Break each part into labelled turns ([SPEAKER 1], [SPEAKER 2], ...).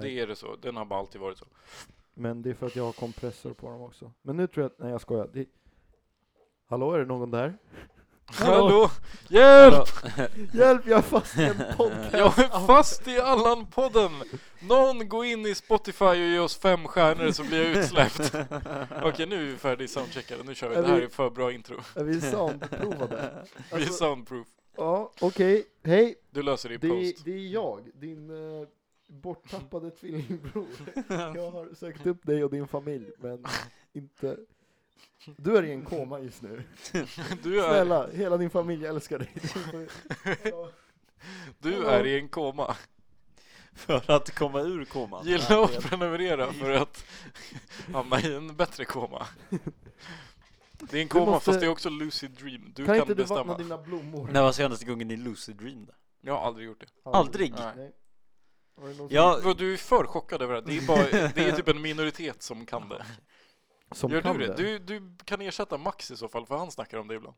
[SPEAKER 1] det är det så. Den har bara alltid varit så.
[SPEAKER 2] Men det är för att jag har kompressor på dem också. Men nu tror jag att, nej jag skojar. Det... Hallå, är det någon där?
[SPEAKER 1] Hallå! Hjälp!
[SPEAKER 2] Hjälp, jag är fast i en podcast!
[SPEAKER 1] Jag är fast i Allan-podden! Någon gå in i Spotify och ge oss fem stjärnor så blir jag utsläppt. Okej, nu är vi färdig soundcheckade. Nu kör vi. Det här är för bra intro.
[SPEAKER 2] Är vi soundprovade?
[SPEAKER 1] Vi är
[SPEAKER 2] Alltså,
[SPEAKER 1] soundproof.
[SPEAKER 2] ja, okej. Hej,
[SPEAKER 1] Du löser det i
[SPEAKER 2] det,
[SPEAKER 1] post.
[SPEAKER 2] det är jag, din eh, borttappade tvillingbror. Jag har sökt upp dig och din familj, men inte... Du är i en koma just nu.
[SPEAKER 1] Du är,
[SPEAKER 2] Snälla, hela din familj älskar dig.
[SPEAKER 1] du är i en koma.
[SPEAKER 3] För att komma ur koman.
[SPEAKER 1] Gilla och prenumerera för att hamna i en bättre koma. Det är en koma
[SPEAKER 2] måste-
[SPEAKER 1] fast det är också lucid dream. Du
[SPEAKER 2] Kan
[SPEAKER 1] kan,
[SPEAKER 2] inte du vattna
[SPEAKER 1] bestämma.
[SPEAKER 2] dina blommor?
[SPEAKER 3] När var senaste gången ni lucid dreamade?
[SPEAKER 1] Jag har aldrig gjort det.
[SPEAKER 3] Aldrig?
[SPEAKER 1] Nej.
[SPEAKER 2] Nej. Har du någon som-
[SPEAKER 3] Jag,
[SPEAKER 1] Vadå, Du är för chockad över det här. Det är, bara, det är typ en minoritet som kan det.
[SPEAKER 2] Som
[SPEAKER 1] Gör
[SPEAKER 2] kan
[SPEAKER 1] du det? Du, du kan ersätta Max i så fall, för han snackar om det ibland.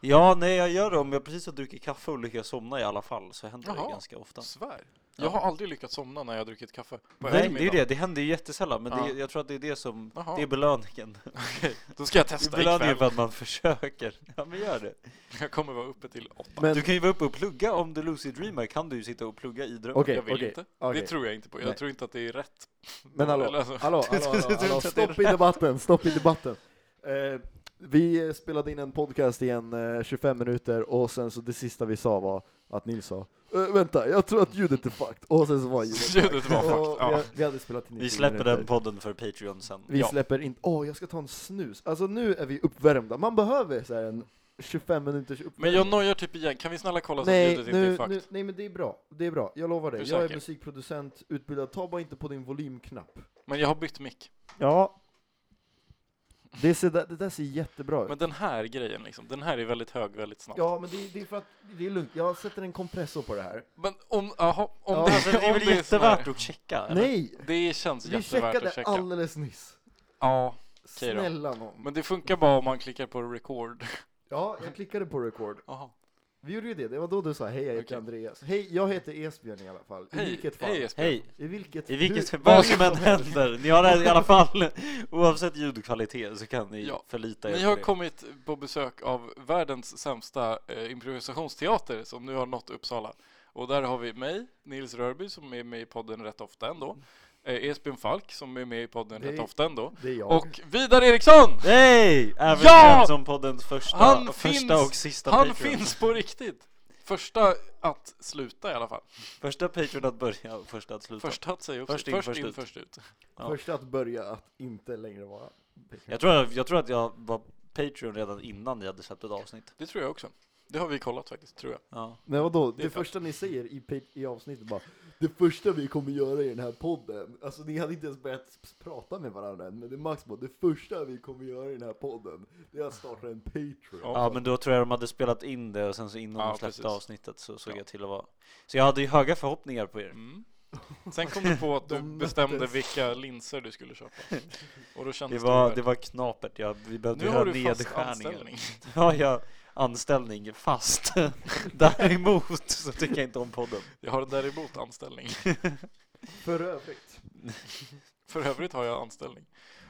[SPEAKER 3] ja, nej jag gör det om jag precis har druckit kaffe och lyckas somna i alla fall så händer
[SPEAKER 1] Jaha.
[SPEAKER 3] det ganska ofta.
[SPEAKER 1] Svär.
[SPEAKER 3] Ja.
[SPEAKER 1] Jag har aldrig lyckats somna när jag har druckit kaffe. På
[SPEAKER 3] Nej, det är ju
[SPEAKER 1] eftermiddagen.
[SPEAKER 3] det, det händer ju jättesällan men
[SPEAKER 1] Ja.
[SPEAKER 3] det, jag tror att det är det som,
[SPEAKER 1] Jaha.
[SPEAKER 3] det är belöningen.
[SPEAKER 1] Då ska jag
[SPEAKER 3] Det är
[SPEAKER 1] testa
[SPEAKER 3] belöningen
[SPEAKER 1] ikväll.
[SPEAKER 3] för att man försöker. Ja men gör det.
[SPEAKER 1] Jag kommer vara uppe till åtta.
[SPEAKER 2] Men
[SPEAKER 3] Du kan ju vara uppe och plugga, om du lucid dreamar kan du ju sitta och plugga i drömmen.
[SPEAKER 2] okej,
[SPEAKER 1] jag vill
[SPEAKER 2] okej.
[SPEAKER 1] inte.
[SPEAKER 2] okej.
[SPEAKER 1] Det tror jag inte på. Jag
[SPEAKER 2] Nej.
[SPEAKER 1] tror inte att det är rätt.
[SPEAKER 2] Men hallå,
[SPEAKER 1] Eller alltså-
[SPEAKER 2] hallå, hallå, hallå, hallå. stopp i debatten, stopp i debatten. Eh, vi spelade in en podcast i en eh, 25 minuter och sen så det sista vi sa var att Nils sa eh, vänta, jag tror att ljudet är fucked och sen så var ljudet
[SPEAKER 1] Ljudet var
[SPEAKER 2] Och
[SPEAKER 1] fucked. Ja.
[SPEAKER 2] vi, vi hade spelat in i
[SPEAKER 3] Vi
[SPEAKER 2] 10
[SPEAKER 3] släpper
[SPEAKER 2] minuter.
[SPEAKER 3] den podden för Patreon sen.
[SPEAKER 2] Vi
[SPEAKER 1] Ja.
[SPEAKER 2] släpper inte, åh jag ska ta en snus. Alltså nu är vi uppvärmda, man behöver så här en 25 minuters uppvärmning.
[SPEAKER 1] Men jag nojar typ igen. Kan vi snälla kolla så att
[SPEAKER 2] Nej,
[SPEAKER 1] ljudet
[SPEAKER 2] nu,
[SPEAKER 1] inte är
[SPEAKER 2] nu,
[SPEAKER 1] fucked?
[SPEAKER 2] nej men det är bra, det är bra, jag lovar dig.
[SPEAKER 1] Är du
[SPEAKER 2] Jag är
[SPEAKER 1] säker?
[SPEAKER 2] musikproducent, utbildad, ta bara inte på din volymknapp.
[SPEAKER 1] Men jag har bytt mick.
[SPEAKER 2] Ja. Det, ser, det där ser jättebra ut.
[SPEAKER 1] Men den här grejen liksom. Den här är väldigt hög väldigt snabbt.
[SPEAKER 2] Ja, men det, det är för att det är lugnt. Jag sätter en kompressor på det här.
[SPEAKER 1] Men om, aha, om
[SPEAKER 2] Ja,
[SPEAKER 1] det,
[SPEAKER 3] Alltså, det är
[SPEAKER 1] om
[SPEAKER 3] väl
[SPEAKER 1] sån
[SPEAKER 3] jättevärt
[SPEAKER 1] här-
[SPEAKER 3] att checka? eller?
[SPEAKER 2] Nej!
[SPEAKER 1] Det känns
[SPEAKER 2] Vi
[SPEAKER 1] jättevärt
[SPEAKER 2] checkade
[SPEAKER 1] att checka.
[SPEAKER 2] alldeles nyss.
[SPEAKER 1] Ja, Okej då.
[SPEAKER 2] Snälla nån.
[SPEAKER 1] men det funkar bara om man klickar på record.
[SPEAKER 2] Ja, jag klickade på record.
[SPEAKER 1] Aha.
[SPEAKER 2] Vi gjorde ju det. Det var då du sa hej, jag heter
[SPEAKER 1] Okej.
[SPEAKER 2] Andreas. Hej, jag heter Esbjörn i alla fall. I
[SPEAKER 1] Hej,
[SPEAKER 2] vilket fall.
[SPEAKER 1] hej Jesper.
[SPEAKER 3] Hej!
[SPEAKER 2] I vilket,
[SPEAKER 3] I vilket,
[SPEAKER 2] hur-
[SPEAKER 3] vad som än händer, ni har det i alla fall, oavsett ljudkvalitet så kan ni
[SPEAKER 1] Ja.
[SPEAKER 3] förlita er
[SPEAKER 1] Ni
[SPEAKER 3] på
[SPEAKER 1] har
[SPEAKER 3] det.
[SPEAKER 1] kommit på besök av världens sämsta eh, improvisationsteater som nu har nått Uppsala. Och där har vi mig, Nils Rörby, som är med i podden rätt ofta ändå. Eh, Esbjörn Falk, som är med i podden
[SPEAKER 2] Mm. Det-
[SPEAKER 1] rätt ofta ändå.
[SPEAKER 2] Det är jag.
[SPEAKER 1] Och Vidar Eriksson!
[SPEAKER 3] Hej! Även
[SPEAKER 1] Ja!
[SPEAKER 3] känd som poddens första,
[SPEAKER 1] Han
[SPEAKER 3] första
[SPEAKER 1] finns-
[SPEAKER 3] och sista
[SPEAKER 1] Han
[SPEAKER 3] Patreon.
[SPEAKER 1] finns på riktigt! Första att sluta i alla fall.
[SPEAKER 3] Första Patreon att börja och första att sluta.
[SPEAKER 1] Första att säga upp
[SPEAKER 3] Mm. Först
[SPEAKER 1] sig.
[SPEAKER 3] in,
[SPEAKER 1] Först
[SPEAKER 3] först
[SPEAKER 1] in,
[SPEAKER 3] ut.
[SPEAKER 1] först ut.
[SPEAKER 3] Ja.
[SPEAKER 2] Först att börja att inte längre vara.
[SPEAKER 3] Jag, tror jag, jag tror att jag var Patreon redan innan ni hade släppt ett avsnitt.
[SPEAKER 1] Det tror jag också. Det har vi kollat faktiskt, tror jag.
[SPEAKER 3] Ja.
[SPEAKER 2] Men vadå, det,
[SPEAKER 1] är för-
[SPEAKER 2] första ni säger i, pa- i avsnittet bara Det första vi kommer göra i den här podden Alltså ni hade inte ens börjat s- prata med varandra än Men det är Max bara, det första vi kommer göra i den här podden Det är att starta en Patreon
[SPEAKER 1] Ja.
[SPEAKER 3] ja, men då tror jag de hade spelat in det och sen så innan
[SPEAKER 1] Ja,
[SPEAKER 3] de släppte
[SPEAKER 1] precis.
[SPEAKER 3] avsnittet så såg
[SPEAKER 1] Ja.
[SPEAKER 3] jag till att vara... Så jag hade ju höga förhoppningar på er.
[SPEAKER 1] Mm. Sen kom du på att du
[SPEAKER 2] De
[SPEAKER 1] bestämde
[SPEAKER 2] möttes.
[SPEAKER 1] vilka linser du skulle köpa. Och då
[SPEAKER 3] Det
[SPEAKER 1] kändes
[SPEAKER 3] var,
[SPEAKER 1] värt
[SPEAKER 3] det var knapert, jag, vi behövde
[SPEAKER 1] Nu
[SPEAKER 3] göra
[SPEAKER 1] har du fast
[SPEAKER 3] nedskärningar.
[SPEAKER 1] anställning.
[SPEAKER 3] Ja, jag anställning fast. Däremot så tycker jag inte om podden.
[SPEAKER 1] Jag har däremot anställning.
[SPEAKER 2] För övrigt
[SPEAKER 1] För övrigt har jag anställning.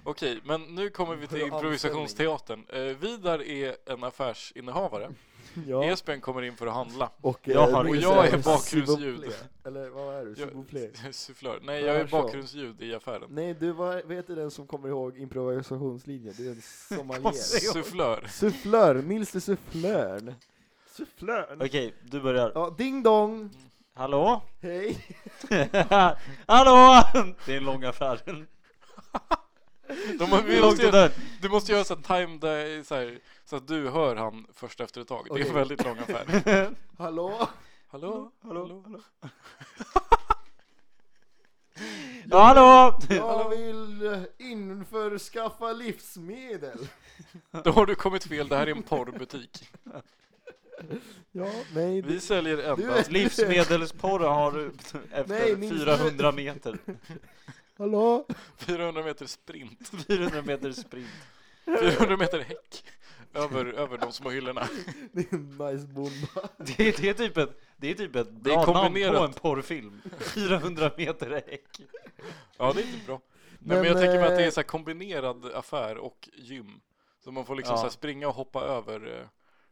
[SPEAKER 1] Okej, men nu kommer vi till
[SPEAKER 2] Har du
[SPEAKER 1] improvisationsteatern. Eh, Vidar är en affärsinnehavare.
[SPEAKER 2] ja.
[SPEAKER 1] Esbjörn kommer in för att handla.
[SPEAKER 2] Och,
[SPEAKER 3] Jag
[SPEAKER 2] eh,
[SPEAKER 3] har-
[SPEAKER 2] ni
[SPEAKER 3] och
[SPEAKER 2] är
[SPEAKER 3] jag
[SPEAKER 2] så här,
[SPEAKER 1] är bakgrundsljud.
[SPEAKER 2] s'il vous plaît. Eller vad är du?
[SPEAKER 1] Jag-
[SPEAKER 2] Sibouple?
[SPEAKER 1] Sufflör. Nej, jag
[SPEAKER 2] Ja,
[SPEAKER 1] är
[SPEAKER 2] så.
[SPEAKER 1] bakgrundsljud i affären.
[SPEAKER 2] Nej du, vad vet du den som kommer ihåg improvisationslinjen? Du är en sommelier
[SPEAKER 1] Sufflör.
[SPEAKER 2] Sufflör, Nils de Sufflörn Sufflörn?
[SPEAKER 3] Okej, du börjar.
[SPEAKER 2] Ja, ding dong!
[SPEAKER 3] Hallå?
[SPEAKER 2] Hej!
[SPEAKER 3] Hallå! Det är en lång affär.
[SPEAKER 1] De har, vi
[SPEAKER 3] Långt
[SPEAKER 1] måste
[SPEAKER 3] och
[SPEAKER 1] göra,
[SPEAKER 3] där.
[SPEAKER 1] du måste göra så här time där, så, här, så att du hör han först efter ett tag. Det är
[SPEAKER 2] Okej.
[SPEAKER 1] en väldigt lång affär.
[SPEAKER 2] Hallå?
[SPEAKER 1] Hallå?
[SPEAKER 3] Mm, Hallå? Ja, hallå!
[SPEAKER 2] Jag vill eh, införskaffa livsmedel.
[SPEAKER 1] Då har du kommit fel, det här är en porrbutik.
[SPEAKER 2] Ja, nej.
[SPEAKER 1] Vi säljer endast...
[SPEAKER 3] Livsmedelsporr har efter
[SPEAKER 2] Nej, minst-
[SPEAKER 3] 400 meter.
[SPEAKER 2] Hallå?
[SPEAKER 1] 400 meter sprint,
[SPEAKER 3] 400 meter sprint.
[SPEAKER 1] 400 meter häck, över, över de små hyllorna.
[SPEAKER 2] Det är en nice bonda.
[SPEAKER 3] Det är, det är typ ett, det är typ ett
[SPEAKER 1] Det är
[SPEAKER 3] bra namn
[SPEAKER 1] kombinerat.
[SPEAKER 3] på en porrfilm. 400 meter äck.
[SPEAKER 1] Ja, det är inte bra. Men,
[SPEAKER 2] Men,
[SPEAKER 1] men jag tänker mig att det är
[SPEAKER 2] eh,
[SPEAKER 1] så här kombinerad affär och gym. Så man får liksom
[SPEAKER 3] Ja.
[SPEAKER 1] så här springa och hoppa över eh,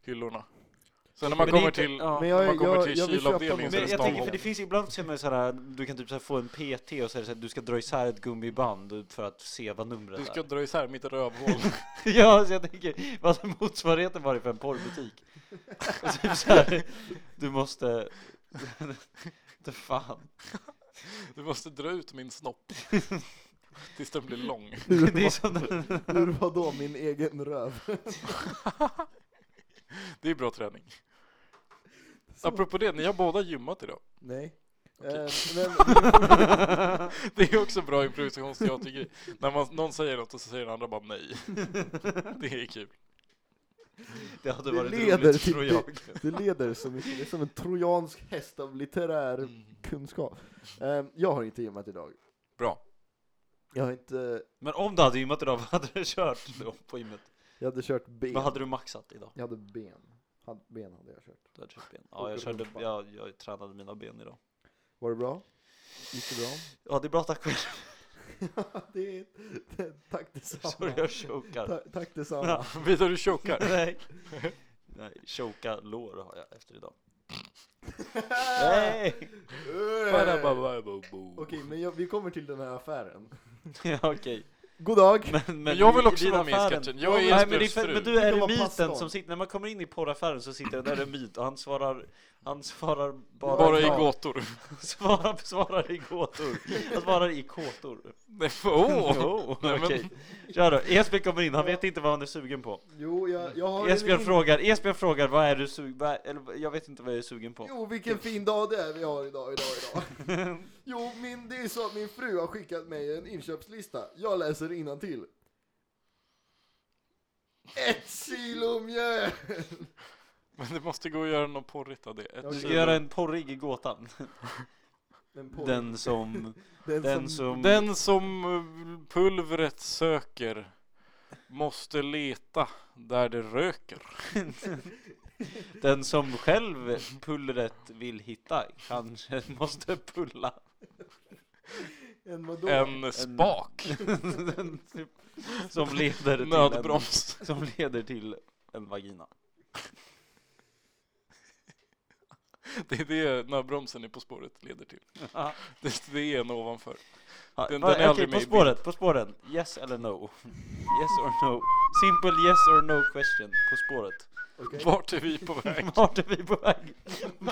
[SPEAKER 1] hyllorna. Sen när man
[SPEAKER 3] Men det är
[SPEAKER 1] kommer
[SPEAKER 3] inte-
[SPEAKER 1] till,
[SPEAKER 3] ja.
[SPEAKER 2] Men
[SPEAKER 1] när man
[SPEAKER 2] jag,
[SPEAKER 1] kommer
[SPEAKER 2] jag,
[SPEAKER 1] till
[SPEAKER 2] jag vill köpa
[SPEAKER 1] kylavdelningen
[SPEAKER 2] någon.
[SPEAKER 1] så är
[SPEAKER 3] Men
[SPEAKER 1] det
[SPEAKER 3] jag tänker, för
[SPEAKER 1] stavhopp.
[SPEAKER 3] det finns ibland ser man så här, du kan typ så här få en PT och så är det så här, du ska dra isär ett gummiband för att se vad numret
[SPEAKER 1] Du ska
[SPEAKER 3] är.
[SPEAKER 1] dra isär mitt rövhål.
[SPEAKER 3] Ja, så jag tänker, vad motsvarigheten var det för en porrbutik? Och typ så här, du måste... Det fan.
[SPEAKER 1] Du måste dra ut min snopp. Tills den blir lång.
[SPEAKER 3] Det är som den,
[SPEAKER 2] Hur vadå, min egen röv?
[SPEAKER 1] Det är bra träning. Apropå det, ni har båda gymmat idag.
[SPEAKER 2] Nej.
[SPEAKER 1] Okej.
[SPEAKER 2] Eh, men,
[SPEAKER 1] Det är också bra improvisationsteatergrej. När man, någon säger något och så säger den andra bara nej. Det är kul.
[SPEAKER 3] det hade
[SPEAKER 2] Det
[SPEAKER 3] varit
[SPEAKER 2] leder
[SPEAKER 3] roligt
[SPEAKER 2] till-
[SPEAKER 3] tror jag.
[SPEAKER 2] det leder så mycket, det är som en trojansk häst av litterär
[SPEAKER 1] Mm.
[SPEAKER 2] kunskap. Eh, jag har inte gymmat idag.
[SPEAKER 1] Bra.
[SPEAKER 2] Jag har inte,
[SPEAKER 3] Men om du hade gymmat idag, vad hade du kört då på gymmet?
[SPEAKER 2] jag hade kört ben.
[SPEAKER 3] Vad hade du maxat idag?
[SPEAKER 2] Jag hade ben. Had, ben hade jag kört.
[SPEAKER 3] Du hade kört ben. Ja, jag, körde, jag, jag tränade mina ben idag.
[SPEAKER 2] Var det bra? Gick det bra?
[SPEAKER 3] Ja, det är bra tack själv.
[SPEAKER 2] det är, det, tack detsamma.
[SPEAKER 3] Sorry, jag chokar.
[SPEAKER 2] Ta, tack detsamma.
[SPEAKER 1] Vidare du chokar.
[SPEAKER 3] Nej. Nej, choka lår har jag efter idag. Nej!
[SPEAKER 2] Eh,
[SPEAKER 1] Ba-da-ba-ba-bo-bo.
[SPEAKER 2] Okej, men jag, vi kommer till den här affären.
[SPEAKER 3] Ja, okej.
[SPEAKER 2] God dag!
[SPEAKER 3] Men, men,
[SPEAKER 1] Men jag vill
[SPEAKER 3] i-
[SPEAKER 1] också
[SPEAKER 3] i
[SPEAKER 1] vara med i
[SPEAKER 3] affären-
[SPEAKER 1] sketchen. Jag är Jespers
[SPEAKER 3] Nej, men, det är för,
[SPEAKER 1] fru.
[SPEAKER 3] men du
[SPEAKER 2] Det
[SPEAKER 3] är
[SPEAKER 2] kan vara pastorn.
[SPEAKER 3] eremiten som sitter, när man kommer in i porraffären så sitter en eremit och han svarar, han svarar bara,
[SPEAKER 1] Bara i
[SPEAKER 3] ja.
[SPEAKER 1] gåtor.
[SPEAKER 3] Svarar, svarar i gåtor. Han svarar i kåtor.
[SPEAKER 1] Nej, Åh!
[SPEAKER 3] Oh,
[SPEAKER 1] Nej, men-
[SPEAKER 3] okej. Kör då. Esbjörn kommer in, han vet inte vad han är sugen på.
[SPEAKER 2] Jo, jag, jag har...
[SPEAKER 3] Esbjörn
[SPEAKER 2] en-
[SPEAKER 3] frågar, Esbjörn frågar vad är du sugen eller jag vet inte vad jag är sugen på.
[SPEAKER 2] Jo, vilken fin dag det är vi har idag, idag, idag. Jo, min, det är så att min fru har skickat mig en inköpslista. Jag läser till. Ett kilo mjöl!
[SPEAKER 1] Men det måste gå att göra något porrigt av det. Ett
[SPEAKER 2] Jag
[SPEAKER 3] Du ska
[SPEAKER 1] kilo.
[SPEAKER 3] göra en porrig i gåtan. Den som, den som,
[SPEAKER 1] Den som eh, pulvret söker måste leta där det röker.
[SPEAKER 3] den som själv pullret vill hitta kanske måste pulla.
[SPEAKER 2] En vadå?
[SPEAKER 1] En spak.
[SPEAKER 3] Den typ som leder till en,
[SPEAKER 1] Nödbroms.
[SPEAKER 3] som leder till en vagina.
[SPEAKER 1] Det är det nödbromsen i På spåret leder till.
[SPEAKER 3] Ja.
[SPEAKER 1] Det, det är en ovanför.
[SPEAKER 3] Ja,
[SPEAKER 1] Den-
[SPEAKER 3] va-
[SPEAKER 1] den är
[SPEAKER 3] Okej,
[SPEAKER 1] aldrig med
[SPEAKER 3] på
[SPEAKER 1] i
[SPEAKER 3] spåret, på spåret. Yes eller no? Yes or no? Simple yes or no question. På spåret.
[SPEAKER 2] Okej.
[SPEAKER 1] Vart är vi på väg?
[SPEAKER 3] Vart är vi på väg?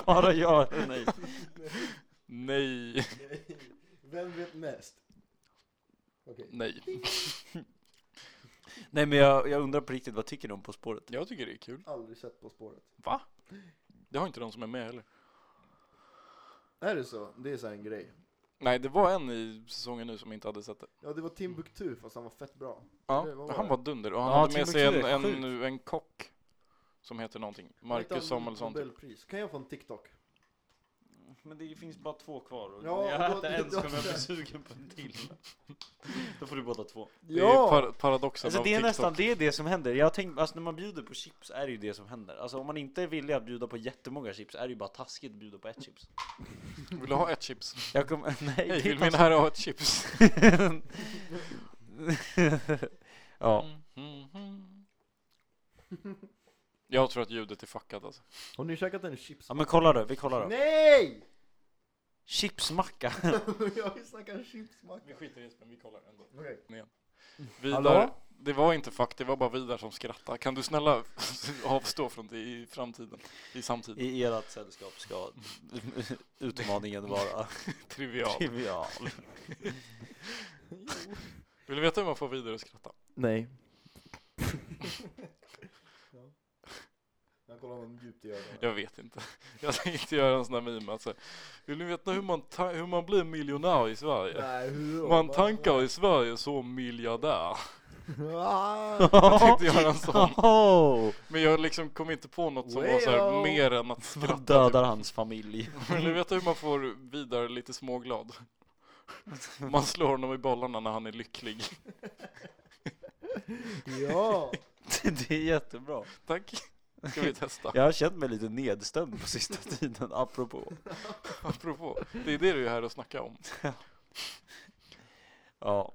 [SPEAKER 3] Bara ja eller nej?
[SPEAKER 1] Nej.
[SPEAKER 2] Vem vet mest? Okej.
[SPEAKER 1] Nej.
[SPEAKER 3] Nej men jag, jag undrar på riktigt, vad tycker du om På spåret?
[SPEAKER 1] Jag tycker det är kul.
[SPEAKER 2] Aldrig sett På spåret.
[SPEAKER 1] Va? Det har inte de som är med heller.
[SPEAKER 2] Är det så? Det är så här en grej.
[SPEAKER 1] Nej, det var en i säsongen nu som inte hade sett det.
[SPEAKER 2] Ja, det var
[SPEAKER 1] Mm.
[SPEAKER 2] Timbuktu fast han var fett bra.
[SPEAKER 1] Ja,
[SPEAKER 2] Eller vad var
[SPEAKER 1] han
[SPEAKER 2] det?
[SPEAKER 1] var dunder. Och han
[SPEAKER 3] Ja,
[SPEAKER 1] hade med sig en,
[SPEAKER 3] Timbuktu är
[SPEAKER 1] en,
[SPEAKER 3] sjukt.
[SPEAKER 1] en kock som heter någonting.
[SPEAKER 2] Utan
[SPEAKER 1] Marcus Samuelsson. typ.
[SPEAKER 2] Nobelpris. Kan jag få en TikTok?
[SPEAKER 3] Men det finns bara två kvar och
[SPEAKER 2] Ja,
[SPEAKER 3] jag
[SPEAKER 2] då-
[SPEAKER 3] äter en så
[SPEAKER 2] då-
[SPEAKER 3] kommer jag bli sugen på en till. Då får du båda två.
[SPEAKER 1] Det är ju par paradoxen
[SPEAKER 3] Alltså
[SPEAKER 1] av
[SPEAKER 3] det är
[SPEAKER 1] TikTok.
[SPEAKER 3] nästan det, är det som händer. Jag tänkte, alltså när man bjuder på chips är det ju det som händer. Alltså om man inte är villig att bjuda på jättemånga chips är det ju bara taskigt att bjuda på ett chips.
[SPEAKER 1] Vill du ha ett chips?
[SPEAKER 3] Jag kom, nej, det är
[SPEAKER 1] Hej, vill
[SPEAKER 3] taskigt.
[SPEAKER 1] min herre ha ett chips?
[SPEAKER 3] ja.
[SPEAKER 1] Mm. Mhm. Jag tror att ljudet är fuckat alltså.
[SPEAKER 2] Har ni käkat en chips?
[SPEAKER 3] ja, men kolla då, vi kollar då.
[SPEAKER 2] Nej!
[SPEAKER 3] Chipsmacka.
[SPEAKER 2] jag vill snacka chipsmacka.
[SPEAKER 1] skiter i Espen, vi kollar ändå.
[SPEAKER 2] Okej.
[SPEAKER 1] Vidar,
[SPEAKER 2] Hallå?
[SPEAKER 1] det var inte fuck, det var bara Vidar som skrattade. Kan du snälla avstå från det i framtiden? I samtiden?
[SPEAKER 3] I ert sällskap ska utmaningen vara
[SPEAKER 1] Trivial.
[SPEAKER 3] trivial.
[SPEAKER 1] Vill du veta hur man får Vidar att skratta?
[SPEAKER 2] Nej. Jag kollar honom djupt i ögonen.
[SPEAKER 1] Jag vet inte. Jag tänkte göra en sån här meme. Alltså, vill ni veta hur man, ta- hur man blir miljonär i Sverige?
[SPEAKER 2] Nej, hur
[SPEAKER 1] Man tankar i Sverige som miljardär.
[SPEAKER 2] Ah,
[SPEAKER 1] Jag tänkte göra en sån.
[SPEAKER 3] Oh,
[SPEAKER 1] Men jag liksom kom inte på något som var så här
[SPEAKER 2] Well.
[SPEAKER 1] mer än att
[SPEAKER 3] då
[SPEAKER 1] skratta.
[SPEAKER 3] dödar hans familj.
[SPEAKER 1] Typ. Vill ni veta hur man får Vidar lite småglad? Man slår honom i bollarna när han är lycklig.
[SPEAKER 2] ja!
[SPEAKER 3] det är jättebra.
[SPEAKER 1] Tack. Ska vi testa?
[SPEAKER 3] Jag har känt mig lite nedstämd på sista tiden, apropå.
[SPEAKER 1] Apropå, det är det du är här och snackar om.
[SPEAKER 3] Ja,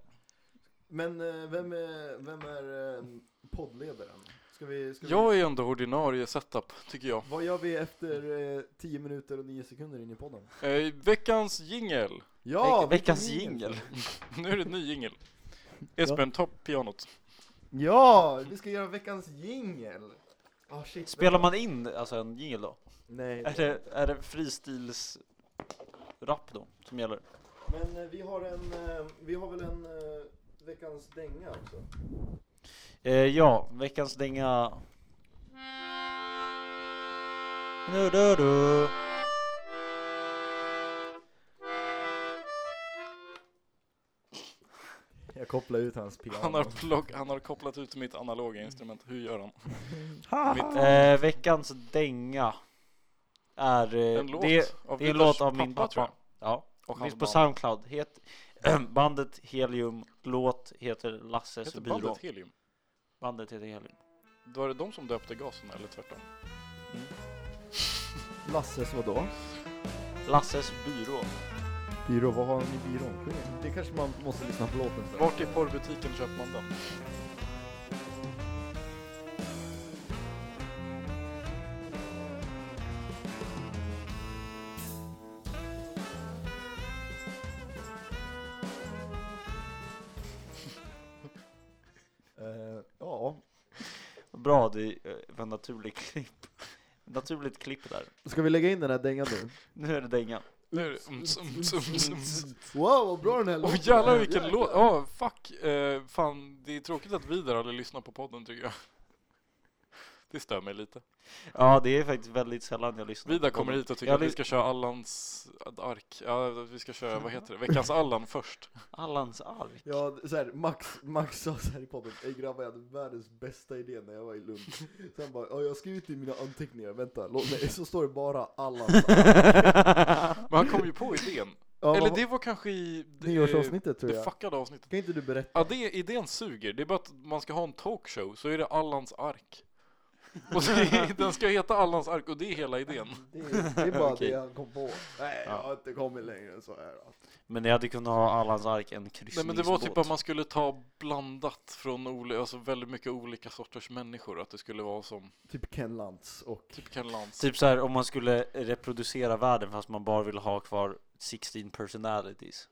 [SPEAKER 2] Men eh, vem är, vem är eh, poddledaren? Ska vi, ska vi...
[SPEAKER 1] Jag är ändå ordinarie setup, tycker jag.
[SPEAKER 2] Vad gör vi efter eh, 10 minuter och 9 sekunder in i podden?
[SPEAKER 1] Eh, veckans jingel.
[SPEAKER 2] Ja!
[SPEAKER 3] Veck- veckans
[SPEAKER 2] vilken
[SPEAKER 3] jingel.
[SPEAKER 1] Nu är det en ny jingel. Espen, ta pianot.
[SPEAKER 2] Ja! Vi ska göra veckans jingel! Ah shit.
[SPEAKER 3] Spelar man in Äh. alltså en jingel då?
[SPEAKER 2] Nej.
[SPEAKER 3] Är det, är det freestyles rap då som gäller?
[SPEAKER 2] Men eh, vi har en, eh, vi har väl en eh, veckans dänga också?
[SPEAKER 3] Eh, ja, veckans dänga. Nu du du.
[SPEAKER 2] Jag kopplar ut hans piano.
[SPEAKER 1] Han har, plock, han har kopplat ut mitt analoga instrument. Hur gör han? Mitt,
[SPEAKER 3] Eh, veckans dänga är eh,
[SPEAKER 1] en låt
[SPEAKER 3] det,
[SPEAKER 1] av
[SPEAKER 3] det är en
[SPEAKER 1] Vitlers
[SPEAKER 3] låt av min
[SPEAKER 1] tror jag.
[SPEAKER 3] pappa. Ja,
[SPEAKER 1] Och
[SPEAKER 3] finns
[SPEAKER 1] hans
[SPEAKER 3] på
[SPEAKER 1] band.
[SPEAKER 3] Soundcloud. Het, bandet Helium, låt heter Lasses
[SPEAKER 1] Heter
[SPEAKER 3] byrå.
[SPEAKER 1] bandet Helium?
[SPEAKER 3] bandet heter Helium.
[SPEAKER 1] Var det de som döpte gasen eller tvärtom?
[SPEAKER 2] Lasses vadå?
[SPEAKER 3] Lasses byrå.
[SPEAKER 2] Byrå, vad har han i byrån? Det kanske man måste lyssna på låten för.
[SPEAKER 1] Vart i porrbutiken köper man den?
[SPEAKER 2] Eh, ja.
[SPEAKER 3] Bra, att det eh, var en naturlig klipp. Naturligt klipp där.
[SPEAKER 2] Ska vi lägga in den här dängan nu?
[SPEAKER 3] Nu är det dänga.
[SPEAKER 1] Nu är det mm, ums, ums, ums, ums.
[SPEAKER 2] Wow, vad bra den här
[SPEAKER 1] mm. Åh jävlar vilken låt! Ja, fuck! Eh, fan, det är tråkigt att Vidar aldrig lyssnar på podden tycker jag. Det stör mig lite.
[SPEAKER 3] Ja, det är faktiskt väldigt sällan jag lyssnar.
[SPEAKER 1] Vidar
[SPEAKER 3] på
[SPEAKER 1] kommer
[SPEAKER 3] dem.
[SPEAKER 1] hit och tycker
[SPEAKER 3] Jag
[SPEAKER 1] att vi
[SPEAKER 3] ly-
[SPEAKER 1] ska köra Allans ark. Ja, vi ska köra, vad heter det? Veckans Allan först.
[SPEAKER 3] Allans ark.
[SPEAKER 2] Ja, så här, Max, Max sa så här i podden, Ey grabbar jag hade världens bästa idé när jag var i Lund. Sen bara, "Ja, jag har skrivit i mina anteckningar, vänta, låt mig, så står det bara alla.
[SPEAKER 1] Men han kom ju på idén.
[SPEAKER 2] Ja,
[SPEAKER 1] Eller
[SPEAKER 2] vad-
[SPEAKER 1] det var kanske i... det-
[SPEAKER 2] Nyårsavsnittet tror
[SPEAKER 1] Det
[SPEAKER 2] jag.
[SPEAKER 1] fuckade avsnittet.
[SPEAKER 2] Kan inte du berätta?
[SPEAKER 1] Ja, det, idén suger. Det är bara att man ska ha en talkshow, så är det Allans ark. Och så är, den ska heta Allans ark, och det är hela idén.
[SPEAKER 2] Det, är- det är bara
[SPEAKER 3] Okej.
[SPEAKER 2] det han kom på. Nej, jag
[SPEAKER 3] Ja.
[SPEAKER 2] har inte kommit längre än så här. alltså.
[SPEAKER 3] Men jag hade kunnat ha Allans ark en
[SPEAKER 1] Nej
[SPEAKER 3] kryssningsbåt.
[SPEAKER 1] men det var typ att man skulle ta blandat från oli- alltså väldigt mycket olika sorters människor, att det skulle vara som
[SPEAKER 2] Typ Ken Lantz och...
[SPEAKER 1] typ Ken Lantz.
[SPEAKER 3] Typ så här om man skulle reproducera världen fast man bara ville ha kvar 16 personalities.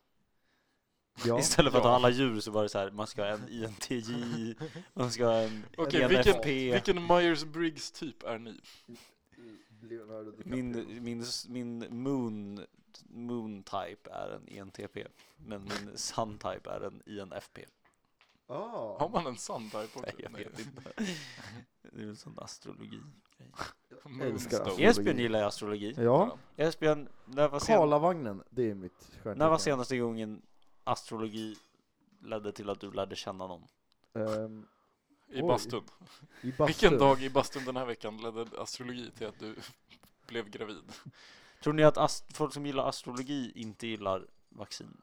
[SPEAKER 2] Ja.
[SPEAKER 3] Istället för att
[SPEAKER 1] Ja.
[SPEAKER 3] ha alla djur så var det så här, man ska ha en INTJ, man ska ha en
[SPEAKER 1] Okej,
[SPEAKER 2] en
[SPEAKER 1] vilken,
[SPEAKER 3] NFP.
[SPEAKER 1] vilken Myers-Briggs typ är ni?
[SPEAKER 2] Leonardo DiCaprio.
[SPEAKER 3] Min, min, min moon, moon type är en E ENTP, men min sun type är en INFP.
[SPEAKER 2] Ah.
[SPEAKER 1] Har man en sann type också?
[SPEAKER 3] Nej, jag vet inte. Det är väl sån astrologi.
[SPEAKER 2] Älskar
[SPEAKER 1] Moonstone.
[SPEAKER 2] Yes.
[SPEAKER 3] Esbjörn gillar ju astrologi.
[SPEAKER 2] Ja,
[SPEAKER 3] Esbjörn, när var, sen,
[SPEAKER 2] Karlavagnen, det är mitt stjärntecken.
[SPEAKER 3] när var senaste gången astrologi ledde till att du lärde känna någon?
[SPEAKER 2] Ehm,
[SPEAKER 1] I
[SPEAKER 2] Oj.
[SPEAKER 1] bastun.
[SPEAKER 2] I bastun.
[SPEAKER 1] Vilken dag i bastun den här veckan ledde astrologi till att du blev gravid?
[SPEAKER 3] Tror ni att ast- folk som gillar astrologi inte gillar vaccin?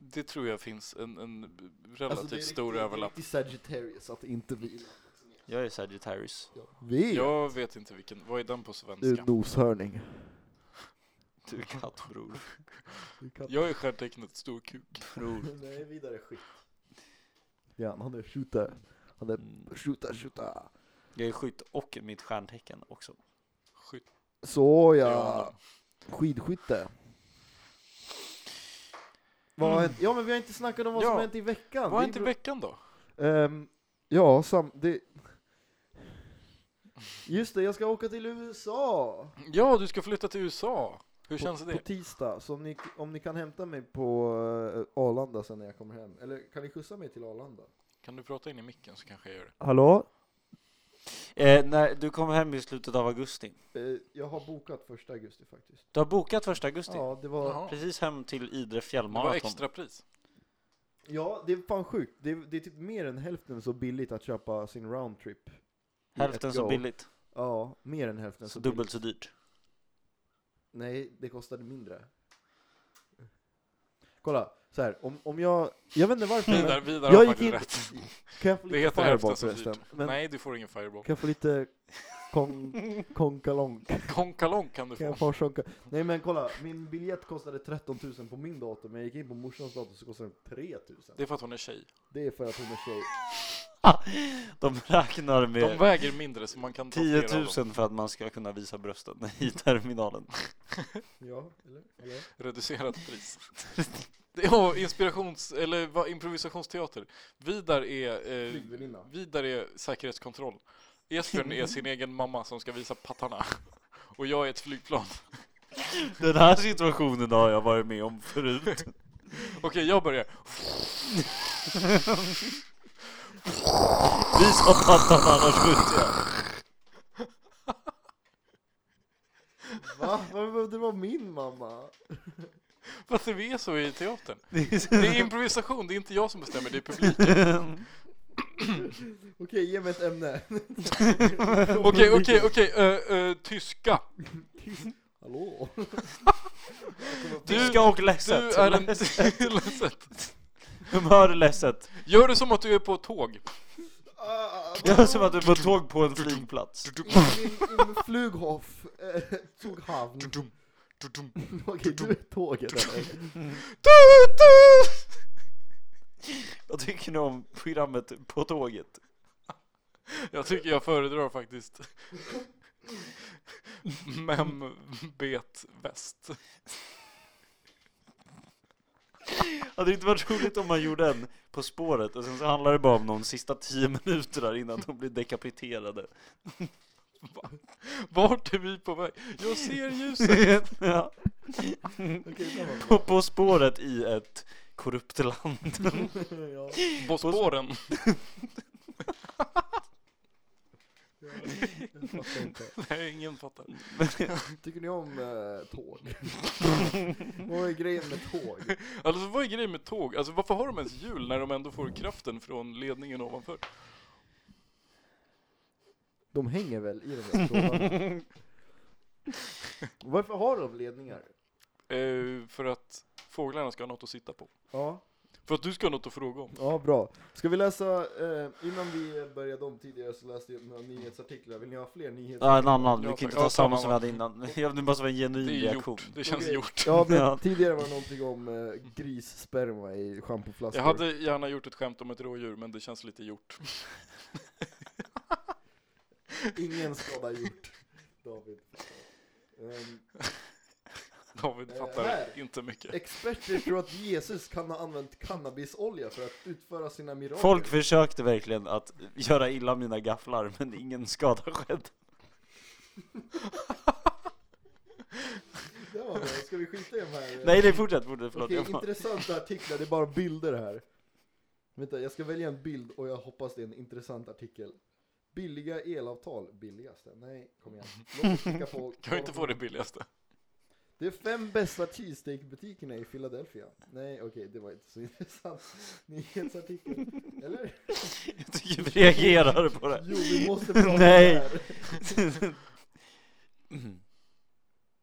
[SPEAKER 1] Det tror jag finns en, en relativt
[SPEAKER 2] Alltså, det
[SPEAKER 1] typ
[SPEAKER 2] är
[SPEAKER 1] stor
[SPEAKER 2] riktigt-
[SPEAKER 1] överlapp.
[SPEAKER 2] Det är riktigt Sagittarius att inte vi.
[SPEAKER 3] Jag är Sagittarius.
[SPEAKER 2] Vi?
[SPEAKER 1] Jag vet inte vilken, vad är den på
[SPEAKER 2] Du är
[SPEAKER 1] svenska?
[SPEAKER 2] noshörning.
[SPEAKER 3] Du är kattbror.
[SPEAKER 1] Jag är stjärntecknet stor kuk.
[SPEAKER 3] Bror.
[SPEAKER 2] Nej, vidare skit. Ja, han är skjuta. Han är
[SPEAKER 3] Mm.
[SPEAKER 2] skjuta, skjuta.
[SPEAKER 3] Jag är skytt och mitt stjärntecken också.
[SPEAKER 1] Skit.
[SPEAKER 2] Såja.
[SPEAKER 1] Mm.
[SPEAKER 2] Skidskytte. Vad har hänt? Ja, men vi har inte snackat om vad som
[SPEAKER 1] Ja.
[SPEAKER 2] har hänt i veckan.
[SPEAKER 1] Vad är
[SPEAKER 2] Det är
[SPEAKER 1] inte
[SPEAKER 2] bra-
[SPEAKER 1] veckan då?
[SPEAKER 2] Ehm, ja, sam... Det... Just det, jag ska åka till USA.
[SPEAKER 1] Ja, du ska flytta till USA. Hur känns
[SPEAKER 2] på,
[SPEAKER 1] det?
[SPEAKER 2] på tisdag, så om ni, om ni kan hämta mig på eh, Arlanda sen när jag kommer hem. Eller kan ni skjutsa mig till Arlanda?
[SPEAKER 1] Kan du prata in i micken så kanske jag gör det.
[SPEAKER 2] Hallå?
[SPEAKER 3] Eh, när du kom hem i slutet av augusti.
[SPEAKER 2] Eh, jag har bokat första augusti faktiskt.
[SPEAKER 3] Du har bokat första augusti.
[SPEAKER 2] Ja, det var...
[SPEAKER 1] Jaha.
[SPEAKER 3] Precis hem till Idre
[SPEAKER 1] Det var
[SPEAKER 3] fjällmaraton.
[SPEAKER 1] extra pris.
[SPEAKER 2] Ja, det är fan sjukt. Det är, det är typ mer än hälften så billigt att köpa sin roundtrip. i
[SPEAKER 3] Hälften
[SPEAKER 2] ett
[SPEAKER 3] så
[SPEAKER 2] go.
[SPEAKER 3] billigt.
[SPEAKER 2] Ja, mer än hälften så,
[SPEAKER 3] Så dubbelt
[SPEAKER 2] billigt.
[SPEAKER 3] så dyrt.
[SPEAKER 2] Nej, det kostade mindre. Kolla, så här, om, om jag, jag vet inte varför,
[SPEAKER 1] Vidar,
[SPEAKER 2] men
[SPEAKER 1] vidar
[SPEAKER 2] Jag
[SPEAKER 1] har
[SPEAKER 2] gick
[SPEAKER 1] faktiskt
[SPEAKER 2] in-
[SPEAKER 1] rätt.
[SPEAKER 2] kan jag få
[SPEAKER 1] Det
[SPEAKER 2] lite
[SPEAKER 1] heter
[SPEAKER 2] fireball
[SPEAKER 1] hälften så
[SPEAKER 2] förresten?
[SPEAKER 1] dyrt.
[SPEAKER 2] Men,
[SPEAKER 1] Nej, du får ingen fireball.
[SPEAKER 2] Kan jag få lite kon, konkalong?
[SPEAKER 1] Konkalong kan du
[SPEAKER 2] Kan
[SPEAKER 1] få.
[SPEAKER 2] jag få chocka? Nej men kolla, min biljett kostade 13 000 på min dator, men jag gick in på morsans dator så kostade den 3 000.
[SPEAKER 1] Det är för att hon är tjej.
[SPEAKER 2] Det är för att hon är tjej.
[SPEAKER 3] De räknar
[SPEAKER 1] De
[SPEAKER 3] med
[SPEAKER 1] väger mindre så man kan ta
[SPEAKER 3] 10
[SPEAKER 1] flera av
[SPEAKER 3] 000
[SPEAKER 1] dem.
[SPEAKER 3] för att man ska kunna visa brösten i terminalen.
[SPEAKER 2] Ja, eller? eller?
[SPEAKER 1] Reducerat pris. Det- Ja, inspirations eller vad, improvisationsteater. Vidar är, eh,
[SPEAKER 2] Flygvärdinna.
[SPEAKER 1] vidar är säkerhetskontroll. Esbjörn är sin egen mamma som ska visa pattarna. Och jag är ett flygplan.
[SPEAKER 3] Den här situationen har jag varit med om förut.
[SPEAKER 1] Okej, jag börjar.
[SPEAKER 3] Visa pattan annars skjuter jag.
[SPEAKER 2] Va? Varför behövde det vara min mamma?
[SPEAKER 1] Varför vi är så i teatern?
[SPEAKER 3] Det är
[SPEAKER 1] Det är improvisation, det är inte jag som bestämmer, det är publiken.
[SPEAKER 2] Okej, ge mig ett ämne.
[SPEAKER 1] Okej, okej, okej, eh, eh, tyska.
[SPEAKER 2] Hallå?
[SPEAKER 1] Du-
[SPEAKER 3] Tyska och
[SPEAKER 1] Du
[SPEAKER 3] ledset.
[SPEAKER 1] är en... Ledset.
[SPEAKER 3] Humör ledset.
[SPEAKER 1] Gör det som att du är på ett tåg.
[SPEAKER 2] Ah,
[SPEAKER 3] Det är som att du är på tåg på en flygplats.
[SPEAKER 2] Im Flughof eh, tog havn. Okej, du är tåget eller?
[SPEAKER 3] Vad tycker ni om programmet På tåget?
[SPEAKER 1] Jag tycker jag föredrar faktiskt Membet väst.
[SPEAKER 3] Hade det inte varit roligt om man gjorde en På spåret och sen så handlar det bara om de sista tio minuterna innan de blir dekapiterade?
[SPEAKER 1] Vart är vi på väg? Jag ser ljuset.
[SPEAKER 3] ja.
[SPEAKER 2] Okej, där var
[SPEAKER 3] på, på spåret i ett korrupt land.
[SPEAKER 2] den. ja.
[SPEAKER 1] På spåren.
[SPEAKER 2] jag fattar inte.
[SPEAKER 1] Nej, ingen fattar.
[SPEAKER 2] Tycker ni om eh, tåg? Vad är grejen med tåg?
[SPEAKER 1] Alltså vad är grejen med tåg? Alltså varför har de ens hjul när de ändå får kraften från ledningen ovanför?
[SPEAKER 2] De hänger väl i de där trådarna? Varför har de ledningar?
[SPEAKER 1] Eh, för att fåglarna ska ha något att sitta på.
[SPEAKER 2] Ja,
[SPEAKER 1] För att du ska ha något att fråga om.
[SPEAKER 2] ja bra. Ska vi läsa, eh, innan vi började om tidigare så läste jag några nyhetsartiklar. Vill ni ha fler nyhetsartiklar?
[SPEAKER 3] Ja, en annan. Vi
[SPEAKER 1] Ja,
[SPEAKER 3] kan
[SPEAKER 1] tack.
[SPEAKER 3] inte ta
[SPEAKER 1] Ja,
[SPEAKER 3] samma
[SPEAKER 1] samma
[SPEAKER 3] som vi hade innan. Jag vill bara som en genuin
[SPEAKER 1] Det är
[SPEAKER 3] reaktion.
[SPEAKER 1] gjort. Det känns
[SPEAKER 2] Okej.
[SPEAKER 1] gjort.
[SPEAKER 2] Ja, men
[SPEAKER 3] Ja.
[SPEAKER 2] tidigare var det någonting om eh, grissperma i schampoflaskor.
[SPEAKER 1] Jag hade gärna gjort ett skämt om ett rådjur, men det känns lite gjort.
[SPEAKER 2] Ingen skada gjort, David. Ehm,
[SPEAKER 1] David
[SPEAKER 2] Eh,
[SPEAKER 1] fattar
[SPEAKER 2] här.
[SPEAKER 1] inte mycket.
[SPEAKER 2] experter tror att Jesus kan ha använt cannabisolja för att utföra sina mirakel.
[SPEAKER 3] Folk försökte verkligen att göra illa mina gafflar, men ingen skada skedde.
[SPEAKER 2] Det var bra. Ska vi skita i de här? eh,
[SPEAKER 3] Nej, det fortsätt, fortsätt, förlåt.
[SPEAKER 2] Okej,
[SPEAKER 3] jag bara...
[SPEAKER 2] intressanta artiklar, det är bara bilder här. Vänta, jag ska välja en bild och jag hoppas det är en intressant artikel. Billiga elavtal, billigaste? Nej, kom igen. Låt oss klicka på...
[SPEAKER 1] Kan vi inte få det billigaste?
[SPEAKER 2] Det är fem bästa cheesesteak-butikerna i Philadelphia. Nej, okej, det var inte så intressant. Nyhetsartikel. Eller?
[SPEAKER 3] Jag tycker vi reagerar på det.
[SPEAKER 2] Jo, vi måste prata om det
[SPEAKER 3] Nej.
[SPEAKER 2] här.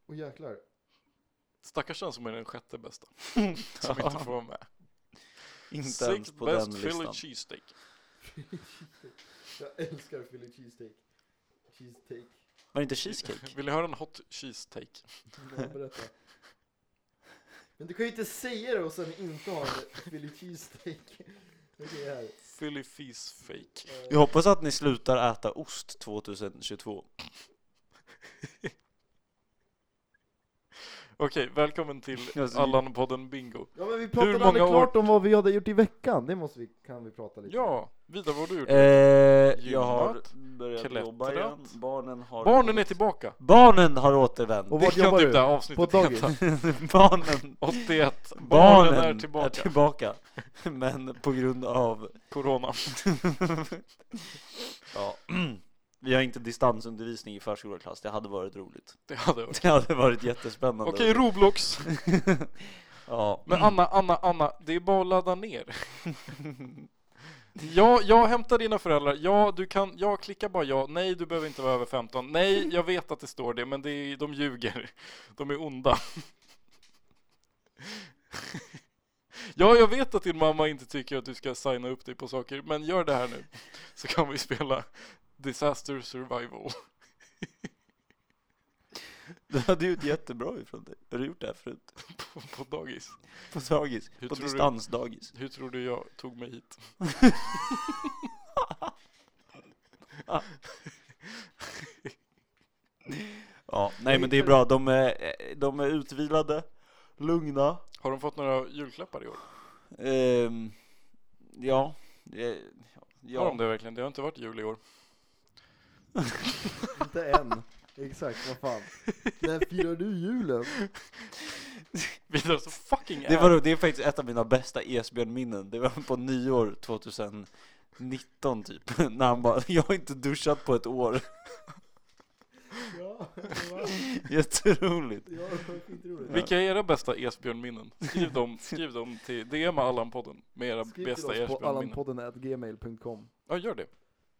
[SPEAKER 2] Och jäklar.
[SPEAKER 1] Stackars den som är den sjätte bästa, som inte får
[SPEAKER 3] Ja,
[SPEAKER 1] vara med.
[SPEAKER 3] inte ens
[SPEAKER 1] Sixth
[SPEAKER 3] på den
[SPEAKER 1] best Philly
[SPEAKER 3] listan.
[SPEAKER 1] cheesesteak.
[SPEAKER 2] Jag älskar Philly cheesesteak. Cheesesteak.
[SPEAKER 3] Var det inte cheesecake?
[SPEAKER 1] Vill ni höra en hot cheesesteak?
[SPEAKER 2] Ja, berätta. Men du kan ju inte säga det och sen inte ha en Philly cheesesteak. Okej, här.
[SPEAKER 1] Philly fees fake.
[SPEAKER 2] Eh,
[SPEAKER 3] Jag hoppas att ni slutar äta ost 2022.
[SPEAKER 1] Okej, välkommen till
[SPEAKER 3] Alltså,
[SPEAKER 1] Allan-podden Bingo.
[SPEAKER 2] Ja men vi pratade
[SPEAKER 1] Hur
[SPEAKER 2] aldrig
[SPEAKER 1] många
[SPEAKER 2] klart om vad vi hade gjort i veckan, det måste vi, kan vi prata lite om.
[SPEAKER 1] Ja, Vidar, vad har du gjort?
[SPEAKER 3] Eh, jag
[SPEAKER 1] Gymmat,
[SPEAKER 3] har börjat jobba
[SPEAKER 1] klättrat.
[SPEAKER 3] igen. Barnen har...
[SPEAKER 1] Barnen är tillbaka!
[SPEAKER 3] Barnen har återvänt.
[SPEAKER 2] Och
[SPEAKER 1] Det
[SPEAKER 2] vart
[SPEAKER 1] kan
[SPEAKER 2] jobbar
[SPEAKER 1] typ
[SPEAKER 2] du?
[SPEAKER 1] det här avsnittet
[SPEAKER 2] På dagis?
[SPEAKER 1] heta.
[SPEAKER 3] Barnen
[SPEAKER 1] 81. Barnen
[SPEAKER 3] Barnen
[SPEAKER 1] är tillbaka.
[SPEAKER 3] Men på grund av,
[SPEAKER 1] Corona.
[SPEAKER 3] ja, vi har inte distansundervisning i förskoleklass. Det hade varit roligt.
[SPEAKER 1] Det hade jag hört.
[SPEAKER 3] Det hade varit jättespännande.
[SPEAKER 1] Okej, Roblox.
[SPEAKER 3] ja.
[SPEAKER 1] Men Anna, Anna, Anna, det är bara att ladda ner. Ja, jag hämtar dina föräldrar. Ja, du kan, jag klickar bara ja. Nej, du behöver inte vara över 15. Nej, jag vet att det står det, men det är, de ljuger. De är onda. Ja, jag vet att din mamma inte tycker att du ska signa upp dig på saker, men gör det här nu. Så kan vi spela Disaster Survival.
[SPEAKER 3] Du hade ju ett jättebra ifrån dig. Har du gjort det här förut?
[SPEAKER 1] På, på dagis.
[SPEAKER 3] På dagis?
[SPEAKER 1] Hur
[SPEAKER 3] på
[SPEAKER 1] tror du-
[SPEAKER 3] distansdagis?
[SPEAKER 1] Hur tror du jag tog mig hit?
[SPEAKER 3] Ja, nej men det är bra. De är, de är utvilade, lugna.
[SPEAKER 1] Har de fått några julklappar i år?
[SPEAKER 3] Ehm, ja. eh, ja.
[SPEAKER 1] Har de det verkligen? Det har inte varit jul i år.
[SPEAKER 2] Inte än. Exakt, vad fan. När firar du julen?
[SPEAKER 1] Vidare så fucking
[SPEAKER 3] Det, var, det är faktiskt ett av mina bästa Esbjörn-minnen. Det var på nyår 2019 typ. När han bara, jag har inte duschat på ett år.
[SPEAKER 2] Ja,
[SPEAKER 3] Jätteroligt.
[SPEAKER 2] ja, skitroligt.
[SPEAKER 1] Vilka är era bästa Esbjörn-minnen? Skriv dem, skriv dem till DM Allan-podden med era
[SPEAKER 2] Skriv till
[SPEAKER 1] bästa
[SPEAKER 2] oss på
[SPEAKER 1] Esbjörn-minnen.
[SPEAKER 2] allanpodden.gmail.com
[SPEAKER 1] Ja, gör det.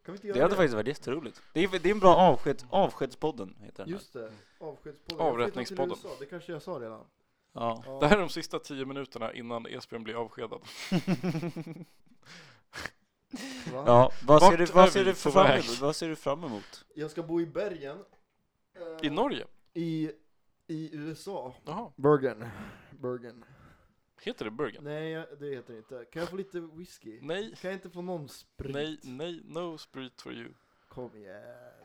[SPEAKER 2] Kan vi inte göra
[SPEAKER 3] Det hade faktiskt varit jätteroligt. Det är, det är en bra avsked, avskedspodden heter den. här.
[SPEAKER 2] Just det, avskedspodden.
[SPEAKER 1] Avrättningspodden.
[SPEAKER 2] Jag flyttar till USA, Det kanske jag sa redan.
[SPEAKER 3] Ja.
[SPEAKER 2] Ja.
[SPEAKER 1] Det här är de sista tio minuterna innan Esbjörn blir avskedad.
[SPEAKER 2] Va?
[SPEAKER 3] Ja, vad
[SPEAKER 1] Vart
[SPEAKER 3] ser, du,
[SPEAKER 1] är
[SPEAKER 3] vad, ser
[SPEAKER 1] vi
[SPEAKER 3] du
[SPEAKER 1] på
[SPEAKER 3] fram
[SPEAKER 1] väg?
[SPEAKER 3] emot? vad ser du fram emot?
[SPEAKER 2] Jag ska bo i Bergen. eh,
[SPEAKER 1] I Norge?
[SPEAKER 2] I, i USA.
[SPEAKER 1] Jaha.
[SPEAKER 2] Bergen. Bergen.
[SPEAKER 1] Heter det Bergen?
[SPEAKER 2] Nej, jag- det heter det inte. Kan jag få lite whisky?
[SPEAKER 1] Nej,
[SPEAKER 2] Kan jag inte få någon sprit?
[SPEAKER 1] nej, nej, no sprit for you.
[SPEAKER 2] Kom igen.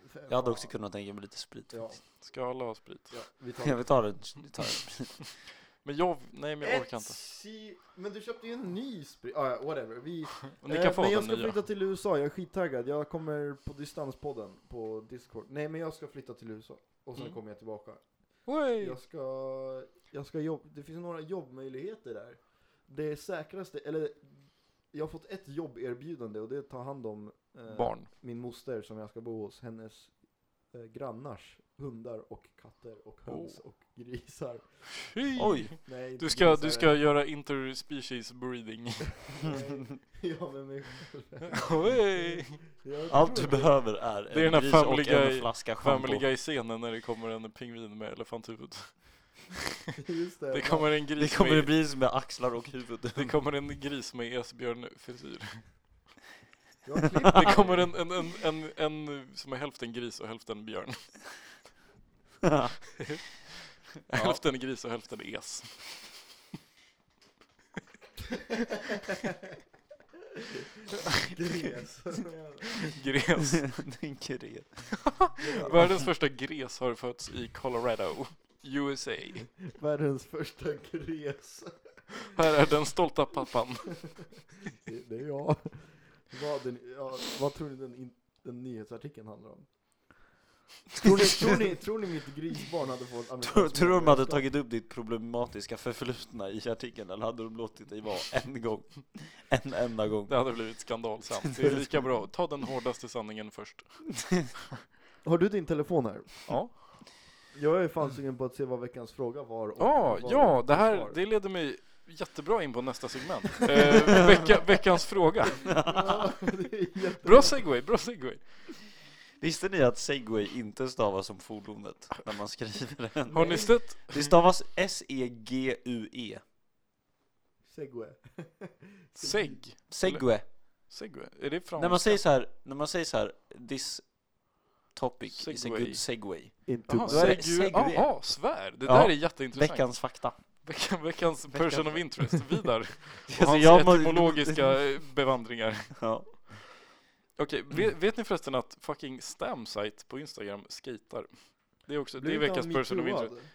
[SPEAKER 2] för
[SPEAKER 3] Jag hade
[SPEAKER 2] fan.
[SPEAKER 3] också kunnat tänka mig lite sprit
[SPEAKER 2] Ja,
[SPEAKER 3] faktiskt.
[SPEAKER 1] Ska alla ha sprit?
[SPEAKER 2] ja, vi tar
[SPEAKER 3] Ja, vi tar en. Vi tar en.
[SPEAKER 1] Men jag, nej men jag orkar inte.
[SPEAKER 2] Etsy- Men du köpte ju en ny sprit. Ah, ja, whatever. Vi,
[SPEAKER 1] Och Ni
[SPEAKER 2] Eh,
[SPEAKER 1] kan få
[SPEAKER 2] men jag
[SPEAKER 1] den
[SPEAKER 2] ska
[SPEAKER 1] nya.
[SPEAKER 2] flytta till USA, jag är skittaggad. Jag kommer på distanspodden på Discord. Nej men jag ska flytta till USA. Och sen
[SPEAKER 1] Mm.
[SPEAKER 2] kommer jag tillbaka.
[SPEAKER 1] Oj!
[SPEAKER 2] Jag ska, jag ska jobb, det finns några jobbmöjligheter där. Det säkraste, eller jag har fått ett jobberbjudande och det är att ta hand om eh,
[SPEAKER 1] Barn.
[SPEAKER 2] min moster som jag ska bo hos, hennes eh, grannars hundar och katter och höns och grisar.
[SPEAKER 1] Fy!
[SPEAKER 3] Oj!
[SPEAKER 2] Nej, inte
[SPEAKER 1] Oh. Du ska,
[SPEAKER 2] grisar
[SPEAKER 1] du ska göra interspecies breeding.
[SPEAKER 2] än. Nej, Jag med mig själv.
[SPEAKER 1] Oj!
[SPEAKER 2] Jag
[SPEAKER 3] Allt
[SPEAKER 2] tror
[SPEAKER 3] du
[SPEAKER 2] det.
[SPEAKER 3] behöver är en
[SPEAKER 1] Det är den här
[SPEAKER 3] gris och
[SPEAKER 1] Family
[SPEAKER 3] en
[SPEAKER 1] Guy-
[SPEAKER 3] flaska
[SPEAKER 1] Family
[SPEAKER 3] schampo.
[SPEAKER 1] Guy-scenen när det kommer en pingvin med elefanthuvud.
[SPEAKER 2] Just det.
[SPEAKER 1] Det kommer en
[SPEAKER 3] Det
[SPEAKER 1] gris
[SPEAKER 3] kommer det
[SPEAKER 1] med,
[SPEAKER 3] bli med axlar och huvud.
[SPEAKER 1] det kommer en gris med esbjörnfrisyr.
[SPEAKER 2] Jag har klippt
[SPEAKER 1] Det kommer en, en, en, en, en som är hälften gris och hälften björn. Hälften gris och hälften es.
[SPEAKER 2] gräs.
[SPEAKER 1] Gres.
[SPEAKER 3] Det är en grej.
[SPEAKER 1] Världens första gres har fötts i Colorado, USA.
[SPEAKER 2] Världens första gräs.
[SPEAKER 1] Här är den stolta pappan.
[SPEAKER 2] Det, det är jag. Vad, den, ja, vad tror ni den, in, den nyhetsartikeln handlar om? Tror ni, tror ni, tror ni mitt grisbarn hade fått
[SPEAKER 3] Tror,
[SPEAKER 2] amerikanskt
[SPEAKER 3] tror du de hade
[SPEAKER 2] medborgarskap?
[SPEAKER 3] tagit upp ditt problematiska förflutna i artikeln eller hade de låtit dig vara en gång? En enda gång?
[SPEAKER 1] Det hade blivit skandalsamt. Det är lika bra. Ta den hårdaste sanningen först.
[SPEAKER 2] Har du din telefon här?
[SPEAKER 1] Ja.
[SPEAKER 2] Jag är fan sugen på att se vad veckans fråga var. och
[SPEAKER 1] Ja,
[SPEAKER 2] vad
[SPEAKER 1] ja,
[SPEAKER 2] veckans
[SPEAKER 1] det här
[SPEAKER 2] svar.
[SPEAKER 1] det leder mig jättebra in på nästa segment. Eh, vecka, veckans fråga.
[SPEAKER 2] Ja, det är jätte-
[SPEAKER 1] Bra segway, bra segway.
[SPEAKER 3] Visste ni att segway inte stavas som fordonet när man skriver den?
[SPEAKER 1] Har ni sett?
[SPEAKER 3] Det stavas E S-E-G-U-E.
[SPEAKER 2] Segway.
[SPEAKER 1] Seg?
[SPEAKER 3] Segway.
[SPEAKER 1] Segway? Är det franska?
[SPEAKER 3] När man säger så här, när man säger så här, this topic is a
[SPEAKER 1] Segway.
[SPEAKER 3] good segway.
[SPEAKER 2] Into
[SPEAKER 1] Jaha,
[SPEAKER 3] Då är det
[SPEAKER 1] segu-
[SPEAKER 3] segway.
[SPEAKER 1] Jaha, svär. Det
[SPEAKER 3] Ja.
[SPEAKER 1] där är jätteintressant.
[SPEAKER 3] Veckans fakta.
[SPEAKER 1] Veckan, veckans person of interest, Vidar. Och
[SPEAKER 3] Alltså,
[SPEAKER 1] hans
[SPEAKER 3] jag må-
[SPEAKER 1] etymologiska eh, bevandringar.
[SPEAKER 3] Ja.
[SPEAKER 1] Okej, vet, vet ni förresten att fucking Stamsite på Instagram skater? Det är också, det är
[SPEAKER 2] Blev inte
[SPEAKER 1] veckans
[SPEAKER 2] han
[SPEAKER 1] person of interest.
[SPEAKER 2] metooad?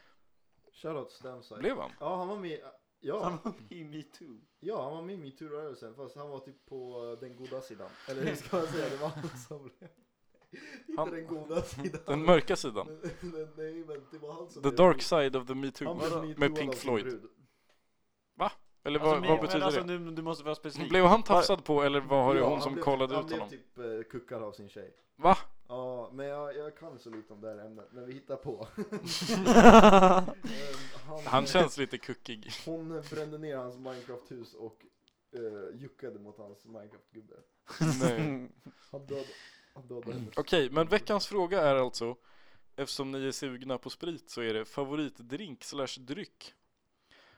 [SPEAKER 2] Shoutout Stamsite.
[SPEAKER 1] Blev han?
[SPEAKER 2] Ja, han var med. Ja,
[SPEAKER 3] Han var med i metoo.
[SPEAKER 2] ja, han var med i metoo-rörelsen fast han var typ på eh, den goda sidan. Eller hur ska man säga? Det var han som blev. Inte
[SPEAKER 1] Han-
[SPEAKER 2] den goda sidan.
[SPEAKER 1] Den mörka sidan.
[SPEAKER 2] Men- men- Nej, men det var han som
[SPEAKER 1] The
[SPEAKER 2] blev-
[SPEAKER 1] dark side of the me
[SPEAKER 2] han
[SPEAKER 1] too.
[SPEAKER 2] blev
[SPEAKER 1] Med
[SPEAKER 2] metooad av
[SPEAKER 1] Pink
[SPEAKER 2] sin
[SPEAKER 1] Floyd.
[SPEAKER 2] brud.
[SPEAKER 1] Eller vad,
[SPEAKER 3] men-
[SPEAKER 1] vad
[SPEAKER 3] men
[SPEAKER 1] betyder
[SPEAKER 3] alltså,
[SPEAKER 1] det?
[SPEAKER 3] Du, du måste vara specifik.
[SPEAKER 1] Blev han tafsad på eller var det
[SPEAKER 2] Ja,
[SPEAKER 1] hon
[SPEAKER 2] han
[SPEAKER 1] som
[SPEAKER 2] blev-
[SPEAKER 1] kollade ut honom?
[SPEAKER 2] Han blev typ eh, kuckad av sin tjej.
[SPEAKER 1] Va?
[SPEAKER 2] Ja, men jag, jag kan så lite om det här ämnet, men vi hittar på. Ehm,
[SPEAKER 1] Han känns lite kuckig.
[SPEAKER 2] Hon brände ner hans Minecraft-hus och eh, juckade mot hans Minecraft-gubbe.
[SPEAKER 1] Nej.
[SPEAKER 2] Han dödade han dödade
[SPEAKER 1] Mm.
[SPEAKER 2] henne.
[SPEAKER 1] Okej, men veckans fråga är alltså Eftersom ni är sugna på sprit så är det favoritdrink slash dryck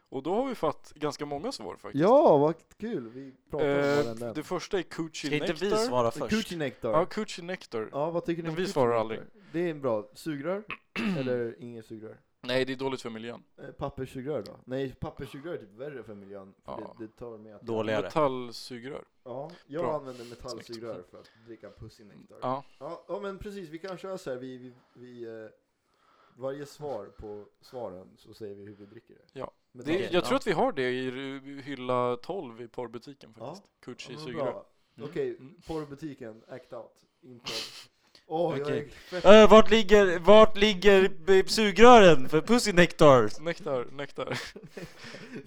[SPEAKER 1] Och då har vi fått ganska många svar faktiskt.
[SPEAKER 2] Ja, vad kul! Vi pratar om
[SPEAKER 1] Eh,
[SPEAKER 2] varenda.
[SPEAKER 1] det första är Coochie
[SPEAKER 3] Ska inte
[SPEAKER 1] Nectar.
[SPEAKER 3] vi svara först?
[SPEAKER 2] Coochie Nectar.
[SPEAKER 1] Ja, Coochie Nectar.
[SPEAKER 2] Ja, vad tycker ni
[SPEAKER 1] Men
[SPEAKER 2] om
[SPEAKER 1] vi
[SPEAKER 2] Coochie
[SPEAKER 1] svarar
[SPEAKER 2] Nectar?
[SPEAKER 1] aldrig.
[SPEAKER 2] Det är en bra. Sugrör? Eller inget sugrör?
[SPEAKER 1] Nej, det är dåligt för miljön.
[SPEAKER 2] Eh, Papperssugrör då? Nej, papperssugrör är typ värre för miljön. För
[SPEAKER 1] Ja.
[SPEAKER 2] det, det tar med att...
[SPEAKER 3] Dåligare.
[SPEAKER 1] Metallsugrör.
[SPEAKER 2] Ja, jag
[SPEAKER 1] Bra.
[SPEAKER 2] använder metallsugrör för att dricka pussinektar. Ja.
[SPEAKER 1] Ja.
[SPEAKER 2] Ja, men precis. Vi kan köra så här. Vi, vi, vi, eh, varje svar på svaren så säger vi hur vi dricker det.
[SPEAKER 1] Ja.
[SPEAKER 2] Men
[SPEAKER 1] Det,
[SPEAKER 2] tack.
[SPEAKER 1] jag tror att vi har det i ru- hylla 12 i porrbutiken
[SPEAKER 2] Ja.
[SPEAKER 1] faktiskt.
[SPEAKER 2] Ja, men
[SPEAKER 1] Coochie
[SPEAKER 2] bra.
[SPEAKER 1] sugrör. Mm.
[SPEAKER 2] Okej,
[SPEAKER 1] Mm.
[SPEAKER 2] porrbutiken, act out. Inte... Åh, jag är
[SPEAKER 3] Okej.
[SPEAKER 2] fett...
[SPEAKER 3] Äh, vart ligger, vart ligger b- sugrören för Pussy Nectar?
[SPEAKER 1] Nektar, nektar.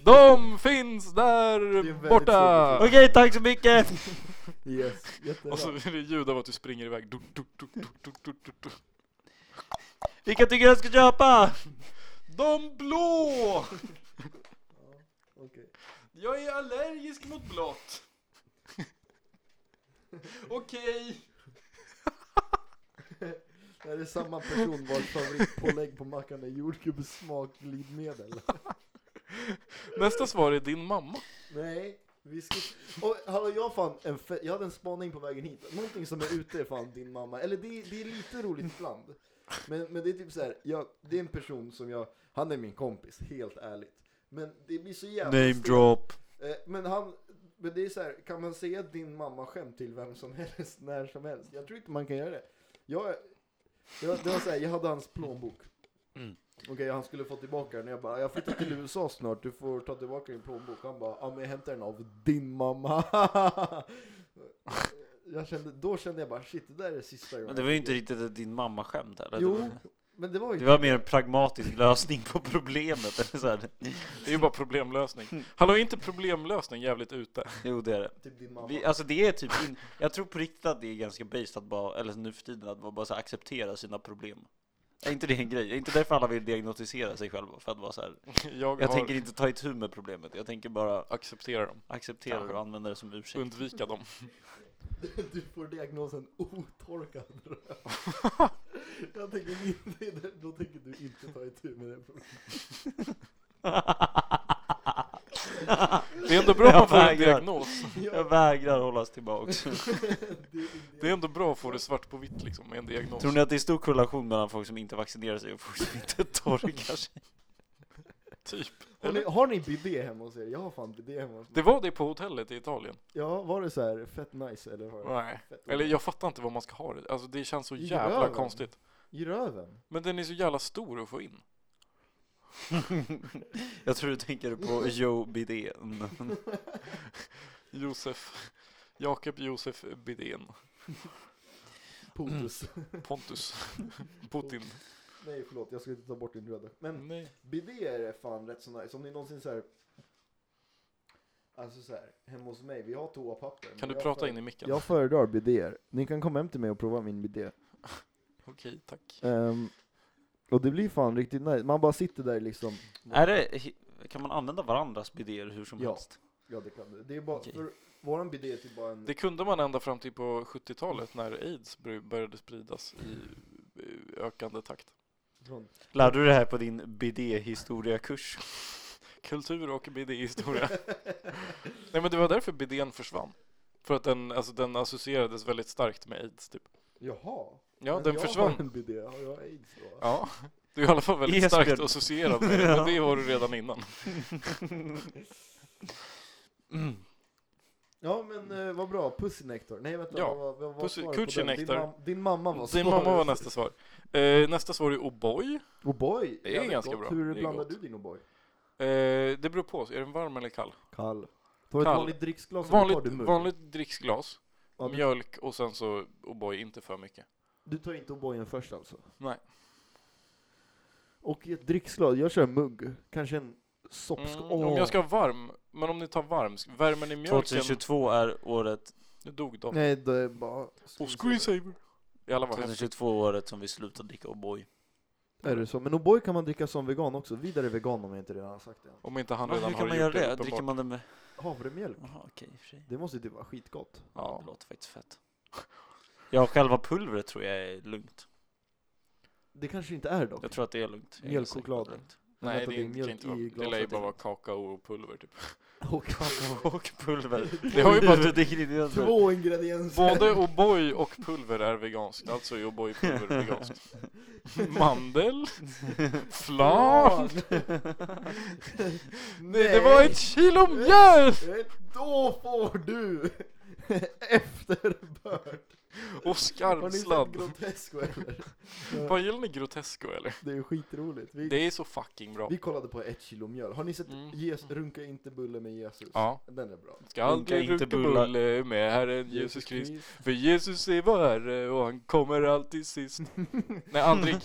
[SPEAKER 1] De finns
[SPEAKER 2] en
[SPEAKER 1] där
[SPEAKER 2] väldigt
[SPEAKER 1] borta!
[SPEAKER 2] stor
[SPEAKER 3] Okej, tack så mycket!
[SPEAKER 2] Yes, jättebra.
[SPEAKER 1] Och så är det ljud av att du springer iväg. Du, du, du, du, du, du, du, du.
[SPEAKER 3] Vilka tycker jag ska köpa?
[SPEAKER 1] De blå!
[SPEAKER 2] Okej.
[SPEAKER 1] Jag är allergisk mot blått. Okej.
[SPEAKER 2] Det här är samma person vars favoritpålägg på mackan är jordgubbssmak glidmedel.
[SPEAKER 1] Nästa svar är din mamma.
[SPEAKER 2] Nej, vi ska... Och hallå, jag fann en fe... jag hade en spaning på vägen hit. Någonting som är ute är fan din mamma. Eller det, är- det är lite roligt ibland. Men, men det är typ så här, jag, det är en person som jag, han är min kompis, helt ärligt. Men det blir så jävla
[SPEAKER 3] Name
[SPEAKER 2] stelt.
[SPEAKER 3] drop.
[SPEAKER 2] Eh, Men han, men det är så här, kan man säga din mamma skämt till vem som helst, när som helst? Jag tror inte man kan göra det. Jag, jag, det var så här, jag hade hans plånbok.
[SPEAKER 3] Mm.
[SPEAKER 2] Okej, han skulle få tillbaka den. Jag bara, jag flyttar till USA snart, du får ta tillbaka din plånbok. Han bara, ja men jag hämtar den av din mamma. jag kände, då kände jag bara, shit det där är sista gången.
[SPEAKER 3] Men det var ju inte riktigt ett din mamma-skämt eller?
[SPEAKER 2] Jo, men det var ju
[SPEAKER 3] Det var mer en pragmatisk lösning på problemet. Eller så här.
[SPEAKER 1] Det är ju bara problemlösning. Hallå, är inte problemlösning jävligt ute?
[SPEAKER 3] Jo, det är det.
[SPEAKER 2] typ din mamma.
[SPEAKER 3] Vi, alltså det är typ, in, jag tror på riktigt att det är ganska based att bara, eller nu för tiden, att bara, bara så här, acceptera sina problem. Är inte det en grej? Är inte därför alla vill diagnostisera sig själva? För att vara så här,
[SPEAKER 1] Jag,
[SPEAKER 3] jag
[SPEAKER 1] har
[SPEAKER 3] tänker inte ta itu med problemet, jag tänker bara
[SPEAKER 1] acceptera dem.
[SPEAKER 3] acceptera det och använda det som ursäkt.
[SPEAKER 1] Undvika dem.
[SPEAKER 2] Du får diagnosen otorkad röv. Jag tänker inte, då tänker du inte ta itu med det problemet.
[SPEAKER 1] Det är ändå bra att man får en
[SPEAKER 3] vägrar.
[SPEAKER 1] diagnos.
[SPEAKER 2] Ja,
[SPEAKER 3] Jag vägrar hållas tillbaks.
[SPEAKER 2] det är din
[SPEAKER 1] Det är
[SPEAKER 2] diagnos.
[SPEAKER 1] ändå bra att få det svart på vitt liksom, med en diagnos.
[SPEAKER 3] Tror ni att det är stor korrelation mellan folk som inte vaccinerar sig och folk som inte torkar sig?
[SPEAKER 1] Typ.
[SPEAKER 2] Har ni, har ni bidé hemma hos er? Jag har fan bidé hemma hos
[SPEAKER 1] Det
[SPEAKER 2] mig.
[SPEAKER 1] var det på hotellet i Italien.
[SPEAKER 2] Ja, var det så här fett nice eller var det
[SPEAKER 1] Nej.
[SPEAKER 2] fett
[SPEAKER 1] Eller jag fattar inte vad man ska ha det. Alltså det känns så
[SPEAKER 2] I
[SPEAKER 1] jävla
[SPEAKER 2] röven.
[SPEAKER 1] konstigt.
[SPEAKER 2] I röven?
[SPEAKER 1] Men den är så jävla stor att få in.
[SPEAKER 3] Jag tror du tänker på Joe Bidén.
[SPEAKER 1] Josef, Jakob Josef Bidén,
[SPEAKER 2] Potus.
[SPEAKER 1] Pontus, Putin.
[SPEAKER 2] Mm. Nej förlåt, jag ska inte ta bort din röda. Men
[SPEAKER 1] Nej.
[SPEAKER 2] bidéer är fan rätt så nice. Om ni någonsin så här. Alltså så här, hemma hos mig, vi har toapapper. men
[SPEAKER 1] Kan du
[SPEAKER 2] jag
[SPEAKER 1] prata
[SPEAKER 2] före-
[SPEAKER 1] in i micken?
[SPEAKER 2] Jag föredrar bidéer. Ni kan komma hem till mig och prova min bidé.
[SPEAKER 1] Okej, tack.
[SPEAKER 2] Ehm, och det blir fan riktigt nice. Man bara sitter där liksom.
[SPEAKER 3] Är det, kan man använda varandras bidéer hur som
[SPEAKER 2] Ja.
[SPEAKER 3] helst?
[SPEAKER 2] Ja, det kan du. Det är bara,
[SPEAKER 3] Okej.
[SPEAKER 2] för våran bidé är typ bara en...
[SPEAKER 1] Det kunde man ända fram till på 70-talet när aids bry- började spridas i eh, ökande takt.
[SPEAKER 2] från-
[SPEAKER 3] Lärde du det här på din bidé-historia-kurs?
[SPEAKER 1] Kultur och BD-historia. Nej men det var därför BDn försvann. För att den, alltså, den associerades väldigt starkt med aids typ.
[SPEAKER 2] Jaha.
[SPEAKER 1] Ja,
[SPEAKER 2] Men
[SPEAKER 1] den
[SPEAKER 2] jag
[SPEAKER 1] försvann.
[SPEAKER 2] har en bidé. Har jag aids då?
[SPEAKER 1] Ja, du är i alla fall väldigt starkt
[SPEAKER 3] Esbjörn.
[SPEAKER 1] associerad med det, men det var du redan innan.
[SPEAKER 2] Ja, men eh, vad bra. Pussinektor. Nej, vänta.
[SPEAKER 1] Ja,
[SPEAKER 2] Vad, vad, vad var
[SPEAKER 1] pussy-
[SPEAKER 2] svaret på den?
[SPEAKER 1] Coochie-nektar.
[SPEAKER 2] Din, mam- din mamma var
[SPEAKER 1] Din mamma var nästa svar. Eh, nästa svar är O'boy.
[SPEAKER 2] O'boy.
[SPEAKER 1] Det är
[SPEAKER 2] Jävligt
[SPEAKER 1] ganska
[SPEAKER 2] gott.
[SPEAKER 1] bra. Det
[SPEAKER 2] Hur
[SPEAKER 1] är
[SPEAKER 2] blandar
[SPEAKER 1] gott.
[SPEAKER 2] du din O'boy?
[SPEAKER 1] Eh, det beror på, är den varm eller kall?
[SPEAKER 2] Kall. Tar du ett
[SPEAKER 1] Kall.
[SPEAKER 2] vanligt dricksglas eller tar du
[SPEAKER 1] Vanligt,
[SPEAKER 2] mugg?
[SPEAKER 1] vanligt dricksglas,
[SPEAKER 2] Ja, du,
[SPEAKER 1] mjölk och sen så O'boy, inte för mycket.
[SPEAKER 2] du tar inte O'boyen först alltså?
[SPEAKER 1] Nej.
[SPEAKER 2] Och i ett dricksglas, jag kör mugg. Kanske en soppsk...
[SPEAKER 1] Mm,
[SPEAKER 2] Åh.
[SPEAKER 1] om jag ska ha varm, men om ni tar varm, sk- värmen i mjölken,
[SPEAKER 3] 2022 är året,
[SPEAKER 1] nu dog de.
[SPEAKER 2] Nej, det är bara...
[SPEAKER 1] Och screensaver! I alla fall.
[SPEAKER 3] 2022 året som vi slutar dricka O'boy.
[SPEAKER 2] Är det så? Men O'boy kan man dricka som vegan också. Vidare vegan om jag inte redan har sagt det än.
[SPEAKER 1] Om inte han
[SPEAKER 3] Men
[SPEAKER 1] redan
[SPEAKER 3] Hur kan
[SPEAKER 1] har
[SPEAKER 3] man göra
[SPEAKER 1] gjort det,
[SPEAKER 3] det? Dricker
[SPEAKER 1] uppenbart.
[SPEAKER 3] man det med...
[SPEAKER 2] Havremjölk.
[SPEAKER 3] Jaha, okej, i och för sig.
[SPEAKER 2] Det måste ju typ vara skitgott.
[SPEAKER 3] Ja,
[SPEAKER 1] Ja.
[SPEAKER 3] det låter faktiskt fett. Ja, själva pulvret tror jag är lugnt.
[SPEAKER 2] Det kanske inte är dock.
[SPEAKER 3] Jag tror att det är lugnt. Jag gissar på att
[SPEAKER 2] Mjölkchokladen.
[SPEAKER 3] det är lugnt.
[SPEAKER 1] Nej,
[SPEAKER 2] vänta,
[SPEAKER 1] det, är- kan inte vara, det lär ju bara vara kakao och pulver typ.
[SPEAKER 2] Och
[SPEAKER 3] Kakao och pulver.
[SPEAKER 1] Det har ju bara
[SPEAKER 3] det är
[SPEAKER 2] Två ingredienser!
[SPEAKER 1] Både O'boy och pulver är veganskt, alltså är O'boy-pulver veganskt. Mandel? Flan?
[SPEAKER 2] Nej,
[SPEAKER 1] Det var ett kilo mjöl!
[SPEAKER 2] Eh, Då får du! Efterbörd!
[SPEAKER 1] Och
[SPEAKER 2] Har ni sett
[SPEAKER 1] skarvsladd.
[SPEAKER 2] Grotesco eller?
[SPEAKER 1] Vad gillar ni Grotesco eller?
[SPEAKER 2] Det är ju skitroligt. Vi,
[SPEAKER 1] Det är så fucking bra.
[SPEAKER 2] vi kollade på ett kilo mjöl. Har ni sett
[SPEAKER 1] Mm.
[SPEAKER 2] Jes- Runka inte bulle med Jesus?
[SPEAKER 1] Ja.
[SPEAKER 2] Den är bra.
[SPEAKER 1] Ska aldrig
[SPEAKER 3] Runka inte
[SPEAKER 1] runka
[SPEAKER 3] bullar.
[SPEAKER 1] bulle med Herren Jesus Kristus. För Jesus är vår Herre och han kommer alltid sist. Nej, aldrig.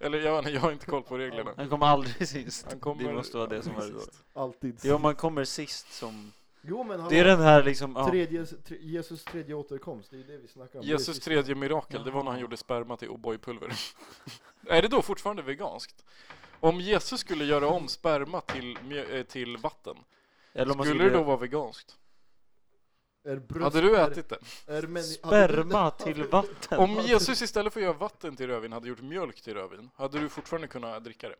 [SPEAKER 1] Eller jag, vet inte, jag har inte koll på reglerna.
[SPEAKER 3] Han kommer aldrig sist.
[SPEAKER 1] Han kommer
[SPEAKER 3] det måste vara det som är
[SPEAKER 1] aldrig
[SPEAKER 3] det.
[SPEAKER 1] sist.
[SPEAKER 2] Alltid.
[SPEAKER 3] Jo, man kommer sist som...
[SPEAKER 2] Jo men han
[SPEAKER 3] Det är den här liksom...
[SPEAKER 2] var
[SPEAKER 3] Ja.
[SPEAKER 2] tredje, tre, Jesus tredje återkomst, det är ju det vi snackar om.
[SPEAKER 1] Jesus
[SPEAKER 2] Det är
[SPEAKER 1] tredje mirakel, det var när han gjorde sperma till O'boy-pulver. är det då fortfarande veganskt? Om Jesus skulle göra om sperma till, mjö- eh, till vatten,
[SPEAKER 3] Eller om man
[SPEAKER 1] skulle det då vara veganskt?
[SPEAKER 2] sist. Är bröst,
[SPEAKER 1] Hade du ätit det?
[SPEAKER 2] Är, är män-
[SPEAKER 3] Sperma till vatten.
[SPEAKER 1] Om Jesus istället för att göra vatten till rödvin hade gjort mjölk till rödvin, hade du fortfarande kunnat dricka det?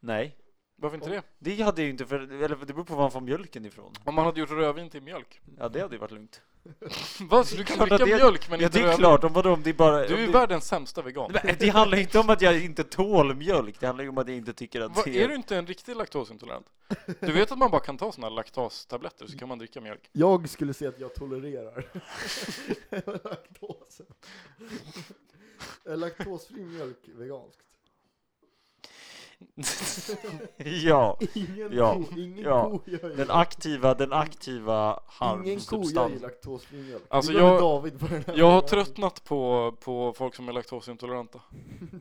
[SPEAKER 3] Nej.
[SPEAKER 1] Varför inte det?
[SPEAKER 3] Det hade ju inte för... Eller det beror på var han får mjölken ifrån.
[SPEAKER 1] Om man hade gjort rödvin till mjölk?
[SPEAKER 3] Ja, det hade ju varit lugnt.
[SPEAKER 1] Va? Så du
[SPEAKER 3] Klart
[SPEAKER 1] kan
[SPEAKER 3] att
[SPEAKER 1] dricka
[SPEAKER 3] det-
[SPEAKER 1] mjölk men
[SPEAKER 3] ja,
[SPEAKER 1] inte
[SPEAKER 3] det är
[SPEAKER 1] rödvin?
[SPEAKER 3] klart. Om vadå? Om det är bara...
[SPEAKER 1] Du är
[SPEAKER 3] om det...
[SPEAKER 1] världens sämsta vegan.
[SPEAKER 3] Nej, Det handlar inte om att jag inte tål mjölk. Det handlar ju om att jag inte tycker att
[SPEAKER 1] Va,
[SPEAKER 3] det
[SPEAKER 1] är du inte en riktig laktosintolerant? Du vet att man bara kan ta såna här laktastabletter så kan man dricka mjölk.
[SPEAKER 2] Jag skulle säga att jag tolererar laktosen. Är laktosfri mjölk veganskt?
[SPEAKER 3] ja.
[SPEAKER 2] Ingen
[SPEAKER 3] Ja.
[SPEAKER 2] ko, ingen
[SPEAKER 3] Ja.
[SPEAKER 2] ko gör ju
[SPEAKER 3] Den aktiva, den aktiva
[SPEAKER 2] Ingen ko gör ju
[SPEAKER 3] harmsubstansen.
[SPEAKER 2] laktosfri mjölk.
[SPEAKER 1] Alltså,
[SPEAKER 2] Vi behöver
[SPEAKER 1] jag-
[SPEAKER 2] David på den här
[SPEAKER 1] Jag har
[SPEAKER 2] frågan.
[SPEAKER 1] tröttnat på, på folk som är laktosintoleranta.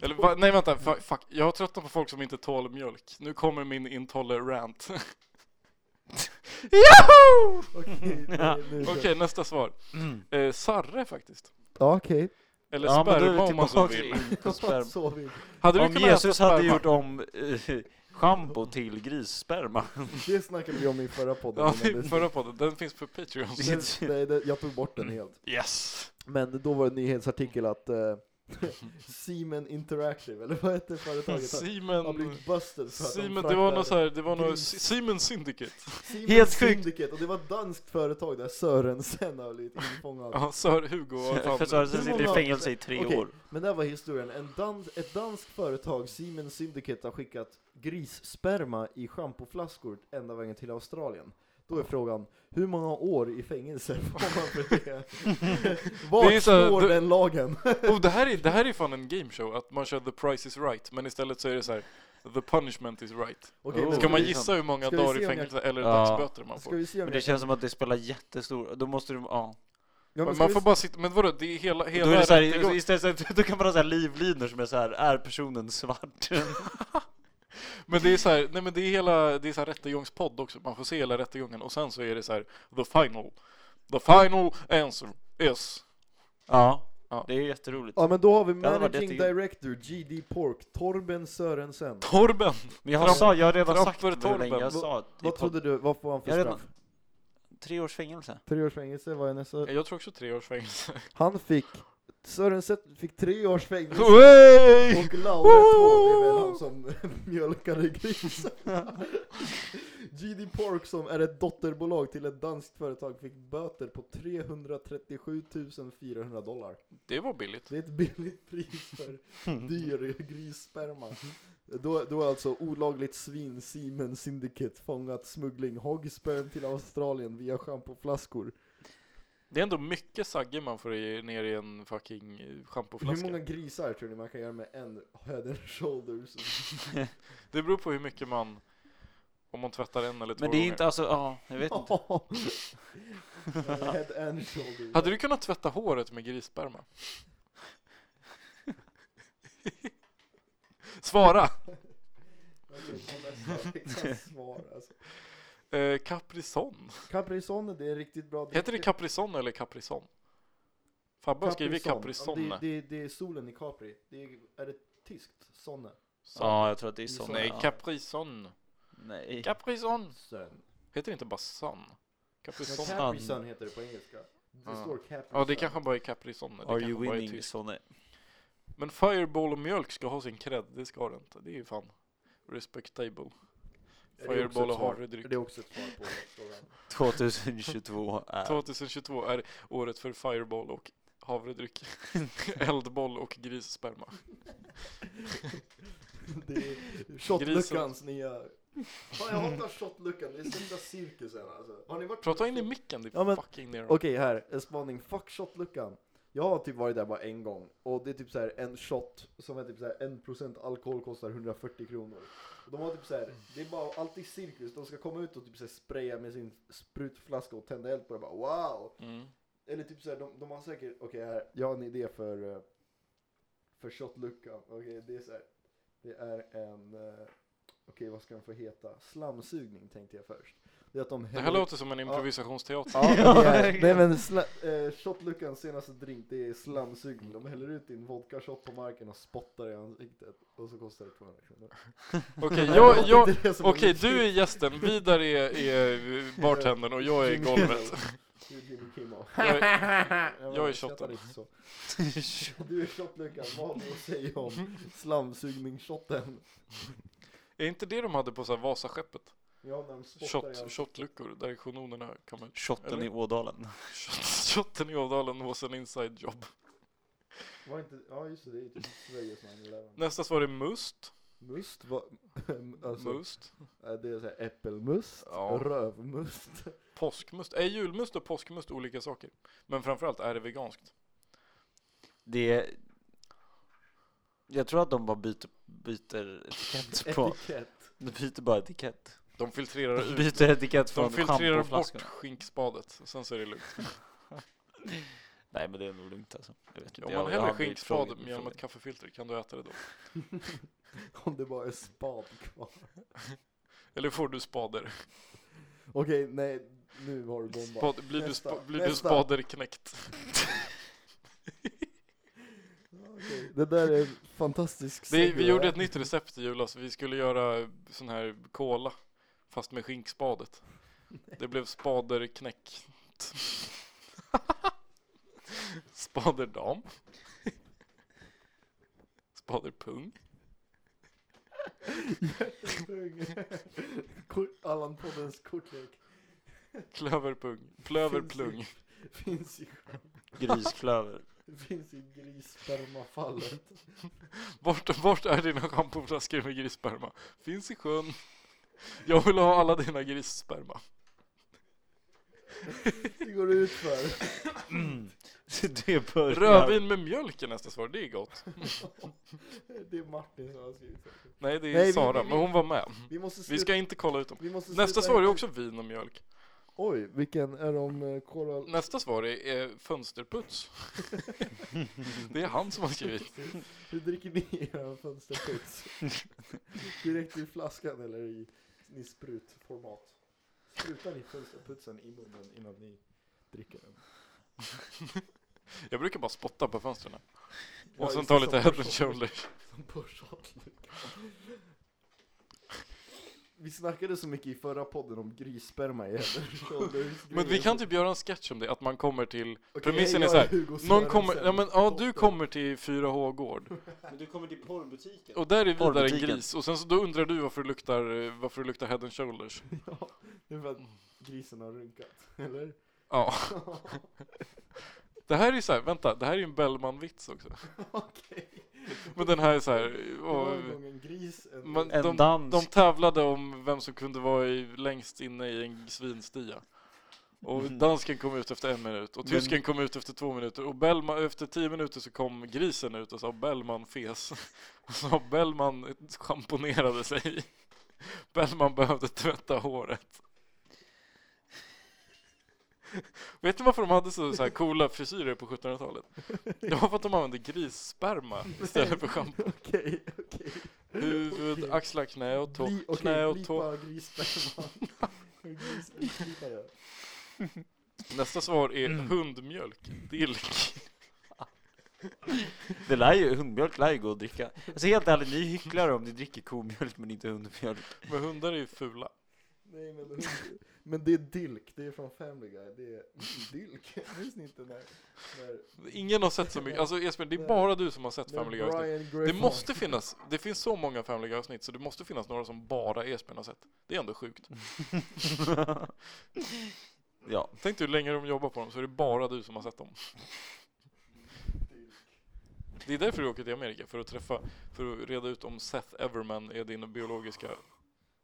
[SPEAKER 1] Eller va, nej vänta, fa- fuck. Jag har tröttnat på folk som inte tål mjölk. Nu kommer min intolerant. Joho!
[SPEAKER 2] Okej,
[SPEAKER 3] Ja.
[SPEAKER 2] nu- nu-
[SPEAKER 1] Okej, nästa svar.
[SPEAKER 3] Mm.
[SPEAKER 1] Eh, sarre faktiskt.
[SPEAKER 2] Ja, okej.
[SPEAKER 1] Eller
[SPEAKER 3] Ja, men då är
[SPEAKER 1] sperma
[SPEAKER 3] vi
[SPEAKER 1] om man så
[SPEAKER 3] tillbaka
[SPEAKER 1] vill.
[SPEAKER 3] in på sperma.
[SPEAKER 2] Så vill.
[SPEAKER 1] Hade du
[SPEAKER 3] Om
[SPEAKER 1] kunnat
[SPEAKER 3] Jesus
[SPEAKER 1] äta
[SPEAKER 3] hade
[SPEAKER 1] sperma?
[SPEAKER 3] gjort om eh, schampo till grissperma.
[SPEAKER 2] Det snackade vi om i förra podden.
[SPEAKER 1] Ja,
[SPEAKER 2] men
[SPEAKER 1] i
[SPEAKER 2] det-
[SPEAKER 1] förra podden. Den finns på Patreon.
[SPEAKER 2] det- det- det- Jag tog bort den helt.
[SPEAKER 1] Yes!
[SPEAKER 2] Men då var det en nyhetsartikel att eh, Siemens Interactive, eller vad heter företaget? Har
[SPEAKER 1] Simon...
[SPEAKER 2] blivit busted för att de
[SPEAKER 1] Simon, det var
[SPEAKER 2] fraktar
[SPEAKER 1] något så här, det var något
[SPEAKER 2] gris.
[SPEAKER 1] Simon Syndicate.
[SPEAKER 2] Siemens
[SPEAKER 3] Helt sjukt.
[SPEAKER 2] Syndicate, och det var ett danskt företag där Sörensen har blivit infångad.
[SPEAKER 1] Ja, Sir Hugo och fan.
[SPEAKER 3] För Sörensen
[SPEAKER 2] Hur
[SPEAKER 3] sitter i
[SPEAKER 2] många-
[SPEAKER 3] fängelse i tre
[SPEAKER 2] Okej,
[SPEAKER 3] år.
[SPEAKER 2] men där var historien. En dan- ett danskt företag, Siemens Syndicate, har skickat grissperma i schampoflaskor ända vägen till Australien. Då är frågan, hur många år i fängelse får man för det?
[SPEAKER 1] Det är
[SPEAKER 2] Vart
[SPEAKER 1] så här,
[SPEAKER 2] står
[SPEAKER 1] du-
[SPEAKER 2] den lagen?
[SPEAKER 1] Och Oh, det här, är, det här är fan en gameshow, att man kör the price is right, men istället så är det så här the punishment is right.
[SPEAKER 2] Okej,
[SPEAKER 3] Oh.
[SPEAKER 2] men
[SPEAKER 1] Ska man
[SPEAKER 2] vi-
[SPEAKER 1] gissa hur många
[SPEAKER 2] ska vi
[SPEAKER 1] dagar
[SPEAKER 2] se
[SPEAKER 1] i
[SPEAKER 2] om jag-
[SPEAKER 1] fängelse eller
[SPEAKER 3] Ja.
[SPEAKER 1] dagsböter man
[SPEAKER 2] Ska
[SPEAKER 1] får?
[SPEAKER 2] vi se om
[SPEAKER 3] Men det
[SPEAKER 2] jag...
[SPEAKER 3] känns som att det spelar jättestor... Då måste du... Ja.
[SPEAKER 2] Ja, men ska
[SPEAKER 1] Man
[SPEAKER 2] vi
[SPEAKER 1] får
[SPEAKER 2] se-
[SPEAKER 1] bara sitta, men vadå, det är hela,
[SPEAKER 3] Då,
[SPEAKER 1] hela
[SPEAKER 3] är det så här,
[SPEAKER 1] rättegången.
[SPEAKER 3] istället, så här- då kan man ha så här livlinor som är så här, är personen svart?
[SPEAKER 1] Men det är så här, nej men det är hela, det är så här rättegångspodd också, man får se hela rättegången och sen så är det så här the final, the final answer is
[SPEAKER 3] ja.
[SPEAKER 1] Ja.
[SPEAKER 3] Det är jätteroligt.
[SPEAKER 2] Ja men då har vi
[SPEAKER 3] hade varit
[SPEAKER 2] Managing
[SPEAKER 3] jättekul.
[SPEAKER 2] Director, GD Pork, Torben Sörensen.
[SPEAKER 1] Torben!
[SPEAKER 3] Men jag har,
[SPEAKER 1] Fram-
[SPEAKER 3] sa, jag har redan
[SPEAKER 1] framför
[SPEAKER 3] sagt det hur
[SPEAKER 1] torpen.
[SPEAKER 3] länge jag
[SPEAKER 1] Vad-
[SPEAKER 3] sa. i
[SPEAKER 2] Vad
[SPEAKER 3] podden.
[SPEAKER 2] trodde du, vad får han för
[SPEAKER 3] Jag har redan-
[SPEAKER 2] straff?
[SPEAKER 3] Tre års fängelse.
[SPEAKER 2] Tre års fängelse, vad är nästa?
[SPEAKER 1] Jag tror också tre års fängelse.
[SPEAKER 2] Han fick, Sörensen fick tre års fängelse.
[SPEAKER 1] Wey!
[SPEAKER 2] Och Laura 2, det är väl han som mjölkade grisen. GD Pork som är ett dotterbolag till ett danskt företag fick böter på 337 400 dollar.
[SPEAKER 1] Det var billigt.
[SPEAKER 2] Det är ett billigt pris för dyr grissperma. Då, då är alltså olagligt svin Siemens Syndicate fångat smuggling hogsperm till Australien via schampoflaskor.
[SPEAKER 1] Det är ändå mycket sagge man får i- ner i en fucking eh,
[SPEAKER 2] Hur
[SPEAKER 1] schampoflaska.
[SPEAKER 2] många grisar tror ni man kan göra med en head and shoulders?
[SPEAKER 1] Det beror på hur mycket man, om man tvättar en eller två
[SPEAKER 3] Men det är
[SPEAKER 1] gånger.
[SPEAKER 3] inte, alltså, ja, jag vet inte.
[SPEAKER 2] Eh, head and shoulders.
[SPEAKER 1] Hade du kunnat tvätta håret med grissperma? Svara!
[SPEAKER 2] Svar, alltså.
[SPEAKER 1] Eh, Caprison.
[SPEAKER 2] Caprisonne, det är en riktigt bra
[SPEAKER 1] Heter det
[SPEAKER 2] dryck.
[SPEAKER 1] Caprison eller Caprison? Fabbe har skrivit Caprison.
[SPEAKER 2] Ja, Det, det, det är solen i Capri. Det är, är det tyskt? Sonne?
[SPEAKER 3] Ja, jag tror att det är
[SPEAKER 2] Son.
[SPEAKER 3] sån.
[SPEAKER 1] Nej,
[SPEAKER 3] ja.
[SPEAKER 1] Caprison.
[SPEAKER 3] Nej.
[SPEAKER 1] Caprison.
[SPEAKER 2] Sön.
[SPEAKER 1] Heter det inte bara Sun? Caprison.
[SPEAKER 2] Ja, Capri Sun heter det på engelska. Det
[SPEAKER 1] Ja.
[SPEAKER 2] står Capri
[SPEAKER 1] Ja, det
[SPEAKER 2] Sun.
[SPEAKER 1] kanske bara är Caprison. Det
[SPEAKER 3] Are you
[SPEAKER 1] kanske bara är
[SPEAKER 3] winning,
[SPEAKER 1] tyst.
[SPEAKER 3] Sonne?
[SPEAKER 1] Men Fireball och mjölk ska ha sin cred, det ska det inte. Det är ju fan respectable.
[SPEAKER 2] Är det också
[SPEAKER 1] Fireball
[SPEAKER 2] ett
[SPEAKER 1] och
[SPEAKER 2] svar?
[SPEAKER 1] havre dryck.
[SPEAKER 2] Är det också ett svar på frågan?
[SPEAKER 3] 2022 är...
[SPEAKER 1] 2022 är året för Fireball och havredryck. Eldboll och grissperma.
[SPEAKER 2] Det är shotluckans nya... Fan, jag hatar shotluckan, det är största cirkusen alltså. Har ni varit
[SPEAKER 1] Prata in i micken, det är
[SPEAKER 2] Ja, men-
[SPEAKER 1] fucking ner.
[SPEAKER 2] Okej, här. En spaning. Fuck shotluckan. Jag har typ varit där bara en gång. Och det är typ så här en shot som är typ så här 1% alkohol kostar 140 kronor. Och de har typ så här, det är bara alltid cirkus. De ska komma ut och typ så här spraya med sin sprutflaska och tända eld på det. Bara wow!
[SPEAKER 1] Mm.
[SPEAKER 2] Eller typ så här, de, de har säkert, okej här, jag har en idé för, eh, för shotluckan. Okej, det är så här. Det är en, eh, okej vad ska den få heta? Slamsugning tänkte jag först. Det är att de
[SPEAKER 1] Det här
[SPEAKER 2] häller-
[SPEAKER 1] låter som en improvisationsteater.
[SPEAKER 2] Ja, det är, nej men sla- eh, shotluckans senaste drink det är slamsugning. De häller ut din vodka-shot på marken och spottar i ansiktet. Och så kostar det 200 kronor.
[SPEAKER 1] Okej,
[SPEAKER 2] Nej,
[SPEAKER 1] jag,
[SPEAKER 2] det
[SPEAKER 1] jag,
[SPEAKER 2] är det som är
[SPEAKER 1] okej,
[SPEAKER 2] mitt
[SPEAKER 1] du är gästen, Vidar är, är bartendern och jag är
[SPEAKER 2] Jimmy
[SPEAKER 1] golvet.
[SPEAKER 2] Kimmel. Du är Jimmy Kimmel.
[SPEAKER 1] Jag är,
[SPEAKER 2] Jag
[SPEAKER 1] jag är shotten.
[SPEAKER 2] bara skrattar lite så. Du är shotluckan, vad har du att säga om slamsugning-shotten?
[SPEAKER 1] är inte det de hade på så här Vasaskeppet?
[SPEAKER 2] Ja, när de spottar i
[SPEAKER 1] Shot,
[SPEAKER 2] ansiktet.
[SPEAKER 1] shotluckor där kanonerna kom ut.
[SPEAKER 3] Shotten
[SPEAKER 1] Eller?
[SPEAKER 3] i Ådalen.
[SPEAKER 1] Shot, shotten i Ådalen was an inside job.
[SPEAKER 2] Var inte, ja just det, det är typ Sveriges 9-11.
[SPEAKER 1] Nästa svar är must.
[SPEAKER 2] Must? Vad, alltså,
[SPEAKER 1] Must.
[SPEAKER 2] eh, det är såhär äppelmust,
[SPEAKER 1] Ja.
[SPEAKER 2] rövmust.
[SPEAKER 1] Påskmust. Är julmust och påskmust olika saker? Men framförallt, är det veganskt?
[SPEAKER 3] Det... Jag tror att de bara byter, byter etikett på...
[SPEAKER 2] Etikett.
[SPEAKER 3] De byter bara etikett.
[SPEAKER 1] De filtrerar
[SPEAKER 3] De
[SPEAKER 1] ut.
[SPEAKER 3] byter etikett
[SPEAKER 1] De
[SPEAKER 3] från
[SPEAKER 1] filtrerar
[SPEAKER 3] schampoflaskorna.
[SPEAKER 1] bort skinkspadet, sen så är det lugnt.
[SPEAKER 3] Nej men det är nog lugnt alltså. Jag vet inte.
[SPEAKER 1] Om
[SPEAKER 3] Jag-
[SPEAKER 1] man
[SPEAKER 3] jag har
[SPEAKER 1] häller
[SPEAKER 3] aldrig
[SPEAKER 1] skinkspad
[SPEAKER 3] frågat-
[SPEAKER 1] genom ett
[SPEAKER 3] frågat.
[SPEAKER 1] kaffefilter, kan du äta det då?
[SPEAKER 2] Om det bara är spad kvar.
[SPEAKER 1] Eller får du spader?
[SPEAKER 2] Okej, nej, nu har du bombat.
[SPEAKER 1] Spad, blir du,
[SPEAKER 2] Nästa,
[SPEAKER 1] spa, blir du
[SPEAKER 2] nästa.
[SPEAKER 1] spaderknäckt?
[SPEAKER 2] Okej, Det där är en fantastisk
[SPEAKER 1] Det,
[SPEAKER 2] segue.
[SPEAKER 1] vi gjorde ett nytt recept i julas, vi skulle göra sån här kola fast med skinkspadet. Det blev spaderknäckt. Spaderdam. Spaderpung.
[SPEAKER 2] Kor- Allan poddens kortlek
[SPEAKER 1] Klöverpung. Klöverplung.
[SPEAKER 2] finns ju,
[SPEAKER 3] Grisklöver.
[SPEAKER 2] finns ju grisspermafallet.
[SPEAKER 1] Vart, vart är dina schampoflaskor med grissperma? Finns i sjön. Jag vill ha alla dina grissperma.
[SPEAKER 2] Det går ut för.
[SPEAKER 3] det börjar...
[SPEAKER 1] Rödvin med mjölk är nästa svar, det är gott.
[SPEAKER 2] Det är Martin som har skrivit det.
[SPEAKER 1] Nej, det är
[SPEAKER 2] Nej, vi-
[SPEAKER 1] Sara,
[SPEAKER 2] vi-
[SPEAKER 1] men hon var med.
[SPEAKER 2] Vi måste
[SPEAKER 1] Mm. Vi
[SPEAKER 2] sluta.
[SPEAKER 1] ska inte kolla ut dem.
[SPEAKER 2] Vi måste
[SPEAKER 1] Nästa
[SPEAKER 2] sluta-
[SPEAKER 1] svar är också vin och mjölk.
[SPEAKER 2] Oj, vilken är de eh, koral...
[SPEAKER 1] Nästa svar är, är fönsterputs. det är han som har skrivit.
[SPEAKER 2] Hur dricker ni era fönsterputs? Direkt i flaskan eller i, i sprutformat? Sprutar ni fönsterputsen i munnen innan ni dricker den?
[SPEAKER 1] Jag brukar bara spotta på fönstren.
[SPEAKER 2] Ja,
[SPEAKER 1] Och sen
[SPEAKER 2] just
[SPEAKER 1] ta
[SPEAKER 2] det,
[SPEAKER 1] lite
[SPEAKER 2] som
[SPEAKER 1] head
[SPEAKER 2] på
[SPEAKER 1] and
[SPEAKER 2] shot-
[SPEAKER 1] shoulders.
[SPEAKER 2] Som på shotluckan. Vi snackade så mycket i förra podden om grissperma i head and shoulders
[SPEAKER 1] Men vi kan typ göra en sketch om det, att man kommer till...
[SPEAKER 2] Okej,
[SPEAKER 1] Premissen
[SPEAKER 2] jag
[SPEAKER 1] är så här,
[SPEAKER 2] Hugo
[SPEAKER 1] Någon
[SPEAKER 2] Sörensen.
[SPEAKER 1] kommer, ja men ja, du kommer till 4H Gård.
[SPEAKER 3] Men du kommer till porrbutiken.
[SPEAKER 1] Och där är vidare en
[SPEAKER 3] Porrbutiken.
[SPEAKER 1] gris. Och sen så då undrar du varför det luktar, eh, varför det luktar head and shoulders.
[SPEAKER 2] Ja, det är för att grisen har runkat, eller?
[SPEAKER 1] Ja. Det här är så här, vänta, det här är ju en Bellman-vits också.
[SPEAKER 2] Okej.
[SPEAKER 1] Men den här är så här,
[SPEAKER 2] Det var
[SPEAKER 1] och,
[SPEAKER 2] en gång en gris, en
[SPEAKER 1] man,
[SPEAKER 3] En
[SPEAKER 1] de,
[SPEAKER 3] dans.
[SPEAKER 1] De tävlade om vem som kunde vara i, längst inne i en svinstia. Och
[SPEAKER 3] Mhm.
[SPEAKER 1] dansken kom ut efter en minut och
[SPEAKER 3] Men-
[SPEAKER 1] tysken kom ut efter två minuter och Bellman, efter tio minuter så kom grisen ut och sa Bellman fes. Och så Bellman schamponerade sig. Bellman behövde tvätta håret. Vet du varför de hade så, så här coola frisyrer på 1700-talet? Det var för att de använde grissperma istället för schampo.
[SPEAKER 2] Okej, okej.
[SPEAKER 1] Huvud,
[SPEAKER 2] Okej.
[SPEAKER 1] axlar, knä och tå.
[SPEAKER 2] Bli- okej,
[SPEAKER 1] knä och
[SPEAKER 2] blipa
[SPEAKER 1] tå.
[SPEAKER 2] grisperman. Gris- blipa det.
[SPEAKER 1] Nästa svar är hundmjölk. Dilk.
[SPEAKER 3] Det lär ju, hundmjölk lär ju gå att dricka. Alltså helt ärligt, ni är hycklare om ni dricker komjölk men inte hundmjölk.
[SPEAKER 1] Men hundar är ju fula.
[SPEAKER 2] Nej men, hund- men det är Dilk, det är från Family Guy, det är Dilk. Minns ni inte när, när
[SPEAKER 1] Ingen har sett så mycket, alltså Esbjörn det är
[SPEAKER 2] Nej.
[SPEAKER 1] bara du som har sett
[SPEAKER 2] när
[SPEAKER 1] Family Guy-avsnitt.
[SPEAKER 2] Brian
[SPEAKER 1] Det
[SPEAKER 2] Griffin-
[SPEAKER 1] måste finnas, det finns så många Family Guy-avsnitt så det måste finnas några som bara Esbjörn har sett. Det är ändå sjukt.
[SPEAKER 3] ja.
[SPEAKER 1] Tänk dig hur länge de jobbar på dem så är det bara du som har sett dem. Det är därför du åker till Amerika, för att träffa, för att reda ut om Seth Everman är din biologiska...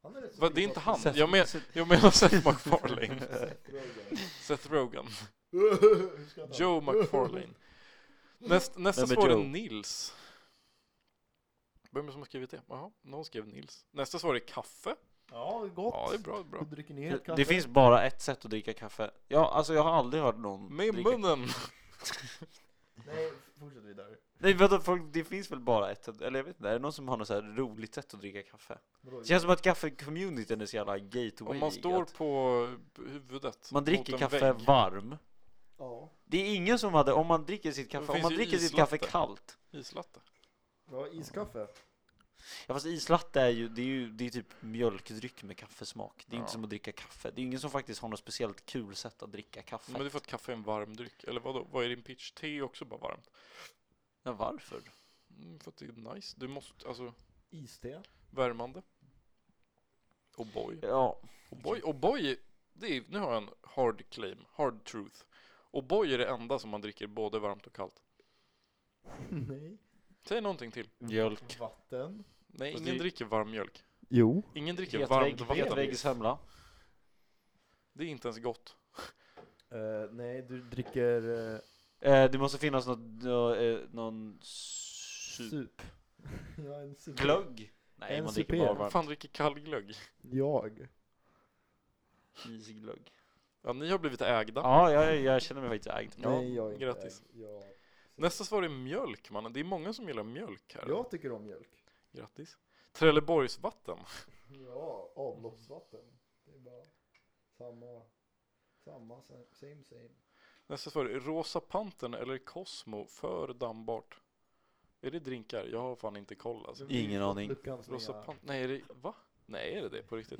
[SPEAKER 2] Han är rätt så
[SPEAKER 1] Va, det är
[SPEAKER 2] fin
[SPEAKER 1] inte
[SPEAKER 2] på-
[SPEAKER 1] han, jag, men, jag menar Seth MacFarlane.
[SPEAKER 2] Rogan.
[SPEAKER 1] Seth Rogan.
[SPEAKER 2] Hur ska jag ta det?
[SPEAKER 1] Joe McFarlane. Näst, nästa
[SPEAKER 3] Vem är
[SPEAKER 1] svar är
[SPEAKER 3] Joe?
[SPEAKER 1] Nils. Vem är det som har skrivit det? Jaha, någon skrev Nils. Nästa svar är kaffe.
[SPEAKER 2] Ja, gott.
[SPEAKER 1] Ja, det är bra, bra.
[SPEAKER 2] Du dricker ni helt
[SPEAKER 3] Det,
[SPEAKER 2] kaffe?
[SPEAKER 3] det finns bara ett sätt att dricka kaffe. Ja, alltså jag har aldrig hört någon
[SPEAKER 1] Med
[SPEAKER 3] dricka-
[SPEAKER 1] munnen.
[SPEAKER 2] Nej, fortsätt vidare.
[SPEAKER 3] Nej vänta, folk, det finns väl bara ett sätt? Eller jag vet inte, är det någon som har något så här roligt sätt att dricka kaffe?
[SPEAKER 2] Vadå?
[SPEAKER 3] Det känns som att kaffe-communityn är så jävla gateway
[SPEAKER 1] Om man står
[SPEAKER 3] att
[SPEAKER 1] på huvudet.
[SPEAKER 3] Man
[SPEAKER 1] mot
[SPEAKER 3] dricker
[SPEAKER 1] en
[SPEAKER 3] kaffe
[SPEAKER 1] vägg.
[SPEAKER 3] varm
[SPEAKER 2] Ja.
[SPEAKER 3] Det är ingen som hade, om man dricker sitt
[SPEAKER 1] Det
[SPEAKER 3] kaffe, om
[SPEAKER 1] finns
[SPEAKER 3] man
[SPEAKER 1] ju
[SPEAKER 3] dricker sitt
[SPEAKER 1] islatte.
[SPEAKER 3] kaffe kallt
[SPEAKER 1] Islatte.
[SPEAKER 2] ja, iskaffe.
[SPEAKER 3] Ja fast islatte är ju, det är ju det är typ mjölkdryck med kaffesmak Det är
[SPEAKER 1] Ja.
[SPEAKER 3] inte som att dricka kaffe, det är ingen som faktiskt har något speciellt kul sätt att dricka kaffe
[SPEAKER 1] Men det är för att kaffe är en varm dryck. Eller vadå? Vad är din pitch? Te är också bara varmt.
[SPEAKER 3] ja, varför?
[SPEAKER 1] Mm, för att det är nice. Du måste, alltså,
[SPEAKER 2] Iste.
[SPEAKER 1] värmande. Och boy. Oh
[SPEAKER 3] Ja,
[SPEAKER 1] O'boy, O'boy, det är, nu har jag en hard claim, hard truth. O'boy är det enda som man dricker både varmt och kallt.
[SPEAKER 2] Nej.
[SPEAKER 1] Säg någonting till.
[SPEAKER 3] mjölk
[SPEAKER 2] Vatten.
[SPEAKER 1] Nej,
[SPEAKER 3] Fast
[SPEAKER 1] ingen
[SPEAKER 3] det-
[SPEAKER 1] dricker varm mjölk.
[SPEAKER 2] Jo.
[SPEAKER 1] Ingen dricker varmt
[SPEAKER 3] Hetvägg,
[SPEAKER 1] vatten.
[SPEAKER 3] hetväggshemla
[SPEAKER 1] Det är inte ens gott.
[SPEAKER 2] Eh, nej, du dricker eh,
[SPEAKER 3] eh, Det måste finnas något, nå- eh, någon sup
[SPEAKER 2] sup. ja, en sup.
[SPEAKER 3] Glögg? Nej,
[SPEAKER 2] En
[SPEAKER 3] man
[SPEAKER 2] supé.
[SPEAKER 3] dricker bara
[SPEAKER 1] Vem
[SPEAKER 3] varmt.
[SPEAKER 1] fan dricker kall glögg?
[SPEAKER 2] Jag.
[SPEAKER 3] Mysig glögg.
[SPEAKER 1] Ja, ni har blivit ägda.
[SPEAKER 3] Ja, jag, jag känner mig faktiskt ägd.
[SPEAKER 1] Ja,
[SPEAKER 2] nej, jag är inte
[SPEAKER 1] grattis.
[SPEAKER 2] ägd. Jag,
[SPEAKER 1] Nästa svar är mjölk, mannen. Det är många som gillar mjölk här.
[SPEAKER 2] jag tycker om mjölk.
[SPEAKER 1] Grattis. Trelleborgsvatten.
[SPEAKER 2] Ja, avloppsvatten. Det är bara samma. Samma, same same.
[SPEAKER 1] Nästa svar är Rosa Pantern eller Cosmo för dammbart. Är det drinkar? Jag har fan inte koll alltså.
[SPEAKER 3] Ingen aning.
[SPEAKER 1] Rosa Pantern? Nej, är det... Va? Nej, är det det på riktigt?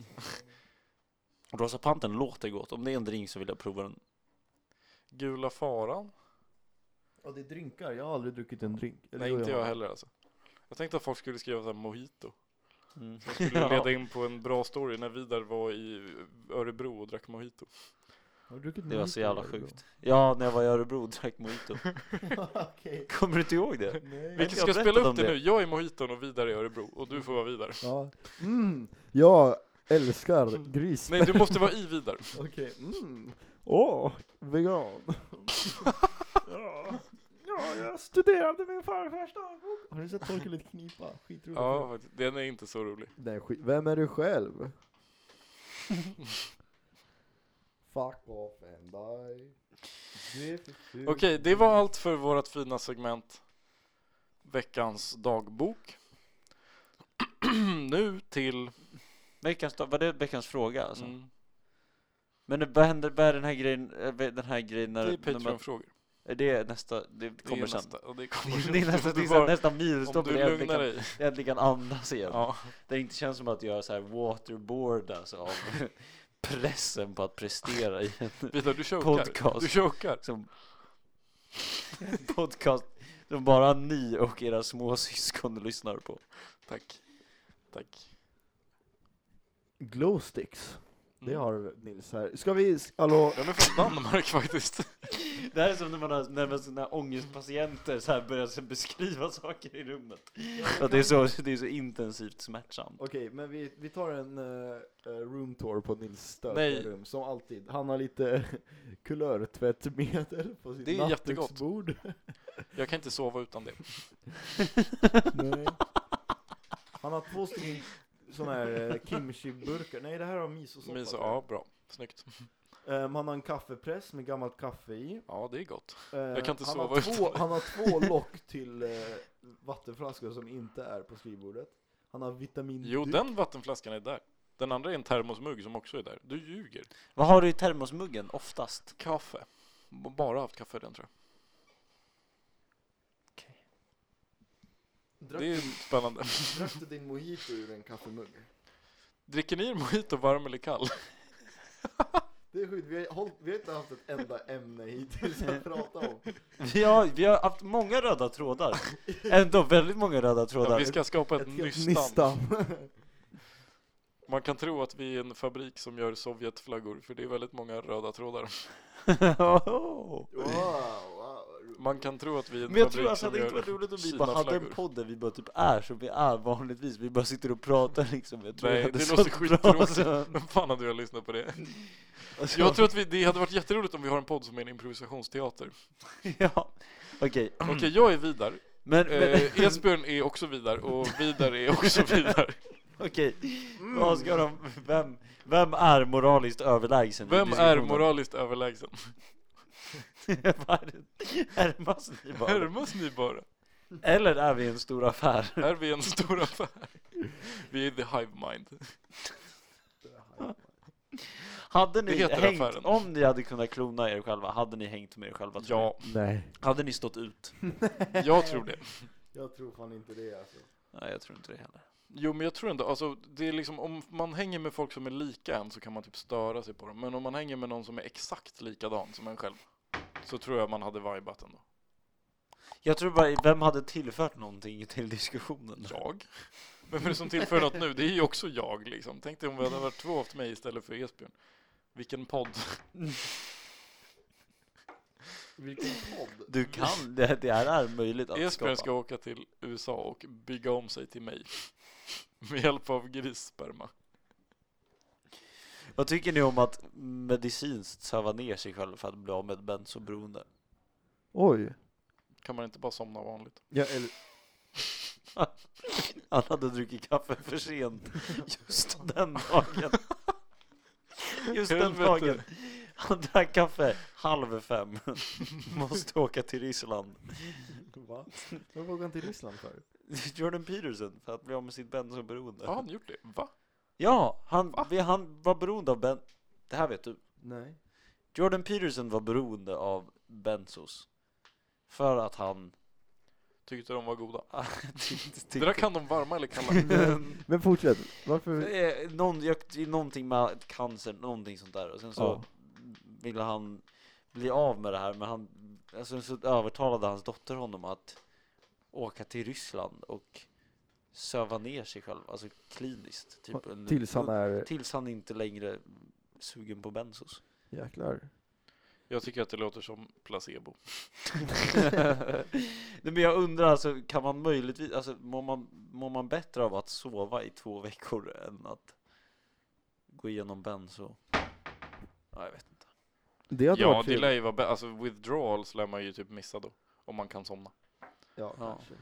[SPEAKER 3] Rosa Pantern låter gott. Om det är en drink så vill jag prova den.
[SPEAKER 1] Gula faran?
[SPEAKER 2] Ja, det är drinkar. Jag har aldrig druckit en drink. Eller
[SPEAKER 1] Nej,
[SPEAKER 2] jo,
[SPEAKER 1] inte
[SPEAKER 2] har.
[SPEAKER 1] jag heller alltså. Jag tänkte att folk skulle skriva så här mojito.
[SPEAKER 3] Mm.
[SPEAKER 1] Som skulle leda in på en bra story när Vidar var i Örebro och drack mojito.
[SPEAKER 2] Har du druckit
[SPEAKER 3] Det var
[SPEAKER 2] mojito,
[SPEAKER 3] så jävla
[SPEAKER 2] eller?
[SPEAKER 3] sjukt. Ja, när jag var i Örebro och drack mojito.
[SPEAKER 2] Okej.
[SPEAKER 3] Kommer du inte ihåg det?
[SPEAKER 2] Nej.
[SPEAKER 1] Vi ska
[SPEAKER 3] jag
[SPEAKER 1] spela
[SPEAKER 3] berättade
[SPEAKER 1] upp
[SPEAKER 3] om
[SPEAKER 1] det
[SPEAKER 3] det?
[SPEAKER 1] nu. Jag är mojiton och Vidar är Örebro och du får vara Vidar.
[SPEAKER 2] Ja. Mm, jag
[SPEAKER 1] Mm.
[SPEAKER 2] älskar gris.
[SPEAKER 1] Nej, du måste vara i Vidar.
[SPEAKER 2] Okej. Mm. Åh, vegan. ja. ja, jag studerade min farfars dagbok. Har du sett Torkel knipa? Skitroligt.
[SPEAKER 1] Ja, faktiskt. den är inte så rolig.
[SPEAKER 2] Nej, skit. Vem är du själv? Fuck off and die. Det är för fult.
[SPEAKER 1] Okej, det var allt för vårt fina segment Veckans dagbok. nu till...
[SPEAKER 3] Veckans, dag- var det veckans fråga alltså?
[SPEAKER 1] Mm,
[SPEAKER 3] Men vad händer, vad är den här grejen, eh, vad är den här grejen
[SPEAKER 1] det
[SPEAKER 3] när...
[SPEAKER 1] är
[SPEAKER 3] när man-
[SPEAKER 1] Patreon-frågor.
[SPEAKER 3] är det nästa, det
[SPEAKER 1] Det
[SPEAKER 3] kommer
[SPEAKER 1] är
[SPEAKER 3] sen.
[SPEAKER 1] nästa. Ja, Det kommer
[SPEAKER 3] Det är nästa,
[SPEAKER 1] Om du
[SPEAKER 3] det är så här
[SPEAKER 1] bara-
[SPEAKER 3] nästa
[SPEAKER 1] Om
[SPEAKER 3] milstolpe
[SPEAKER 1] du
[SPEAKER 3] där jag äntligen
[SPEAKER 1] lugnar
[SPEAKER 3] kan-
[SPEAKER 1] dig.
[SPEAKER 3] jag äntligen kan andas igen.
[SPEAKER 1] Ja.
[SPEAKER 3] Det inte känns som att jag är så här waterboardas av pressen på att prestera i en
[SPEAKER 1] Vidar, du chokar.
[SPEAKER 3] Podcast.
[SPEAKER 1] Du chokar.
[SPEAKER 3] som podcast som bara ni och era små syskon lyssnar på.
[SPEAKER 1] Tack. Tack.
[SPEAKER 2] Glowsticks. Det
[SPEAKER 1] Mm.
[SPEAKER 2] har Nils här. Ska vi, hallå?
[SPEAKER 1] Den är från Danmark faktiskt.
[SPEAKER 3] Det här är som när man har när man, såna här ångestpatienter så här börjar så beskriva saker i rummet. För att det är så, det är så intensivt smärtsamt.
[SPEAKER 2] Okej, men vi, vi tar en uh, room tour på Nils
[SPEAKER 1] Nej.
[SPEAKER 2] stökiga rum, som alltid. Han har lite kulörtvättmedel på sitt
[SPEAKER 1] Det är jättegott.
[SPEAKER 2] nattduksbord.
[SPEAKER 1] Jag kan inte sova utan det.
[SPEAKER 2] Nej. Han har två stycken sådana här eh, kimchi-burkar. Nej, det här har misosoppa.
[SPEAKER 1] Men så,
[SPEAKER 2] tror jag.
[SPEAKER 1] ja, bra. Snyggt.
[SPEAKER 2] Ehm, han har en kaffepress med gammalt kaffe i.
[SPEAKER 1] Ja, det är gott.
[SPEAKER 2] Ehm,
[SPEAKER 1] kan inte
[SPEAKER 2] han
[SPEAKER 1] sova
[SPEAKER 2] har två,
[SPEAKER 1] utan det.
[SPEAKER 2] Han har två lock till eh, vattenflaskor som inte är på skrivbordet. Han har vitamin
[SPEAKER 1] Mm. Jo,
[SPEAKER 2] D.
[SPEAKER 1] den vattenflaskan är där. Den andra är en termosmugg som också är där. Du ljuger.
[SPEAKER 3] Vad har du i termosmuggen oftast?
[SPEAKER 1] Kaffe. B- Bara haft kaffe i den tror jag.
[SPEAKER 2] Drack,
[SPEAKER 1] Det är spännande.
[SPEAKER 2] drack du din mojito ur en kaffemugg?
[SPEAKER 1] Dricker ni en mojito varm eller kall?
[SPEAKER 2] Det är sjukt, vi har, hållit, vi har inte haft ett enda ämne hittills att prata om.
[SPEAKER 3] Vi har, vi har haft många röda trådar. Ändå väldigt många röda trådar.
[SPEAKER 1] Ja, vi ska skapa ett,
[SPEAKER 2] Ett helt
[SPEAKER 1] nystan.
[SPEAKER 2] nystan.
[SPEAKER 1] Man kan tro att vi är en fabrik som gör Sovjetflaggor, för det är väldigt många röda trådar.
[SPEAKER 3] Åh.
[SPEAKER 2] Wow, wow.
[SPEAKER 1] Man kan tro att vi är en
[SPEAKER 3] Men jag
[SPEAKER 1] fabrik
[SPEAKER 3] tror alltså att
[SPEAKER 1] som
[SPEAKER 3] det inte
[SPEAKER 1] gör
[SPEAKER 3] var roligt om vi bara hade en
[SPEAKER 1] Kinaflaggor.
[SPEAKER 3] podd där vi bara typ är som vi är vanligtvis. Vi bara sitter och pratar liksom. Jag tror
[SPEAKER 1] Nej,
[SPEAKER 3] jag hade
[SPEAKER 1] det
[SPEAKER 3] sålt
[SPEAKER 1] låter
[SPEAKER 3] bra
[SPEAKER 1] skittråkigt.
[SPEAKER 3] sen.
[SPEAKER 1] Vem fan hade jag lyssnat på det?
[SPEAKER 3] Alltså,
[SPEAKER 1] Jag tror att vi, det hade varit jätteroligt om vi har en podd som är en improvisationsteater.
[SPEAKER 3] Ja, okej.
[SPEAKER 1] Okej, jag är Vidar.
[SPEAKER 3] Men, men
[SPEAKER 1] Eh, Esbjörn är också Vidar och Vidar är också Vidar.
[SPEAKER 3] okej.
[SPEAKER 1] Mm.
[SPEAKER 3] Vad ska de, vem, vem är moraliskt överlägsen? i
[SPEAKER 1] Vem är
[SPEAKER 3] diskussionen?
[SPEAKER 1] moraliskt överlägsen?
[SPEAKER 3] Vad är det? Härmas ni bara?
[SPEAKER 1] Härmas ni bara?
[SPEAKER 3] Eller är vi en stor affär?
[SPEAKER 1] Är vi en stor affär? Vi är the hive mind.
[SPEAKER 3] Hade
[SPEAKER 1] Det
[SPEAKER 3] ni
[SPEAKER 1] heter
[SPEAKER 3] hängt,
[SPEAKER 1] affären.
[SPEAKER 3] om ni hade kunnat klona er själva, hade ni hängt med er själva? tror
[SPEAKER 1] Ja,
[SPEAKER 2] Nej.
[SPEAKER 3] ni? Hade ni stått ut?
[SPEAKER 1] jag tror det.
[SPEAKER 2] Jag tror fan inte det alltså.
[SPEAKER 3] Nej, jag tror inte det heller.
[SPEAKER 1] Jo, men jag tror ändå, alltså det är liksom om man hänger med folk som är lika en så kan man typ störa sig på dem. Men om man hänger med någon som är exakt likadan som en själv så tror jag man hade vibat ändå.
[SPEAKER 3] Jag tror bara, vem hade tillfört någonting till diskussionen?
[SPEAKER 1] Jag? Vem är det som tillför något nu? Det är ju också jag liksom. Tänk dig om vi hade varit två haft mig istället för Esbjörn. Vilken podd.
[SPEAKER 2] Vilken podd.
[SPEAKER 3] Du kan, det, det här är möjligt att skapa.
[SPEAKER 1] Esbjörn ska åka till USA och bygga om sig till mig. Med hjälp av grissperma.
[SPEAKER 3] Vad tycker ni om att medicinskt söva ner sig själv för att bli av med bensoberoende?
[SPEAKER 2] Oj.
[SPEAKER 1] Kan man inte bara somna vanligt?
[SPEAKER 2] Ja, eller,
[SPEAKER 3] Han hade druckit kaffe för sent just den dagen. Just den
[SPEAKER 1] Helvete.
[SPEAKER 3] dagen. Han drack kaffe halv fem. Måste åka till Ryssland.
[SPEAKER 2] va? Varför åker han till Ryssland för?
[SPEAKER 3] Jordan Peterson för att bli av med sitt bensoberoende.
[SPEAKER 1] Har han gjort det? Va?
[SPEAKER 3] Ja, han, vi- han var beroende av ben... Det här vet du.
[SPEAKER 2] Nej.
[SPEAKER 3] Jordan Peterson var beroende av bensos. För att han...
[SPEAKER 1] Tyckte de var goda.
[SPEAKER 3] tyckte-
[SPEAKER 1] Drack han dem varma eller kalla?
[SPEAKER 2] Men fortsätt. Varför?
[SPEAKER 3] Eh, Någon, jag, det är någonting med cancer, någonting sånt där. Och sen så
[SPEAKER 2] Ja.
[SPEAKER 3] ville han bli av med det här, men han, alltså, så övertalade hans dotter honom att åka till Ryssland och söva ner sig själv, alltså kliniskt. Typ, en-
[SPEAKER 2] Tills han är...
[SPEAKER 3] tills han inte längre sugen på bensos.
[SPEAKER 2] Jäklar.
[SPEAKER 1] Jag tycker att det låter som placebo.
[SPEAKER 3] Nej, men jag undrar, alltså, kan man möjligtvis, alltså, mår, man, mår man bättre av att sova i två veckor än att gå igenom benso? Ja, jag vet inte.
[SPEAKER 2] Det hade
[SPEAKER 1] Ja,
[SPEAKER 2] varit
[SPEAKER 1] det
[SPEAKER 2] kul.
[SPEAKER 1] lär ju vara bä- Alltså withdrawals lär man ju typ missa då. Om man kan somna.
[SPEAKER 2] Ja,
[SPEAKER 3] Ja.
[SPEAKER 2] kanske.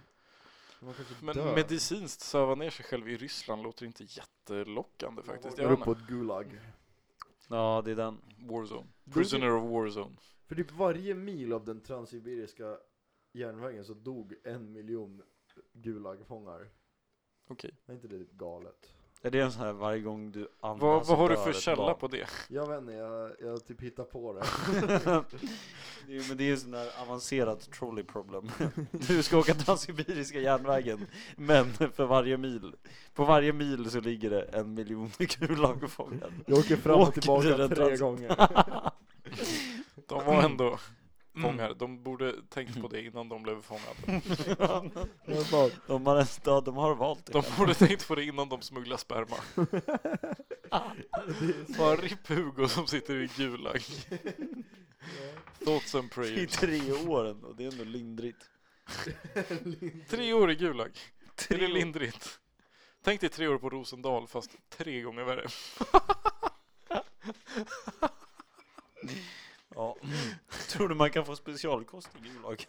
[SPEAKER 2] Man kanske
[SPEAKER 1] Men
[SPEAKER 2] dör.
[SPEAKER 1] medicinskt söva ner sig själv i Ryssland låter inte jättelockande faktiskt. Jag
[SPEAKER 2] Går upp
[SPEAKER 1] vet
[SPEAKER 2] på
[SPEAKER 1] inte.
[SPEAKER 2] ett Gulag.
[SPEAKER 3] Ja, det är den.
[SPEAKER 1] Warzone. Prisoner of Warzone.
[SPEAKER 2] För typ varje mil av den transsibiriska järnvägen så dog en miljon Gulagfångar.
[SPEAKER 1] Okej.
[SPEAKER 2] Är inte det typ galet?
[SPEAKER 3] Är det en sån här varje gång du andas
[SPEAKER 1] Vad,
[SPEAKER 3] så
[SPEAKER 1] vad har du
[SPEAKER 3] alltså, dör
[SPEAKER 1] för
[SPEAKER 3] ett
[SPEAKER 1] källa
[SPEAKER 3] barn?
[SPEAKER 1] på det?
[SPEAKER 2] Jag vet inte, jag, jag typ hittar på det.
[SPEAKER 3] Jo, men det är ju en sån här avancerad trolley problem. Du ska åka Transsibiriska järnvägen, men för varje mil, på varje mil så ligger det en miljon kulagfångare.
[SPEAKER 2] Jag åker fram
[SPEAKER 3] Åker
[SPEAKER 2] och
[SPEAKER 3] till
[SPEAKER 2] tillbaka
[SPEAKER 3] den
[SPEAKER 2] tre
[SPEAKER 3] trans-
[SPEAKER 2] gånger.
[SPEAKER 1] De var ändå
[SPEAKER 3] Mm.
[SPEAKER 1] fångar. De borde tänkt på det innan de blev fångade.
[SPEAKER 2] Jag bara,
[SPEAKER 3] De har en stad, de har valt det.
[SPEAKER 1] De borde tänkt på det innan de smugglade sperma. Bara RIP Hugo som sitter i Gulag. Thoughts and
[SPEAKER 3] I
[SPEAKER 1] prayers.
[SPEAKER 3] tre år ändå, det är ändå lindrigt.
[SPEAKER 1] Tre år i Gulag. Är det lindrigt? Tänk dig tre år på Rosendal fast tre gånger värre.
[SPEAKER 3] Ja. Tror du man kan få specialkost i Gulag?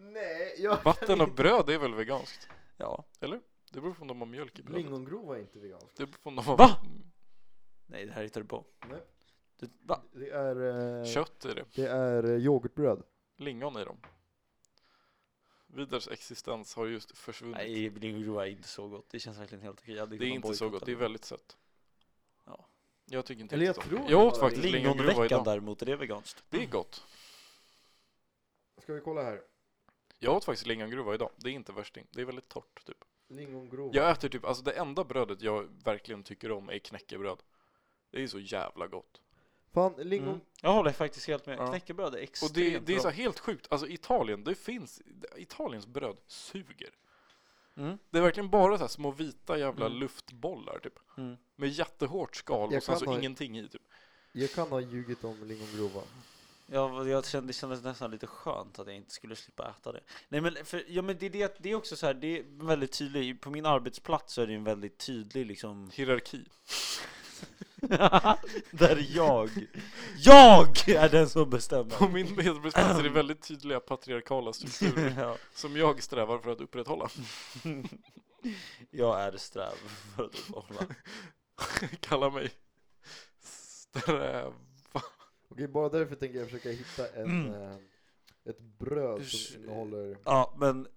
[SPEAKER 2] Nej, jag...
[SPEAKER 1] Vatten och bröd är väl veganskt?
[SPEAKER 3] Ja.
[SPEAKER 1] Det beror på om de har mjölk i brödet.
[SPEAKER 2] Lingongrova är inte veganskt.
[SPEAKER 1] Det beror på om de har
[SPEAKER 3] Va? Nej, det här hittar du på.
[SPEAKER 2] Nej.
[SPEAKER 3] Du, va?
[SPEAKER 2] Det är... Eh,
[SPEAKER 1] Mm, kött i det.
[SPEAKER 2] det är eh, yoghurtbröd.
[SPEAKER 1] Lingon i dem. Vidars existens har just försvunnit.
[SPEAKER 3] Nej, lingongrova är inte så gott. Det känns verkligen helt okej. Jag hade
[SPEAKER 1] det är
[SPEAKER 3] kunnat
[SPEAKER 1] inte så
[SPEAKER 3] bojkotta
[SPEAKER 1] gott, det är
[SPEAKER 3] den.
[SPEAKER 1] väldigt sött.
[SPEAKER 3] Ja.
[SPEAKER 1] Jag tycker inte
[SPEAKER 2] Eller
[SPEAKER 1] riktigt
[SPEAKER 2] jag
[SPEAKER 1] om
[SPEAKER 2] tror
[SPEAKER 1] det.
[SPEAKER 2] det
[SPEAKER 1] Jag
[SPEAKER 2] var
[SPEAKER 1] åt faktiskt lingongrova
[SPEAKER 3] Lingonveckan
[SPEAKER 1] idag.
[SPEAKER 3] däremot, är det veganskt?
[SPEAKER 1] Det är gott.
[SPEAKER 2] Ska vi kolla här?
[SPEAKER 1] Jag åt faktiskt lingongrova idag. Det är inte värsting. Det är väldigt torrt typ.
[SPEAKER 4] Lingongrova.
[SPEAKER 2] Oh.
[SPEAKER 1] Jag äter typ, alltså det enda brödet jag verkligen tycker om är knäckebröd. Det är så jävla gott.
[SPEAKER 2] Fan, lingon...
[SPEAKER 3] Mm. Jag håller faktiskt helt med.
[SPEAKER 1] Ja.
[SPEAKER 3] Knäckebröd är
[SPEAKER 1] Och
[SPEAKER 3] extremt
[SPEAKER 1] det, det är
[SPEAKER 3] bra.
[SPEAKER 1] så här helt sjukt, alltså Italien, det finns, Italiens bröd suger.
[SPEAKER 3] Mm.
[SPEAKER 1] Det är verkligen bara så här små vita jävla
[SPEAKER 3] Mm.
[SPEAKER 1] luftbollar typ.
[SPEAKER 3] Mm.
[SPEAKER 1] Med jättehårt skal
[SPEAKER 2] Jag
[SPEAKER 1] och sen
[SPEAKER 2] kan
[SPEAKER 1] så
[SPEAKER 2] ha-
[SPEAKER 1] ingenting i typ.
[SPEAKER 2] Jag kan ha ljugit om lingongrova.
[SPEAKER 3] Jag, jag kände, det kändes nästan lite skönt att jag inte skulle slippa äta det. Nej men, för, ja, men det, det, det är också så här, det är väldigt tydligt. På min arbetsplats så är det en väldigt tydlig liksom...
[SPEAKER 1] Hierarki.
[SPEAKER 3] Där jag, JAG är den som bestämmer!
[SPEAKER 1] På min medarbetsplats är det väldigt tydliga patriarkala strukturer
[SPEAKER 3] ja,
[SPEAKER 1] som jag strävar för att upprätthålla.
[SPEAKER 3] jag är sträv för att uppehålla.
[SPEAKER 1] Kalla mig sträv.
[SPEAKER 2] Okej, bara därför tänker jag försöka hitta en, eh, ett bröd som
[SPEAKER 3] Mm. Usch.
[SPEAKER 2] innehåller...
[SPEAKER 3] Ja, men...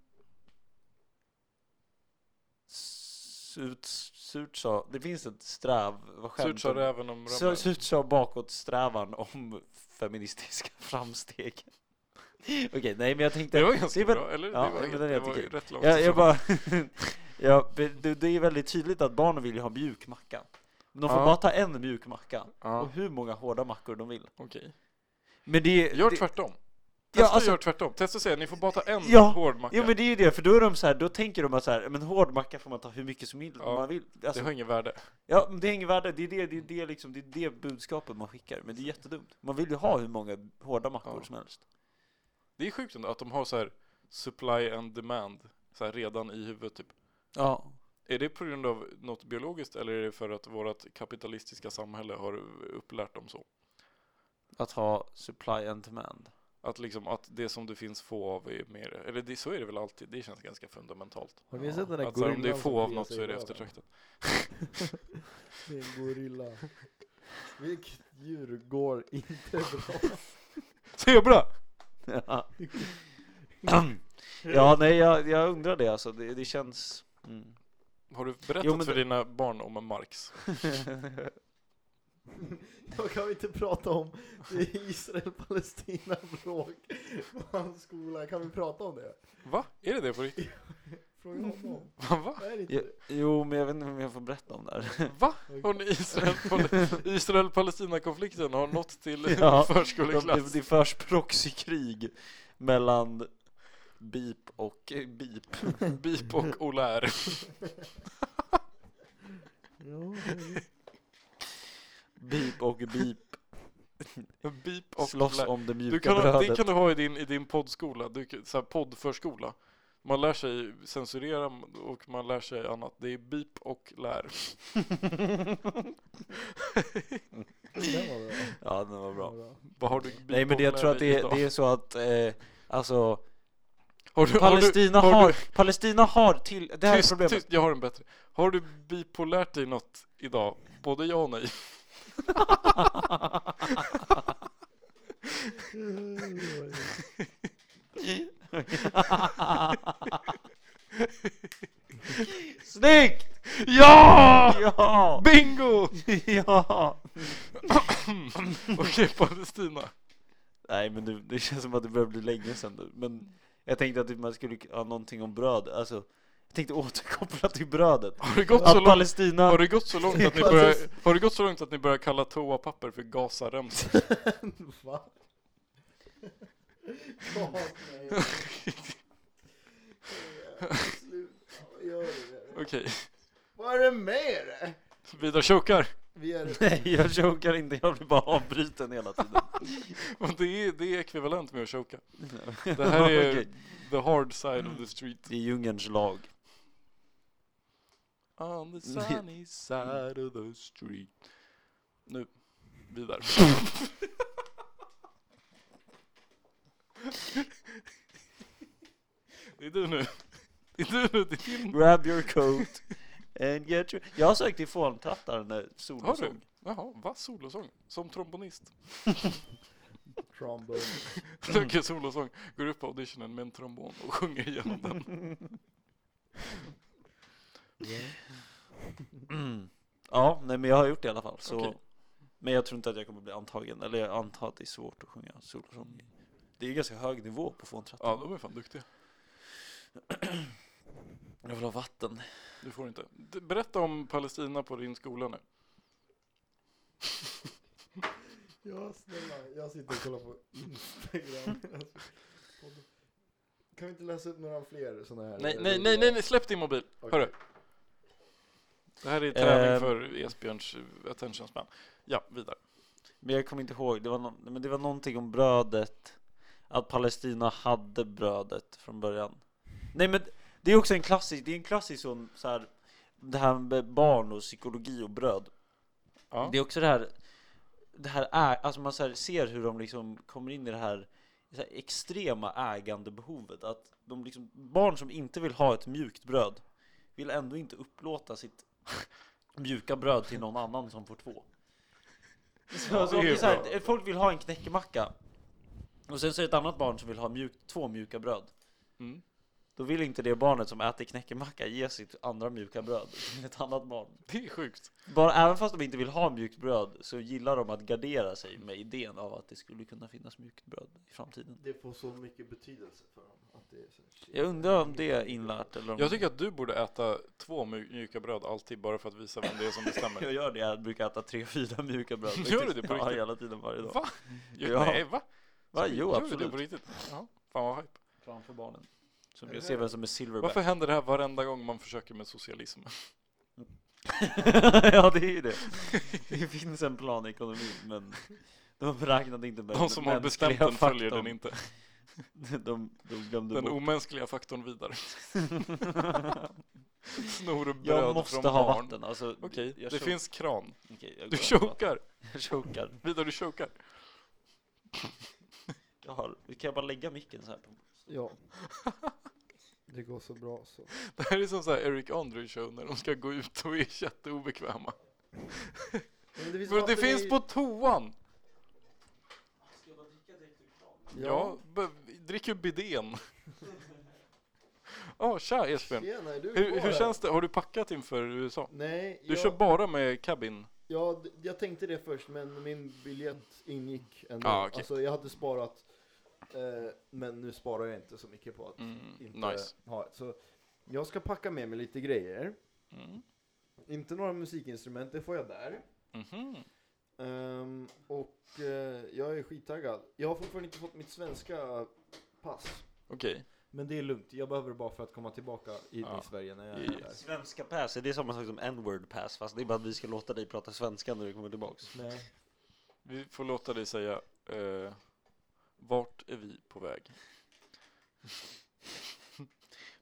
[SPEAKER 3] Surt, surt sa... Det finns ett sträv... Vad skämt
[SPEAKER 1] Surt sa
[SPEAKER 3] om-
[SPEAKER 1] räven om
[SPEAKER 3] Så,
[SPEAKER 1] rammen.
[SPEAKER 3] surt sa bakåtsträvan om feministiska framsteg. Okej, nej men jag tänkte...
[SPEAKER 1] Det var ganska
[SPEAKER 3] är väl-
[SPEAKER 1] bra, eller?
[SPEAKER 3] ja,
[SPEAKER 1] det var,
[SPEAKER 3] men
[SPEAKER 1] helt-
[SPEAKER 3] den är
[SPEAKER 1] det var ju
[SPEAKER 3] jättekul.
[SPEAKER 1] rätt långt
[SPEAKER 3] Jag, jag
[SPEAKER 1] ifrån.
[SPEAKER 3] bara... ja, det, det- det är väldigt tydligt att barnen vill ju ha mjuk macka. Men de får
[SPEAKER 1] Ja.
[SPEAKER 3] bara ta en mjuk macka.
[SPEAKER 1] Ja,
[SPEAKER 3] Och hur många hårda mackor de vill.
[SPEAKER 1] okej.
[SPEAKER 3] Men det...
[SPEAKER 1] Gör
[SPEAKER 3] det,
[SPEAKER 1] tvärtom. Testa
[SPEAKER 3] Ja,
[SPEAKER 1] att
[SPEAKER 3] alltså-
[SPEAKER 1] göra tvärtom. Testa att säga ni får bara ta en
[SPEAKER 3] Ja.
[SPEAKER 1] hård macka.
[SPEAKER 3] Jo men det är ju det, för då är de så här, då tänker de att så här, men hård macka får man ta hur mycket som vill,
[SPEAKER 1] Ja,
[SPEAKER 3] man vill. Alltså,
[SPEAKER 1] Det har inget värde.
[SPEAKER 3] Ja, men det är inget värde. Det är det, det, är det, liksom, det är det budskapet man skickar. Men det är jättedumt. Man vill ju ha hur många hårda mackor
[SPEAKER 1] Ja.
[SPEAKER 3] som helst.
[SPEAKER 1] Det är sjukt ändå att de har så här supply and demand så här redan i huvudet typ.
[SPEAKER 3] Ja.
[SPEAKER 1] Är det på grund av något biologiskt eller är det för att vårt kapitalistiska samhälle har upplärt dem så?
[SPEAKER 3] Att ha supply and demand.
[SPEAKER 1] Att liksom att det som det finns få av är mer, eller det, så är det väl alltid, det känns ganska fundamentalt.
[SPEAKER 2] Har ni sett den där
[SPEAKER 1] Att så här, om det är
[SPEAKER 2] gorillan som
[SPEAKER 1] få av
[SPEAKER 2] kliar
[SPEAKER 1] något
[SPEAKER 2] sig
[SPEAKER 1] så är det
[SPEAKER 2] i röven?
[SPEAKER 1] eftertraktat.
[SPEAKER 2] Det är en gorilla. Vilket djur går inte bra?
[SPEAKER 1] Zebra!
[SPEAKER 3] ja, nej, jag, jag undrar det alltså. Det, det känns... Mm.
[SPEAKER 1] Har du berättat
[SPEAKER 3] Jo, men
[SPEAKER 1] för
[SPEAKER 3] det-
[SPEAKER 1] dina barn om Marx?
[SPEAKER 2] Jag kan vi inte prata om det Israel-Palestina-bråk på hans skola. Kan vi prata om det?
[SPEAKER 1] Va? Är det det på riktigt?
[SPEAKER 2] Fråga honom.
[SPEAKER 1] Va?
[SPEAKER 2] Det är inte
[SPEAKER 3] Jo- jo, men jag vet inte om jag får berätta om det här.
[SPEAKER 1] Va? Har ni Israel- Israel-Palestina-konflikten har nått till
[SPEAKER 3] Ja, De,
[SPEAKER 1] förskoleklass?
[SPEAKER 3] det, det förs proxykrig mellan BIP och eh, BIP.
[SPEAKER 1] Bip och Olär.
[SPEAKER 3] BIP och BIP
[SPEAKER 1] Bip och
[SPEAKER 3] slåss
[SPEAKER 1] Olär.
[SPEAKER 3] om det mjuka
[SPEAKER 1] Du kan, ha- det
[SPEAKER 3] brödet.
[SPEAKER 1] kan du ha i din, i din poddskola, du, kan- så här poddförskola. Man lär sig censurera och man lär sig annat. Det är bip och lär.
[SPEAKER 2] Den var bra.
[SPEAKER 3] Ja, den var bra.
[SPEAKER 1] Vad har du bip
[SPEAKER 3] Nej men det, jag
[SPEAKER 1] och
[SPEAKER 3] tror
[SPEAKER 1] lär
[SPEAKER 3] att
[SPEAKER 1] i
[SPEAKER 3] det är,
[SPEAKER 1] idag?
[SPEAKER 3] det är så att eh, alltså
[SPEAKER 1] har du,
[SPEAKER 3] Palestina har,
[SPEAKER 1] har du-
[SPEAKER 3] Palestina har till det här är
[SPEAKER 1] tyst,
[SPEAKER 3] problemet.
[SPEAKER 1] tyst, jag har en bättre. Har du bipolärt dig något idag? Både ja och nej.
[SPEAKER 3] Snyggt!
[SPEAKER 1] Ja!
[SPEAKER 3] Ja!
[SPEAKER 1] Bingo!
[SPEAKER 3] ja!
[SPEAKER 1] Okej, Palestina.
[SPEAKER 3] Nej men nu, det känns som att det börjar bli länge sedan nu. Men jag tänkte att typ man skulle ha någonting om bröd, alltså jag tänkte återkoppla till brödet.
[SPEAKER 1] Har det gått så
[SPEAKER 3] Att
[SPEAKER 1] långt? Alltså,
[SPEAKER 3] Palestina
[SPEAKER 1] Har det gått så långt att ni börjar, har det gått så långt att ni börjar kalla toapapper för gasaremsor?
[SPEAKER 2] Va? Ja, nej. Sluta, vad gör du?
[SPEAKER 1] Okej,
[SPEAKER 2] Vad är det med det?
[SPEAKER 1] vidare chokar.
[SPEAKER 2] Vi är...
[SPEAKER 3] Nej jag chokar inte, jag blir bara avbruten hela tiden.
[SPEAKER 1] Och det är, det är ekvivalent med att choka. Det här är
[SPEAKER 3] Okej.
[SPEAKER 1] the hard side of the street.
[SPEAKER 3] Det är djungelns lag.
[SPEAKER 1] On the sunny side of the street. Nu, vidare. Det är du nu. Det är du nu, det är din.
[SPEAKER 3] Grab your coat and get your... Jag har sökt till fåntrattar när
[SPEAKER 1] Har du?
[SPEAKER 3] solosång.
[SPEAKER 1] Jaha, va? Solosång? Som trombonist?
[SPEAKER 2] Trombone.
[SPEAKER 1] Söker solosång, går upp på auditionen med en trombon och sjunger igenom den.
[SPEAKER 3] Mm. Ja, nej men jag har gjort det i alla fall. Så...
[SPEAKER 1] Okej.
[SPEAKER 3] Men jag tror inte att jag kommer bli antagen. Eller jag antar att det är svårt att sjunga solosång. Det är ganska hög nivå på fåntrattar.
[SPEAKER 1] Ja, de är fan duktiga.
[SPEAKER 3] Jag vill ha vatten.
[SPEAKER 1] Du får inte. D- Berätta om Palestina på din skola nu.
[SPEAKER 2] Ja, snälla. Jag sitter och kollar på Instagram. Kan vi inte läsa upp några fler sådana här?
[SPEAKER 1] Nej, nej, nej, nej, nej släpp din mobil.
[SPEAKER 2] Okej.
[SPEAKER 1] Hörru. Det här är träning
[SPEAKER 3] Ehm.
[SPEAKER 1] för Esbjörns attention span. Ja, vidare.
[SPEAKER 3] Men jag kommer inte ihåg, det var, nå- men det var någonting om brödet. Att Palestina hade brödet från början. Nej men det är också en klassisk, det är en klassisk sån så här, det här med barn och psykologi och bröd.
[SPEAKER 1] Ja.
[SPEAKER 3] Det är också det här, det här är, alltså man så här ser hur de liksom kommer in i det här, så här extrema ägandebehovet. Att de liksom, barn som inte vill ha ett mjukt bröd vill ändå inte upplåta sitt mjuka bröd till någon annan som får två. Så,
[SPEAKER 1] Ja,
[SPEAKER 3] så,
[SPEAKER 1] det är
[SPEAKER 3] det är så
[SPEAKER 1] bra.
[SPEAKER 3] här, eh, folk vill ha en knäckemacka. Och sen så är det ett annat barn som vill ha mjuk, två mjuka bröd.
[SPEAKER 1] Mm.
[SPEAKER 3] Då vill inte det barnet som äter knäckemacka ge sitt andra mjuka bröd till ett annat barn.
[SPEAKER 1] Det är sjukt.
[SPEAKER 3] Bara, även fast de inte vill ha mjukt bröd så gillar de att gardera sig med idén av att det skulle kunna finnas mjukt bröd i framtiden.
[SPEAKER 2] Det får så mycket betydelse för dem. Att det är så
[SPEAKER 3] Jag undrar om det är inlärt eller om...
[SPEAKER 1] Jag tycker att du borde äta två mju- mjuka bröd alltid bara för att visa vem det är som
[SPEAKER 3] jag
[SPEAKER 1] bestämmer.
[SPEAKER 3] gör det, jag brukar äta tre, fyra mjuka bröd.
[SPEAKER 1] Gör du det på
[SPEAKER 3] Ja,
[SPEAKER 1] riktigt?
[SPEAKER 3] hela tiden varje dag.
[SPEAKER 1] Va? Ja.
[SPEAKER 3] Ja.
[SPEAKER 1] Nej, va?
[SPEAKER 3] Va?
[SPEAKER 1] Gör
[SPEAKER 3] Jo,
[SPEAKER 1] du Det på
[SPEAKER 3] absolut.
[SPEAKER 1] riktigt? Ja. Fan vad hype.
[SPEAKER 3] Framför barnen. Så
[SPEAKER 2] Eller
[SPEAKER 3] jag ser
[SPEAKER 2] hur?
[SPEAKER 3] vem som är silverback.
[SPEAKER 1] Varför händer det här varenda gång man försöker med socialism?
[SPEAKER 3] ja, det är ju det. Det finns en planekonomi, men de räknade inte med
[SPEAKER 1] De som har bestämt
[SPEAKER 3] mänskliga
[SPEAKER 1] den följer
[SPEAKER 3] faktorn.
[SPEAKER 1] den inte.
[SPEAKER 3] De, de glömde
[SPEAKER 1] Den
[SPEAKER 3] bort.
[SPEAKER 1] omänskliga faktorn vidare. Snor bröd
[SPEAKER 3] jag måste
[SPEAKER 1] från
[SPEAKER 3] ha
[SPEAKER 1] barn.
[SPEAKER 3] vatten. Alltså,
[SPEAKER 1] Okej,
[SPEAKER 3] jag
[SPEAKER 1] det
[SPEAKER 3] chok-
[SPEAKER 1] finns kran.
[SPEAKER 3] Okej, jag
[SPEAKER 1] Du
[SPEAKER 3] går och äter
[SPEAKER 1] chokar.
[SPEAKER 3] Jag chokar.
[SPEAKER 1] Vidar, du chokar.
[SPEAKER 3] Jag har, kan jag bara lägga micken så här? På?
[SPEAKER 2] Ja. Det går så bra så.
[SPEAKER 1] Det här är som så här Eric Andre show när de ska gå ut och är jätteobekväma.
[SPEAKER 2] Men det finns,
[SPEAKER 1] Men det finns på toan! Ja, b- drick ur bidén. Ja, tja Esbjörn.
[SPEAKER 2] Tjena, är du
[SPEAKER 1] Hur,
[SPEAKER 2] kvar
[SPEAKER 1] hur
[SPEAKER 2] där?
[SPEAKER 1] känns det? Har du packat inför USA?
[SPEAKER 2] Nej,
[SPEAKER 1] Du
[SPEAKER 2] jag,
[SPEAKER 1] kör bara med cabin?
[SPEAKER 2] ja, d- jag tänkte det först men min biljett ingick ändå.
[SPEAKER 1] Ah, okej.
[SPEAKER 2] Alltså jag hade sparat, eh, men nu sparar jag inte så mycket på att
[SPEAKER 1] Mm,
[SPEAKER 2] inte
[SPEAKER 1] nice.
[SPEAKER 2] ha Så jag ska packa med mig lite grejer.
[SPEAKER 1] Mm.
[SPEAKER 2] Inte några musikinstrument, det får jag där.
[SPEAKER 1] Mhm.
[SPEAKER 2] Ehm, och eh, jag är skittaggad. Jag har fortfarande inte fått mitt svenska pass.
[SPEAKER 1] Okej.
[SPEAKER 2] Men det är lugnt, jag behöver det bara för att komma tillbaka i,
[SPEAKER 1] Ja.
[SPEAKER 2] i Sverige när jag är
[SPEAKER 1] Ja.
[SPEAKER 2] där.
[SPEAKER 3] Svenska pass, är det samma sak som n-word pass? Fast det är bara att vi ska låta dig prata svenska när du kommer tillbaks.
[SPEAKER 2] Nej.
[SPEAKER 1] Vi får låta dig säga eh, Vart är vi på väg?
[SPEAKER 2] Mm.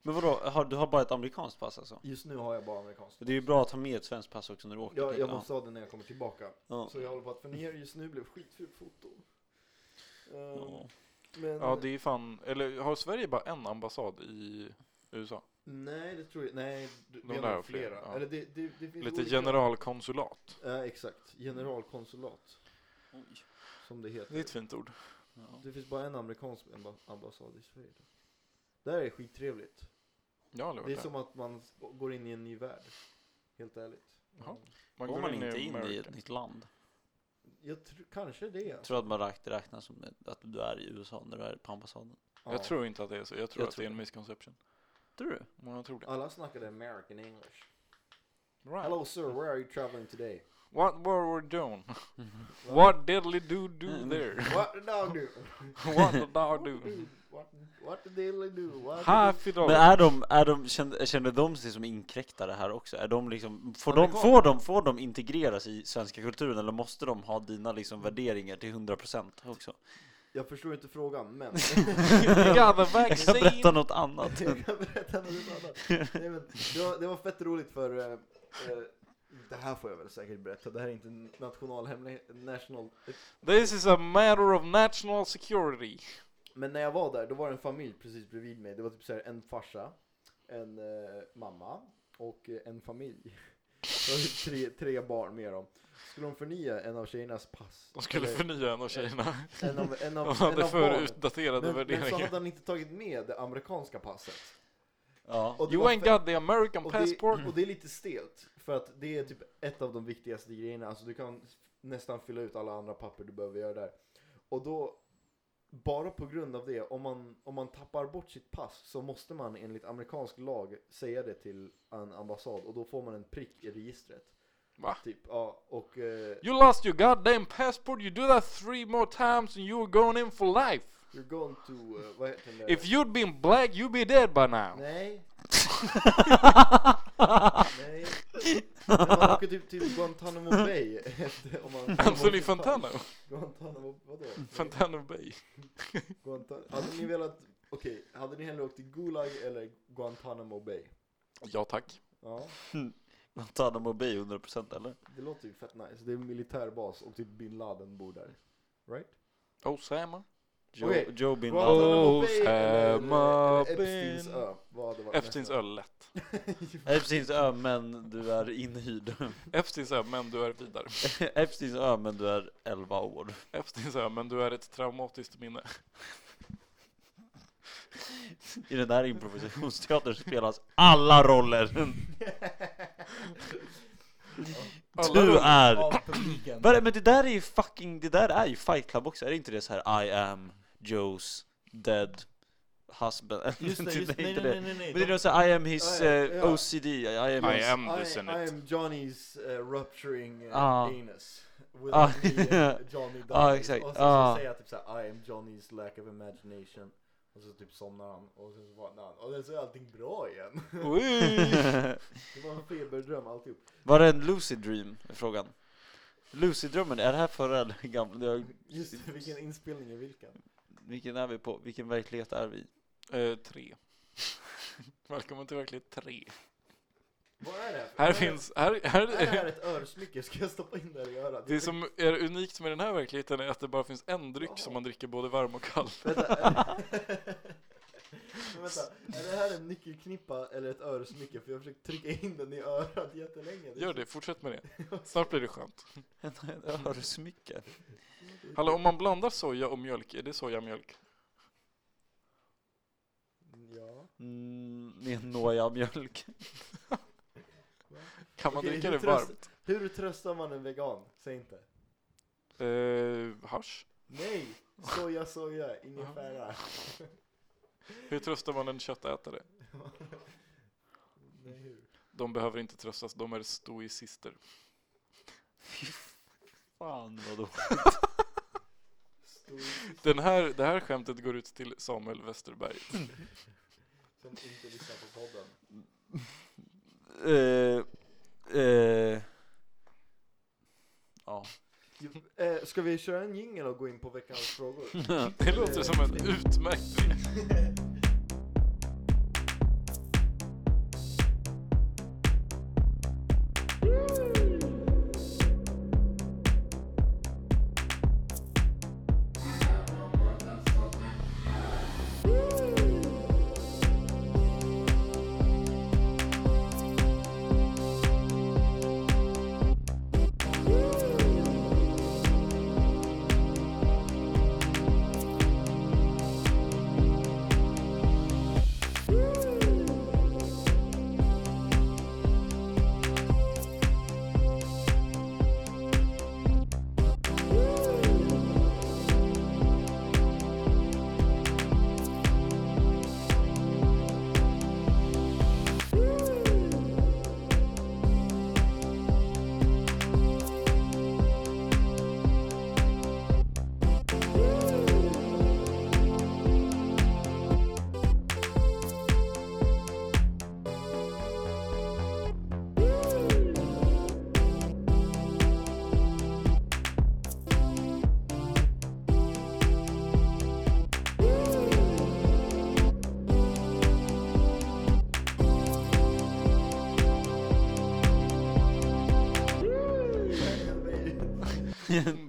[SPEAKER 3] Men vadå, har, du har bara ett amerikanskt pass alltså?
[SPEAKER 2] Just nu har jag bara amerikanskt.
[SPEAKER 3] Det är ju bra att ha med ett svenskt pass också när du åker
[SPEAKER 2] Jag,
[SPEAKER 3] till-
[SPEAKER 2] jag
[SPEAKER 3] ja.
[SPEAKER 2] måste ha det när jag kommer tillbaka.
[SPEAKER 3] Ja.
[SPEAKER 2] Så jag håller på att förnya det just nu, blev skitfult foto. Ehm,
[SPEAKER 3] Ja.
[SPEAKER 2] Men
[SPEAKER 1] Ja, det är fan... Eller har Sverige bara en ambassad i USA?
[SPEAKER 2] nej, det tror jag Nej, du-
[SPEAKER 1] De
[SPEAKER 2] vi
[SPEAKER 1] där
[SPEAKER 2] har
[SPEAKER 1] har
[SPEAKER 2] nog
[SPEAKER 1] fler,
[SPEAKER 2] flera.
[SPEAKER 1] ja.
[SPEAKER 2] Eller det, det, det finns
[SPEAKER 1] Lite
[SPEAKER 2] olika-
[SPEAKER 1] generalkonsulat.
[SPEAKER 2] Ja, exakt. Generalkonsulat,
[SPEAKER 3] Oj.
[SPEAKER 2] som det heter.
[SPEAKER 1] Det är ett fint ord.
[SPEAKER 3] Ja.
[SPEAKER 2] Det finns bara en amerikansk amba- ambassad i Sverige. då. Det här är skittrevligt.
[SPEAKER 1] Jag har aldrig
[SPEAKER 2] Det är
[SPEAKER 1] varit där.
[SPEAKER 2] som att man s- går in i en ny värld. Helt ärligt.
[SPEAKER 1] Jaha.
[SPEAKER 3] Man går man inte in i
[SPEAKER 1] America.
[SPEAKER 3] ett nytt land?
[SPEAKER 2] Jag tror kanske det.
[SPEAKER 3] Jag tror att man räk- räknas som att du är i USA när du är på ambassaden.
[SPEAKER 2] Ja.
[SPEAKER 1] Jag tror inte att det är så. Jag tror
[SPEAKER 3] Jag
[SPEAKER 1] att
[SPEAKER 3] tror
[SPEAKER 1] det är en
[SPEAKER 3] det.
[SPEAKER 1] misconception.
[SPEAKER 3] Tror du?
[SPEAKER 1] Men jag tror det.
[SPEAKER 2] Alla snackade American English.
[SPEAKER 1] Right.
[SPEAKER 2] Hello sir, where are you traveling today?
[SPEAKER 1] What were we doing?
[SPEAKER 3] Mm-hmm.
[SPEAKER 1] What diddly do do
[SPEAKER 3] Mm.
[SPEAKER 1] there?
[SPEAKER 2] What did I do?
[SPEAKER 1] What did I do?
[SPEAKER 2] Dude, What, what did I do? What
[SPEAKER 1] Hi
[SPEAKER 2] did-
[SPEAKER 1] Fidel.
[SPEAKER 3] Men är de, är de, känner, känner de sig som inkräktare här också? Är de liksom, får, de,
[SPEAKER 2] Amerikaner.
[SPEAKER 3] får, de, får de integreras i svenska kulturen eller måste de ha dina
[SPEAKER 1] Mm.
[SPEAKER 3] liksom värderingar till 100% också?
[SPEAKER 2] Jag förstår inte frågan, men
[SPEAKER 1] You got the
[SPEAKER 3] äh, Jag kan
[SPEAKER 1] vaccine.
[SPEAKER 3] berätta något annat.
[SPEAKER 2] jag kan berätta något annat. Nej, men det, var, det var fett roligt för... eh, eh, det här får jag väl säkert berätta, det här är inte en nationalhemlighet, national...
[SPEAKER 1] This is a matter of national security.
[SPEAKER 2] Men när jag var där, då var det en familj precis bredvid mig. Det var typ så här en farsa, en eh, mamma och eh, en familj. Det var typ tre, tre barn med dem. Skulle de förnya en av tjejernas pass?
[SPEAKER 1] De skulle
[SPEAKER 2] Eller
[SPEAKER 1] förnya en av tjejerna.
[SPEAKER 2] en av, en av,
[SPEAKER 1] De
[SPEAKER 2] en
[SPEAKER 1] hade
[SPEAKER 2] av
[SPEAKER 1] för
[SPEAKER 2] barnen.
[SPEAKER 1] utdaterade
[SPEAKER 2] Men, men så
[SPEAKER 1] värderingar.
[SPEAKER 2] hade han inte tagit med det amerikanska passet.
[SPEAKER 3] Ja.
[SPEAKER 2] Och det
[SPEAKER 1] You
[SPEAKER 2] var
[SPEAKER 1] ain't
[SPEAKER 2] fe-
[SPEAKER 1] got the American
[SPEAKER 2] och det,
[SPEAKER 1] passport.
[SPEAKER 2] och det är lite stelt, för att det är typ ett av de viktigaste grejerna. Alltså du kan nästan fylla ut alla andra papper du behöver göra där. Och då bara på grund av det, om man, om man tappar bort sitt pass så måste man enligt amerikansk lag säga det till en ambassad och då får man en prick i registret.
[SPEAKER 1] Va?
[SPEAKER 2] Typ, ja, och... eh,
[SPEAKER 1] You lost your goddamn passport, you do that three more times and you're going in for life.
[SPEAKER 2] you're going to... eh, vad heter den där?
[SPEAKER 1] If you'd been black you'd be dead by now.
[SPEAKER 2] Nej. Nej. Men man åker typ till Guantanamo Bay. efter- om man- om man
[SPEAKER 1] Anthony
[SPEAKER 2] åker fast.
[SPEAKER 1] Fantano.
[SPEAKER 2] Guantanamo, vadå?
[SPEAKER 1] Fantano Bay.
[SPEAKER 2] Guantan hade ni velat... Okej, hade ni hellre åkt till Gulag eller Guantanamo Bay?
[SPEAKER 1] Ja tack.
[SPEAKER 2] Ja,
[SPEAKER 3] Guantanamo Bay 100% eller?
[SPEAKER 2] det låter ju fett nice. Det är en militärbas och typ bin Laden bor där. Right?
[SPEAKER 1] Osama.
[SPEAKER 3] Joe,
[SPEAKER 2] Okej.
[SPEAKER 3] Joe Bin Laden.
[SPEAKER 2] Guantanamo
[SPEAKER 1] Oh,
[SPEAKER 2] Bay eller,
[SPEAKER 1] Emma
[SPEAKER 2] eller Epsteins
[SPEAKER 1] Bin.
[SPEAKER 2] ö? Vad hade varit
[SPEAKER 1] Epsteins
[SPEAKER 2] nästa?
[SPEAKER 1] ö lätt.
[SPEAKER 3] Epsteins ö men du är inhyrd.
[SPEAKER 1] Epsteins ö men du är vidare.
[SPEAKER 3] Epsteins ö men du är 11 år.
[SPEAKER 1] Epsteins ö men du är ett traumatiskt minne.
[SPEAKER 3] I den här improvisationsteatern spelas alla roller.
[SPEAKER 1] Alla
[SPEAKER 3] Du
[SPEAKER 1] roller.
[SPEAKER 3] är...
[SPEAKER 4] Av publiken.
[SPEAKER 3] Vad är- Men det där är ju fucking, det där är ju Fight Club också, är det inte det så här I am Joes dead husband? Typ,
[SPEAKER 4] Just det, just,
[SPEAKER 3] är
[SPEAKER 4] nej,
[SPEAKER 3] inte
[SPEAKER 4] nej,
[SPEAKER 3] det.
[SPEAKER 4] nej, nej, nej.
[SPEAKER 3] Men det är nog så här, I am his
[SPEAKER 2] Ja, ja,
[SPEAKER 3] eh,
[SPEAKER 2] ja.
[SPEAKER 3] OCD, I am
[SPEAKER 1] I
[SPEAKER 3] his...
[SPEAKER 1] am the
[SPEAKER 2] I, I
[SPEAKER 1] Senate.
[SPEAKER 2] am Johnny's eh, rupturing eh,
[SPEAKER 3] Ah.
[SPEAKER 2] anus. With
[SPEAKER 3] Ah.
[SPEAKER 2] me, Johnny
[SPEAKER 3] Ah,
[SPEAKER 2] dies.
[SPEAKER 3] exakt.
[SPEAKER 2] Och sen
[SPEAKER 3] Ah.
[SPEAKER 2] så säger jag typ såhär I am Johnny's lack of imagination. Och så typ somnar han och sen så vaknar han. Och sen så är allting bra igen.
[SPEAKER 1] Oj.
[SPEAKER 2] Det var en feberdröm alltihop.
[SPEAKER 3] Var det en lucid dream? är Frågan. Lucid drömmen, är det här förra eller gamla? Jag-
[SPEAKER 2] Just det, vilken inspelning är vilken?
[SPEAKER 3] Vilken är vi på? Vilken verklighet är vi i?
[SPEAKER 1] Eh, tre. Välkommen till verklighet tre.
[SPEAKER 2] Vad är det? här för-
[SPEAKER 1] Här
[SPEAKER 2] vad
[SPEAKER 1] finns, här, här,
[SPEAKER 2] Är det här ett örsmycke? Ska jag stoppa in det i örat?
[SPEAKER 1] det som är unikt med den här verkligheten är att det bara finns en dryck som man dricker både varm och kall.
[SPEAKER 2] Vänta, är... Men vänta, är det här en nyckelknippa eller ett örsmycke? För jag har försökt trycka in den i örat jättelänge.
[SPEAKER 1] Gör det, fortsätt med det. Snart blir det skönt.
[SPEAKER 3] En en örsmycke?
[SPEAKER 1] Hallå, om man blandar soja och mjölk, är det sojamjölk?
[SPEAKER 2] Ja.
[SPEAKER 3] Mm, med Noja-mjölk.
[SPEAKER 1] Kan man
[SPEAKER 2] Okej,
[SPEAKER 1] dricka
[SPEAKER 2] hur
[SPEAKER 1] det
[SPEAKER 2] tröst-
[SPEAKER 1] varmt?
[SPEAKER 2] Hur tröstar man en vegan? Säg inte.
[SPEAKER 1] Eh, hasch?
[SPEAKER 2] Nej! Soja, soja, ingefära.
[SPEAKER 1] Hur tröstar man en köttätare?
[SPEAKER 2] Nej, hur?
[SPEAKER 1] De behöver inte tröstas, de är stoicister.
[SPEAKER 3] Fan vadå?
[SPEAKER 2] Stor
[SPEAKER 1] Den här, det här skämtet går ut till Samuel Westerberg.
[SPEAKER 2] som inte lyssnar på podden.
[SPEAKER 3] Eh, eh, ja.
[SPEAKER 2] Jo, eh, Ska vi köra en jingel och gå in på veckans frågor?
[SPEAKER 1] Det låter som en utmärkt idé.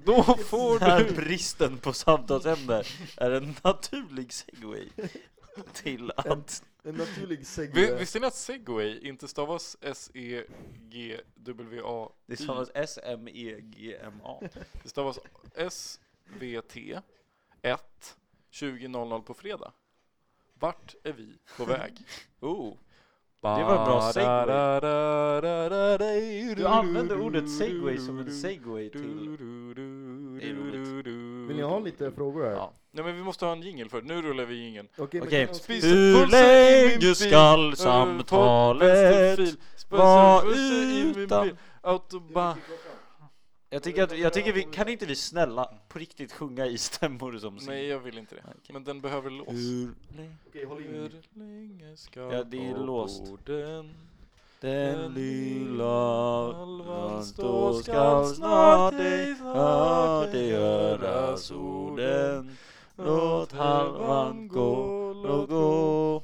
[SPEAKER 3] Då får du... här bristen på samtalsämne är en naturlig segway till att...
[SPEAKER 2] En naturlig
[SPEAKER 1] Vi-
[SPEAKER 2] segway.
[SPEAKER 1] Visste ni att segway inte stavas E S-E-G-W-A?
[SPEAKER 3] Det stavas E S-M-E-G-M-A.
[SPEAKER 1] Det stavas S-V-T 1 20.00 på fredag. Vart är vi på väg?
[SPEAKER 3] Oh. Det var en bra segway.
[SPEAKER 1] segway.
[SPEAKER 3] Du använde ordet segway som en segway till... Det är roligt.
[SPEAKER 2] Vill ni ha lite frågor här?
[SPEAKER 3] Ja.
[SPEAKER 1] Nej men vi måste ha en jingel för det. Nu rullar vi jingeln.
[SPEAKER 2] Okej, men
[SPEAKER 3] Okej.
[SPEAKER 2] kan jag-
[SPEAKER 1] Spis-
[SPEAKER 3] Hur
[SPEAKER 1] Pulsen i min
[SPEAKER 3] länge
[SPEAKER 1] bil. Äh,
[SPEAKER 3] skall
[SPEAKER 1] Vänster
[SPEAKER 3] samtalet
[SPEAKER 1] fil. Spulsen,
[SPEAKER 3] var
[SPEAKER 1] pulsen i min
[SPEAKER 3] utan-
[SPEAKER 1] bil. Autobahn.
[SPEAKER 3] Jag tycker att, jag tycker vi, kan inte vi snälla på riktigt sjunga i stämmor som sin?
[SPEAKER 1] Nej jag vill inte det.
[SPEAKER 3] Okej.
[SPEAKER 1] Men den behöver lås.
[SPEAKER 3] Hur
[SPEAKER 2] Okej, håll in.
[SPEAKER 1] Hur länge ska
[SPEAKER 3] Ja, det är
[SPEAKER 1] på
[SPEAKER 3] låst.
[SPEAKER 1] borden
[SPEAKER 3] Den lilla
[SPEAKER 1] alvan
[SPEAKER 3] då
[SPEAKER 1] stå
[SPEAKER 3] skall snart dig, snart dig höras orden Låt halvan gå, låt gå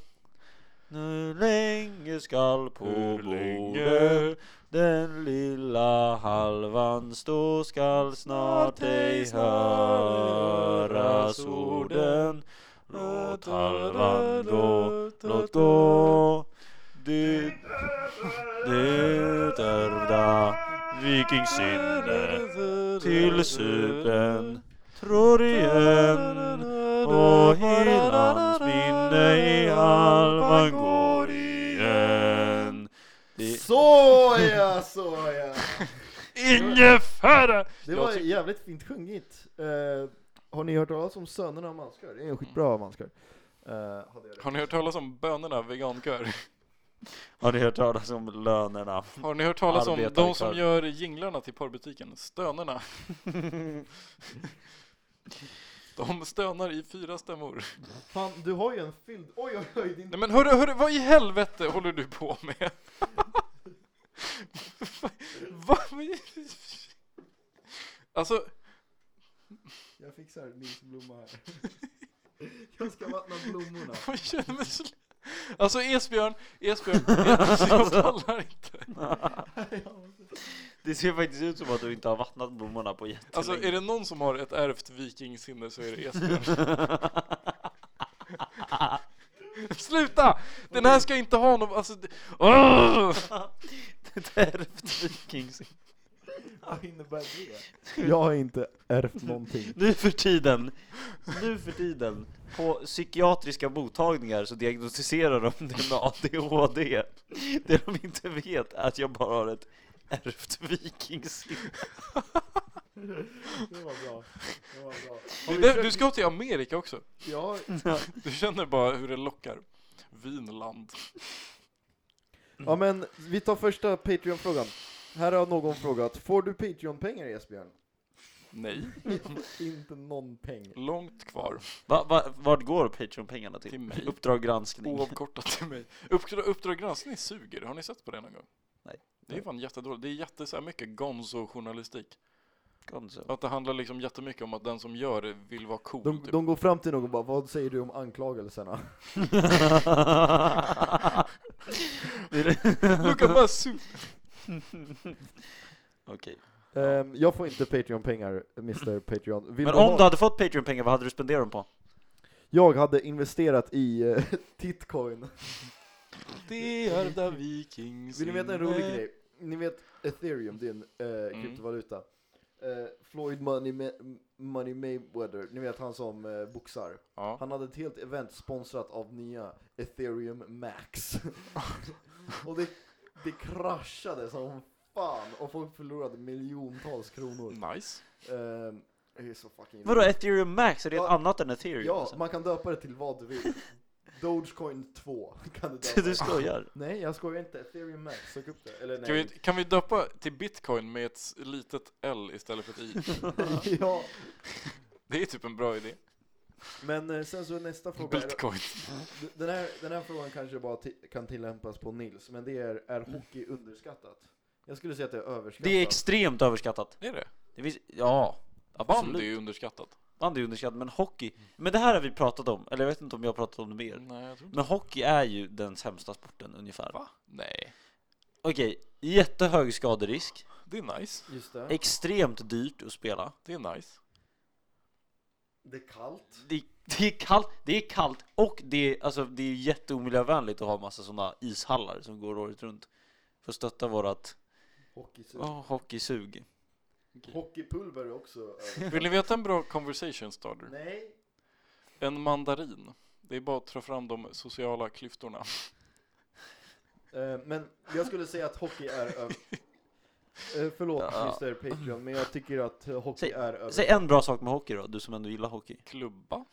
[SPEAKER 3] Nu länge skall på
[SPEAKER 1] Hur
[SPEAKER 3] borden
[SPEAKER 1] länge?
[SPEAKER 3] Den lilla halvan stå skall snart ej höras orden Låt halvan gå, låt gå Det, det ärvda vikingsinne till Cypern Tror igen och helans minne i halvan går igen Det-
[SPEAKER 2] Såja, såja!
[SPEAKER 1] Ingefära!
[SPEAKER 2] Det
[SPEAKER 1] Jag
[SPEAKER 2] var
[SPEAKER 1] tycker-
[SPEAKER 2] jävligt fint sjungit. Eh, har ni hört talas om Sönerna av Manskör? Det är en
[SPEAKER 1] Mm.
[SPEAKER 2] skitbra Manskör. Eh, hade jag det.
[SPEAKER 1] Har ni hört talas om bönorna, vegankör?
[SPEAKER 3] Har ni hört talas om lönerna?
[SPEAKER 1] Har ni hört talas om
[SPEAKER 3] Arbetare
[SPEAKER 1] de som
[SPEAKER 3] kör.
[SPEAKER 1] gör jinglarna till porrbutiken? Stönerna. De stönar i fyra stämmor.
[SPEAKER 2] Fan, du har ju en fylld... Oj, oj, oj! Din...
[SPEAKER 1] Nej men hörru, hörru, vad i helvete håller du på med? Va? Alltså,
[SPEAKER 2] Jag fixar Nils blomma här. jag ska vattna blommorna.
[SPEAKER 1] jag känner mig så... Alltså Esbjörn, Esbjörn, Esbjörn, jag pallar inte.
[SPEAKER 3] Det ser faktiskt ut som att du inte har vattnat blommorna på jättelänge.
[SPEAKER 1] Alltså är det någon som har ett ärvt vikingsinne så är det Esbjörn. Sluta! Den här ska inte ha någon, alltså... det- Åh!
[SPEAKER 3] det är ärvt vikings.
[SPEAKER 2] Vad innebär det? Jag har inte ärvt någonting.
[SPEAKER 3] Nu för tiden, nu för tiden, på psykiatriska mottagningar så diagnostiserar de det med ADHD. Det de inte vet är att jag bara har ett ärvt vikingsinne.
[SPEAKER 2] Det var bra. Det var bra.
[SPEAKER 1] Du, du- du ska till Amerika också.
[SPEAKER 2] Ja,
[SPEAKER 1] Du känner bara hur det lockar. Vinland.
[SPEAKER 2] ja, men vi tar första Patreon-frågan. Här har någon frågat. Får du Patreon-pengar Esbjörn?
[SPEAKER 1] Nej.
[SPEAKER 2] inte någon peng.
[SPEAKER 1] Långt kvar
[SPEAKER 3] Va, va, vart går Patreon-pengarna till?
[SPEAKER 1] till mig.
[SPEAKER 3] Uppdrag granskning.
[SPEAKER 1] Oavkortat till mig. Uppdrag, uppdrag granskning suger. Har ni sett på det någon gång?
[SPEAKER 3] Nej.
[SPEAKER 1] Det är fan jättedåligt. Det är jätte, så här mycket gonzo-journalistik.
[SPEAKER 3] Gonzo.
[SPEAKER 1] Att det handlar liksom jättemycket om att den som gör det vill vara cool.
[SPEAKER 2] De,
[SPEAKER 1] typ.
[SPEAKER 2] de går fram till någon och bara, vad säger du om anklagelserna?
[SPEAKER 3] Det är det-
[SPEAKER 1] Look at my suit!
[SPEAKER 3] Okej.
[SPEAKER 2] Ehm, jag får inte Patreon-pengar, Mr Patreon. Vill
[SPEAKER 3] Men
[SPEAKER 2] du
[SPEAKER 3] om
[SPEAKER 2] ha?
[SPEAKER 3] du hade fått Patreon-pengar, vad hade du spenderat dem på?
[SPEAKER 2] Jag hade investerat i eh, Titcoin.
[SPEAKER 1] Det är där vikings...
[SPEAKER 2] Vill ni veta en rolig grej? Ni vet ethereum, det är en eh,
[SPEAKER 1] Mm.
[SPEAKER 2] kryptovaluta. Eh, Floyd Money, Ma- Money Mayweather, ni vet han som eh, boxar.
[SPEAKER 1] Ja.
[SPEAKER 2] Han hade ett helt event sponsrat av nya ethereum max. och det, det kraschade som fan och folk förlorade miljontals kronor.
[SPEAKER 1] Nice.
[SPEAKER 2] Ehm, det är så fucking
[SPEAKER 3] Vadå,
[SPEAKER 2] roligt.
[SPEAKER 3] ethereum max? Är det ett
[SPEAKER 2] Ja.
[SPEAKER 3] annat än ethereum?
[SPEAKER 2] Ja,
[SPEAKER 3] alltså?
[SPEAKER 2] man kan döpa det till vad du vill. Dogecoin 2 kan du döpa
[SPEAKER 3] Du
[SPEAKER 2] det.
[SPEAKER 3] skojar?
[SPEAKER 2] Nej, jag skojar inte. Ethereum Max, sök upp det. Eller
[SPEAKER 1] Kan vi,
[SPEAKER 2] nej.
[SPEAKER 1] kan vi döpa till bitcoin med ett s- litet L istället för ett I?
[SPEAKER 2] ja,
[SPEAKER 1] Det är typ en bra idé.
[SPEAKER 2] men eh, sen så nästa fråga. Är,
[SPEAKER 1] Bitcoin.
[SPEAKER 2] den, här, den här frågan kanske bara ti- kan tillämpas på Nils, men det är, är hockey underskattat? Jag skulle säga att det är överskattat.
[SPEAKER 3] Det är extremt överskattat.
[SPEAKER 1] Är det?
[SPEAKER 3] Det finns, ja,
[SPEAKER 1] Band är
[SPEAKER 3] absolut.
[SPEAKER 1] ju underskattat.
[SPEAKER 3] Bandy är underskattat, men hockey. Men det här har vi pratat om, eller jag vet inte om jag har pratat om det mer.
[SPEAKER 1] Nej, jag tror inte
[SPEAKER 3] Men hockey är ju den sämsta sporten ungefär.
[SPEAKER 1] Va? Nej.
[SPEAKER 3] Okej, jättehög skaderisk,
[SPEAKER 1] Det är nice.
[SPEAKER 2] Just det.
[SPEAKER 3] extremt dyrt att spela.
[SPEAKER 1] Det är nice.
[SPEAKER 2] Det är kallt.
[SPEAKER 3] Det, det är kallt, det är kallt och det är, alltså, det är jätteomiljövänligt att ha massa sådana ishallar som går året runt. För att stötta vårat
[SPEAKER 2] Hockey
[SPEAKER 3] oh, hockeysug.
[SPEAKER 2] Hockeypulver är också överskattat.
[SPEAKER 1] Vill ni veta en bra conversation starter?
[SPEAKER 2] Nej.
[SPEAKER 1] En mandarin. Det är bara att ta fram de sociala klyftorna.
[SPEAKER 2] Eh, men jag skulle säga att hockey är över... Eh, förlåt
[SPEAKER 3] Ja.
[SPEAKER 2] Mr Patreon, men jag tycker att eh, hockey
[SPEAKER 3] Säg-
[SPEAKER 2] är över.
[SPEAKER 3] Säg en bra sak med hockey då, du som ändå gillar hockey.
[SPEAKER 1] Klubba.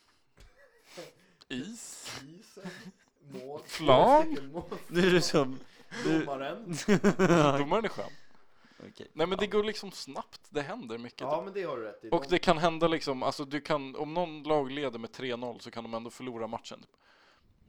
[SPEAKER 1] Is.
[SPEAKER 2] Isen, mål,
[SPEAKER 1] Plan.
[SPEAKER 2] två stycken mål,
[SPEAKER 3] Nu är du som... Du...
[SPEAKER 2] domaren.
[SPEAKER 1] Domaren är skön.
[SPEAKER 3] Okej.
[SPEAKER 1] Nej men det går liksom snabbt, det händer mycket. Typ
[SPEAKER 2] Ja men det har du rätt i.
[SPEAKER 3] Typ.
[SPEAKER 1] Och
[SPEAKER 2] De-
[SPEAKER 1] det kan hända liksom, alltså du kan, om någon lag leder med 3-0 så kan de ändå förlora matchen. Typ.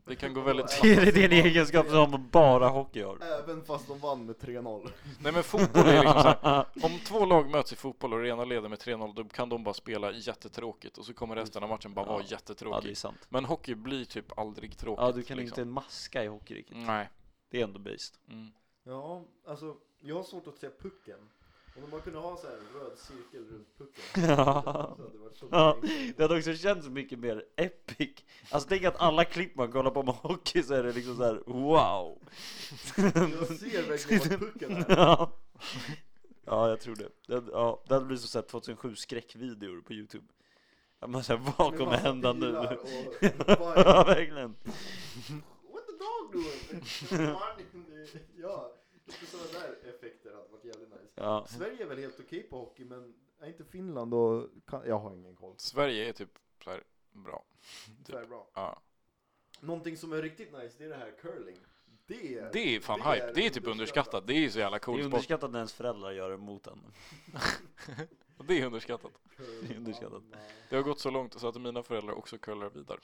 [SPEAKER 1] Det kan gå väldigt snabbt.
[SPEAKER 3] Det är din egenskap som bara hockey har.
[SPEAKER 2] Även fast de vann med 3-0.
[SPEAKER 1] Nej men fotboll är liksom så här. om två lag möts i fotboll och det ena leder med 3-0 då kan de bara spela jättetråkigt och så kommer resten av matchen bara vara
[SPEAKER 3] Ja. Ja, det är
[SPEAKER 1] jättetråkig.
[SPEAKER 3] sant.
[SPEAKER 1] Men hockey blir typ aldrig tråkigt.
[SPEAKER 3] Ja, du kan
[SPEAKER 1] liksom.
[SPEAKER 3] inte maska i hockey riktigt.
[SPEAKER 1] Nej.
[SPEAKER 3] Det är ändå based.
[SPEAKER 1] Mm.
[SPEAKER 2] Ja, alltså jag har svårt att se pucken. Om de bara kunde ha så här en röd cirkel runt pucken.
[SPEAKER 3] Ja.
[SPEAKER 2] Så hade det varit så
[SPEAKER 3] Ja,
[SPEAKER 2] enkelt.
[SPEAKER 3] det hade också känts mycket mer epic. Alltså tänk att alla klipp man kollar på med hockey så är det liksom så här: wow.
[SPEAKER 2] Jag ser verkligen vart pucken är.
[SPEAKER 3] Ja. ja, jag tror det. Det, ja, det hade blivit som så här 2007 skräckvideor på Youtube. Ja, Man säger, vad
[SPEAKER 2] Med
[SPEAKER 3] kommer
[SPEAKER 2] massa
[SPEAKER 3] hända nu?
[SPEAKER 2] bilar och-
[SPEAKER 3] ja, verkligen.
[SPEAKER 2] What the dog doing? ja, lite sådana där effekter hade varit jävligt nice.
[SPEAKER 3] Ja.
[SPEAKER 2] Sverige är väl helt okej på hockey, men är inte Finland och... Kan... Jag har ingen koll.
[SPEAKER 1] Sverige är typ så här bra. Typ.
[SPEAKER 2] Så här bra.
[SPEAKER 1] Ja.
[SPEAKER 2] Någonting som är riktigt nice, det är det här curling. Det är...
[SPEAKER 1] Det är fan
[SPEAKER 2] Det är
[SPEAKER 1] hype, det är typ underskattat. Det är ju så jävla
[SPEAKER 3] Det är
[SPEAKER 1] cool sport.
[SPEAKER 3] underskattat när ens föräldrar gör det mot en.
[SPEAKER 1] Det är underskattat.
[SPEAKER 2] curling,
[SPEAKER 3] det är underskattat.
[SPEAKER 2] mamma.
[SPEAKER 1] Det har gått så långt så att mina föräldrar också curlar vidare.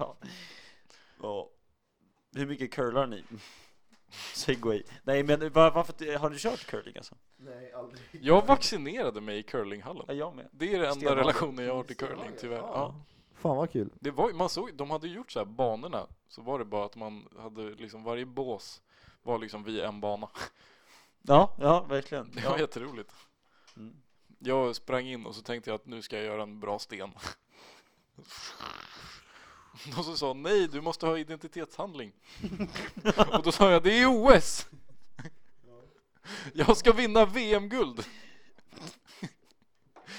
[SPEAKER 3] ja. Ja. Hur mycket curlar ni? Segway. Nej men var, varför, har du kört curling alltså?
[SPEAKER 2] Nej, aldrig.
[SPEAKER 1] Jag vaccinerade mig i curlinghallen.
[SPEAKER 3] Ja, jag med.
[SPEAKER 1] Det är den enda
[SPEAKER 3] Stenhagen.
[SPEAKER 1] relationen jag har till curling
[SPEAKER 2] Stenhagen,
[SPEAKER 1] tyvärr.
[SPEAKER 2] ja.
[SPEAKER 1] Ja.
[SPEAKER 2] Fan vad kul.
[SPEAKER 1] Det var, ju- man såg, de hade ju gjort så här banorna, så var det bara att man hade liksom varje bås var liksom vid en bana.
[SPEAKER 3] Ja, ja verkligen.
[SPEAKER 1] Det var
[SPEAKER 3] Ja.
[SPEAKER 1] jätteroligt.
[SPEAKER 3] Mm.
[SPEAKER 1] Jag sprang in och så tänkte jag att nu ska jag göra en bra sten. Och så sa nej, du måste ha identitetshandling. Och då sa jag, det är OS! Jag ska vinna VM-guld!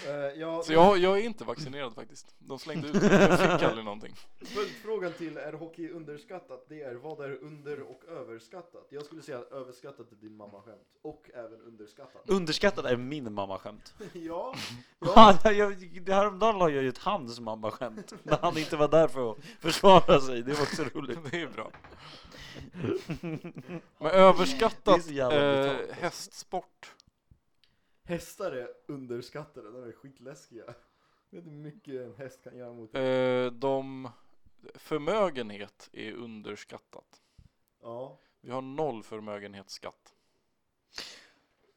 [SPEAKER 2] Eh, ja,
[SPEAKER 1] Så jag, jag är inte vaccinerad faktiskt. De slängde ut mig, jag fick aldrig någonting.
[SPEAKER 2] Följdfrågan till är hockey underskattat? Det är vad är under och överskattat? Jag skulle säga överskattat är din mamma skämt och även underskattat.
[SPEAKER 3] Underskattad är min mammaskämt.
[SPEAKER 2] ja, ja.
[SPEAKER 3] Ja. jag- det Häromdagen la jag ju ett hans mammaskämt. När han inte var där för att försvara sig. Det var också roligt.
[SPEAKER 1] Det är bra. Men
[SPEAKER 3] Det är
[SPEAKER 1] överskattat
[SPEAKER 3] så jävla
[SPEAKER 1] eh,
[SPEAKER 3] brutalt.
[SPEAKER 1] hästsport.
[SPEAKER 2] Hästar är underskattade, de är skitläskiga. Vet du hur mycket en häst kan göra mot
[SPEAKER 1] Eh, de, förmögenhet är underskattat.
[SPEAKER 2] Ja,
[SPEAKER 1] Vi har noll förmögenhetsskatt.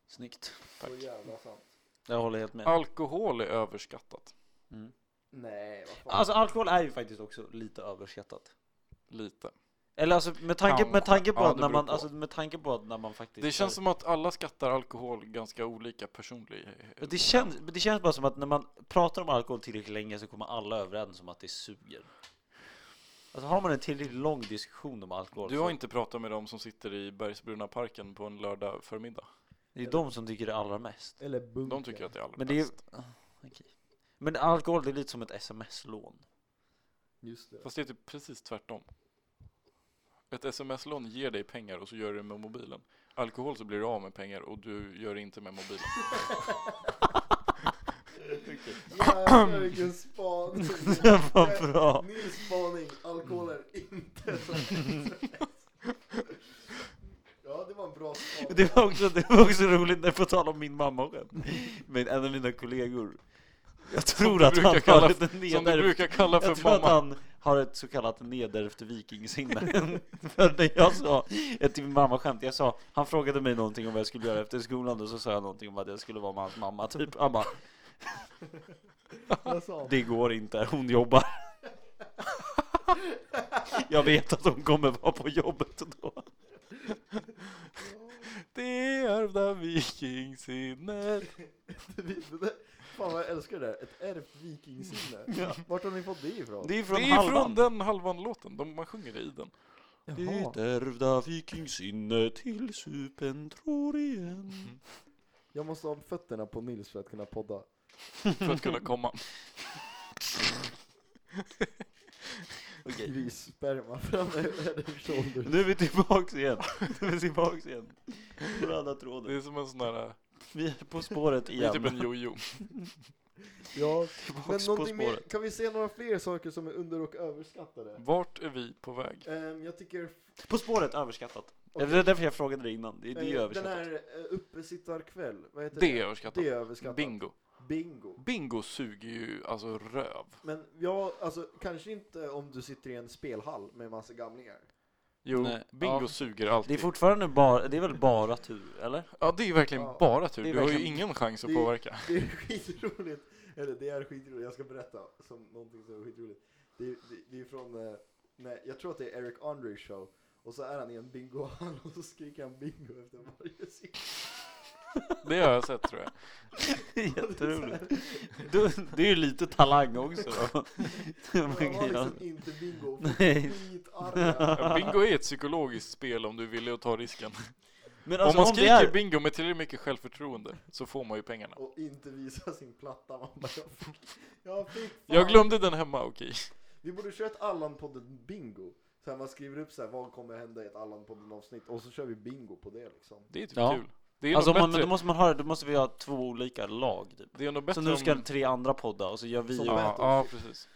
[SPEAKER 3] Snyggt.
[SPEAKER 2] så jävla sant.
[SPEAKER 3] Jag håller helt med.
[SPEAKER 1] Alkohol är överskattat.
[SPEAKER 3] Mm.
[SPEAKER 2] Nej, vad fan.
[SPEAKER 3] Alltså alkohol är ju faktiskt också lite överskattat.
[SPEAKER 1] Lite.
[SPEAKER 3] Eller alltså med tanke, med
[SPEAKER 1] Kanske.
[SPEAKER 3] tanke på
[SPEAKER 1] Ja,
[SPEAKER 3] att
[SPEAKER 1] det
[SPEAKER 3] när
[SPEAKER 1] beror
[SPEAKER 3] man,
[SPEAKER 1] på.
[SPEAKER 3] alltså med tanke på att när man faktiskt
[SPEAKER 1] Det känns
[SPEAKER 3] är-
[SPEAKER 1] som att alla skattar alkohol ganska olika personlig.
[SPEAKER 3] det känns, det känns bara som att när man pratar om alkohol tillräckligt länge så kommer alla överens om att det suger. Alltså har man en tillräckligt lång diskussion om alkohol
[SPEAKER 1] Du har
[SPEAKER 3] så-
[SPEAKER 1] inte pratat med dem som sitter i Bergsbruna parken på en lördag förmiddag.
[SPEAKER 3] Det är de som tycker det allra mest.
[SPEAKER 2] Eller bunken.
[SPEAKER 1] De tycker att det är allra
[SPEAKER 3] Men det är ju- Ah,
[SPEAKER 1] bäst.
[SPEAKER 3] Okej. Men alkohol det är lite som ett sms-lån.
[SPEAKER 2] Just det.
[SPEAKER 1] Fast det är typ precis tvärtom. Ett sms-lån ger dig pengar och så gör du det med mobilen. Alkohol så blir du av med pengar och du gör det inte med mobilen.
[SPEAKER 2] Jävlar vilken spaning.
[SPEAKER 3] Vad bra! Mm.
[SPEAKER 2] Ny spaning, alkohol är inte som Ja, det var en bra spaning.
[SPEAKER 3] Det var också, det var också roligt när jag får tala om min mamma och en. Men en av mina kollegor. Jag tror
[SPEAKER 1] du
[SPEAKER 3] att
[SPEAKER 1] brukar
[SPEAKER 3] han
[SPEAKER 1] kalla-
[SPEAKER 3] har ett
[SPEAKER 1] Som du
[SPEAKER 3] nedervärde
[SPEAKER 1] brukar kalla
[SPEAKER 3] Jag
[SPEAKER 1] för
[SPEAKER 3] tror att
[SPEAKER 1] mamma.
[SPEAKER 3] han har ett så kallat nedärvt vikingsinne. För när jag sa ett till min mamma skämt, jag sa, han frågade mig någonting om vad jag skulle göra efter skolan och så sa jag någonting om att jag skulle vara med hans mamma typ. Han bara,
[SPEAKER 2] Jag sa.
[SPEAKER 3] det går inte, hon jobbar. Jag vet att hon kommer vara på jobbet då.
[SPEAKER 1] Det ärvda vikingsinnet.
[SPEAKER 2] Fan vad jag älskar det där, ett ärvt vikingsinne. Vart har ni fått det ifrån?
[SPEAKER 3] Det är
[SPEAKER 1] Det
[SPEAKER 3] från
[SPEAKER 1] är från
[SPEAKER 3] halvan.
[SPEAKER 1] den halvan-låten, de, man sjunger det i den.
[SPEAKER 2] Jaha.
[SPEAKER 3] Det ärvda vikingsinne till supen tror igen.
[SPEAKER 2] Jag måste ha fötterna på Nils för att kunna podda.
[SPEAKER 1] För att kunna komma.
[SPEAKER 3] Okej.
[SPEAKER 2] Grissperma fram över shoulders.
[SPEAKER 3] Nu är vi tillbaks igen. Nu är vi tillbaks igen. på röda tråden.
[SPEAKER 1] Det är som en sån där,
[SPEAKER 3] Vi är på spåret
[SPEAKER 1] det är
[SPEAKER 3] igen.
[SPEAKER 1] typ en jojo.
[SPEAKER 2] Ja, men
[SPEAKER 3] Tillbaks på
[SPEAKER 2] någonting mer,
[SPEAKER 3] spåret.
[SPEAKER 2] kan vi se några fler saker som är under och överskattade?
[SPEAKER 1] Vart är vi på väg?
[SPEAKER 2] Ehm, jag tycker...
[SPEAKER 3] På spåret, överskattat.
[SPEAKER 2] Okej.
[SPEAKER 3] Det är därför jag frågade dig innan. Det är, det är ju
[SPEAKER 2] eh,
[SPEAKER 3] överskattat.
[SPEAKER 2] Den här eh, uppesittarkväll, vad heter
[SPEAKER 1] Det är
[SPEAKER 2] det?
[SPEAKER 1] överskattat.
[SPEAKER 2] Det är överskattat.
[SPEAKER 1] Bingo.
[SPEAKER 2] Bingo.
[SPEAKER 1] Bingo suger ju alltså röv.
[SPEAKER 2] Men ja, alltså kanske inte om du sitter i en spelhall med massa gamlingar.
[SPEAKER 1] Jo,
[SPEAKER 3] Nej,
[SPEAKER 1] bingo
[SPEAKER 3] ja.
[SPEAKER 1] suger
[SPEAKER 3] Det är
[SPEAKER 1] alltid.
[SPEAKER 3] fortfarande bara, det är väl bara tur, eller?
[SPEAKER 1] ja, det är verkligen
[SPEAKER 2] Ja.
[SPEAKER 1] bara tur.
[SPEAKER 3] Det är
[SPEAKER 1] Du har ju
[SPEAKER 3] verkligen-
[SPEAKER 1] ingen chans att
[SPEAKER 2] Det är-
[SPEAKER 1] påverka.
[SPEAKER 2] Det är skitroligt. Eller det är skitroligt, jag ska berätta som någonting som är skitroligt. Det är, det, det är från, eh, nej, jag tror att det är Eric Andres show. Och så är han i en bingohall och så skriker han bingo efter varje siffra.
[SPEAKER 1] Det har jag sett tror jag.
[SPEAKER 3] Det är Jätteroligt. Du, det är ju lite talang också då. Man
[SPEAKER 2] Han var
[SPEAKER 3] kan ju-
[SPEAKER 2] liksom inte bingo,
[SPEAKER 3] Nej.
[SPEAKER 2] skitarga.
[SPEAKER 1] Ja, Bingo är ett psykologiskt spel om du vill att ta risken.
[SPEAKER 3] Men alltså,
[SPEAKER 1] om man
[SPEAKER 3] det
[SPEAKER 1] skriker
[SPEAKER 3] är,
[SPEAKER 1] bingo med tillräckligt mycket självförtroende så får man ju pengarna.
[SPEAKER 2] Och inte visa sin platta. Man bara, jag fick, jag fick fan.
[SPEAKER 1] Jag glömde den hemma, okej.
[SPEAKER 2] Vi borde köra ett Allan-podden bingo. Så här, man skriver upp så här, vad kommer hända i ett Allan-podden avsnitt och så kör vi bingo på det liksom.
[SPEAKER 1] Det är typ
[SPEAKER 3] Ja.
[SPEAKER 1] kul. Det är,
[SPEAKER 3] alltså, om
[SPEAKER 1] nog
[SPEAKER 3] man, men
[SPEAKER 1] bättre,
[SPEAKER 3] då måste man ha, då måste vi ha två olika lag typ.
[SPEAKER 1] det är nog
[SPEAKER 3] Så
[SPEAKER 1] bättre
[SPEAKER 3] nu ska
[SPEAKER 1] om...
[SPEAKER 3] tre andra podda och så gör vi
[SPEAKER 2] Som
[SPEAKER 3] ja.
[SPEAKER 1] Ja,
[SPEAKER 2] Battlefield.
[SPEAKER 1] ja, precis.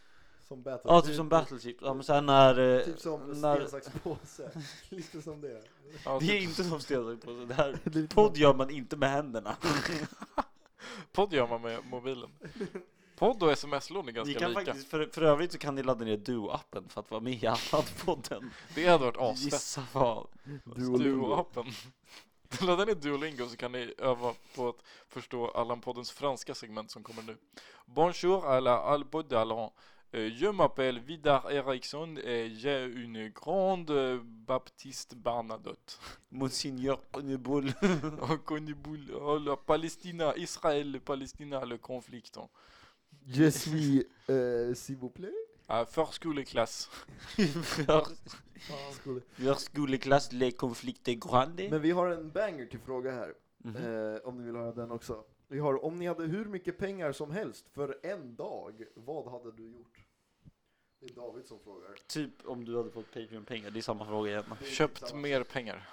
[SPEAKER 2] Som Battle.
[SPEAKER 3] ja, typ som Battleship, ja men såhär när... eh,
[SPEAKER 2] Typ som
[SPEAKER 3] när
[SPEAKER 2] sten, sax, påse. Lite som det.
[SPEAKER 1] Ja,
[SPEAKER 3] det är
[SPEAKER 1] typ.
[SPEAKER 3] inte som stensax på det här
[SPEAKER 2] Lite
[SPEAKER 3] Podd gör man inte med händerna.
[SPEAKER 1] Podd gör man med mobilen. Podd och sms-lån är
[SPEAKER 3] Ni
[SPEAKER 1] ganska
[SPEAKER 3] kan
[SPEAKER 1] lika.
[SPEAKER 3] faktiskt, för, för övrigt så kan ni ladda ner Duo-appen för att vara med i Allan-podden.
[SPEAKER 1] Det hade varit asfett.
[SPEAKER 3] Gissa vad.
[SPEAKER 1] Duo-appen. Ladda ner Duolingo så kan ni öva på att förstå Allan-poddens franska segment som kommer nu. Bonjour à la Alpod d'Allan. Eh, Je m'appelle Vidar Eriksson et j'ai une grande eh, baptiste Bernadotte.
[SPEAKER 3] Monsignor Nubull.
[SPEAKER 1] On connaît boule. Oh, la Palestina, Israël, Palestina, le conflit. hein.
[SPEAKER 2] Je suis, eh, s'il vous plaît.
[SPEAKER 1] Ah, first school class.
[SPEAKER 3] Jag skulle klass le conflicte grande.
[SPEAKER 2] Men vi har en banger till fråga här.
[SPEAKER 3] Mhm.
[SPEAKER 2] Eh, om ni vill höra den också. Vi har, om ni hade hur mycket pengar som helst för en dag, vad hade du gjort? Det är David som frågar.
[SPEAKER 3] Typ om du hade fått Patreon-pengar, det är samma fråga igen.
[SPEAKER 2] Det är
[SPEAKER 1] Köpt
[SPEAKER 2] samma-
[SPEAKER 1] mer pengar.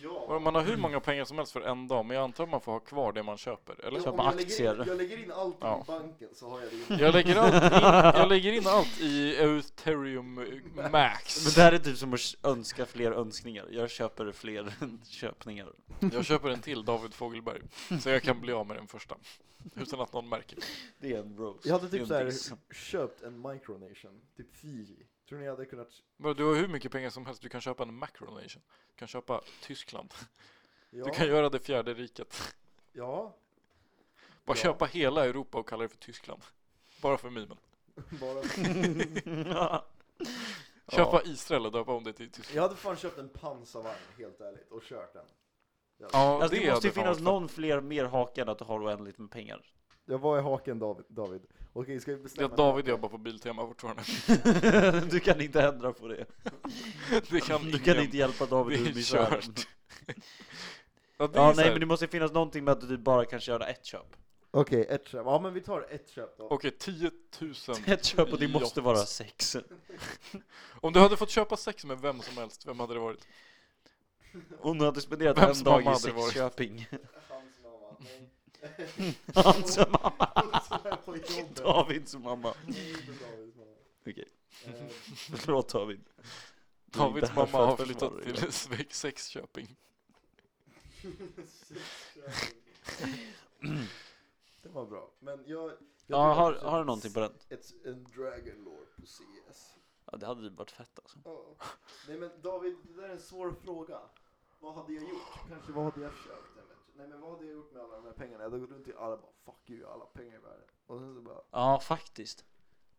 [SPEAKER 2] Ja.
[SPEAKER 1] Och Man har hur många pengar som helst för en dag, men jag antar att man får ha kvar det man köper, eller?
[SPEAKER 3] köpa
[SPEAKER 2] om jag lägger
[SPEAKER 3] aktier.
[SPEAKER 2] In, jag lägger in allt
[SPEAKER 1] Ja.
[SPEAKER 2] i banken så har jag det.
[SPEAKER 1] Jag lägger, allt in, jag lägger in allt i Ethereum eh, Max.
[SPEAKER 3] Men det här är typ som att önska fler önskningar. Jag köper fler köpningar.
[SPEAKER 1] Jag köper en till David Fogelberg, så jag kan bli av med den första. Utan att någon märker.
[SPEAKER 3] Det är en roast.
[SPEAKER 2] Jag hade
[SPEAKER 3] Det är
[SPEAKER 2] typ
[SPEAKER 3] en
[SPEAKER 2] så här,
[SPEAKER 3] diss.
[SPEAKER 2] köpt en micronation, typ Fiji. Tror ni jag hade kunnat?
[SPEAKER 1] Men Du har hur mycket pengar som helst, du kan köpa en Macronation. Du kan köpa Tyskland.
[SPEAKER 2] Ja,
[SPEAKER 1] Du kan göra det fjärde riket.
[SPEAKER 2] ja
[SPEAKER 1] Bara
[SPEAKER 2] Ja.
[SPEAKER 1] köpa hela Europa och kalla det för Tyskland. Bara för mimen.
[SPEAKER 2] bara.
[SPEAKER 1] Köpa Israel och döpa om det till Tyskland.
[SPEAKER 2] Jag hade fan köpt en pansarvagn helt ärligt och kört den.
[SPEAKER 1] Ja,
[SPEAKER 3] Alltså, det, måste ju
[SPEAKER 1] hade fan
[SPEAKER 3] finnas
[SPEAKER 1] varit
[SPEAKER 3] någon fler mer hake än att du har oändligt med pengar.
[SPEAKER 2] Jag var i haken David. David. Okej, ska
[SPEAKER 1] fett.
[SPEAKER 2] vi
[SPEAKER 1] Det är
[SPEAKER 2] bestämma?
[SPEAKER 1] att David jobbar på Biltema fortfarande.
[SPEAKER 3] du kan inte ändra på det.
[SPEAKER 1] Det kan
[SPEAKER 3] du kan inte hjälpa David
[SPEAKER 1] Det är
[SPEAKER 3] ur misären.
[SPEAKER 1] kört. Ja, det
[SPEAKER 3] Ja,
[SPEAKER 1] är
[SPEAKER 3] nej
[SPEAKER 1] nej,
[SPEAKER 3] men det måste ju finnas någonting med att du typ bara kan köra ett köp.
[SPEAKER 2] Okej, ett köp. Ja, men vi tar ett köp då.
[SPEAKER 1] Okej, 10 000.
[SPEAKER 3] Ett köp och det måste
[SPEAKER 1] Yacht.
[SPEAKER 3] vara sex.
[SPEAKER 1] Om du hade fått köpa sex med vem som helst, vem hade det varit?
[SPEAKER 3] Hon hade spenderat
[SPEAKER 1] Vems
[SPEAKER 3] en
[SPEAKER 1] mamma
[SPEAKER 3] dag i
[SPEAKER 1] hade det varit?
[SPEAKER 3] sexköping.
[SPEAKER 2] Hans mamma. Nej.
[SPEAKER 3] Hans mamma.
[SPEAKER 2] Hon som är på jobbet.
[SPEAKER 3] Davids mamma.
[SPEAKER 2] Nej, inte Davids mamma.
[SPEAKER 3] Okej,
[SPEAKER 2] Eh,
[SPEAKER 3] förlåt David. Du är inte
[SPEAKER 1] Davids
[SPEAKER 3] här
[SPEAKER 1] mamma
[SPEAKER 3] för att
[SPEAKER 1] har
[SPEAKER 3] försvara
[SPEAKER 1] flyttat till
[SPEAKER 3] dig.
[SPEAKER 1] Sve- Sexköping.
[SPEAKER 2] Det var bra. Men jag... jag tror
[SPEAKER 3] Ja,
[SPEAKER 2] jag
[SPEAKER 3] har,
[SPEAKER 2] köpt
[SPEAKER 3] har du någonting på den?
[SPEAKER 2] Ett, en dragon lord på CS.
[SPEAKER 3] Ja, det hade ju varit fett alltså.
[SPEAKER 2] Ja. Nej men David, det där är en svår fråga. Vad hade jag gjort? Kanske vad hade jag köpt? Jag vet inte. Nej men vad hade jag gjort med alla de här pengarna? Jag hade gått runt i alla och bara fuck you, jag har alla pengar i världen. Och sen så bara,
[SPEAKER 3] Ja, faktiskt.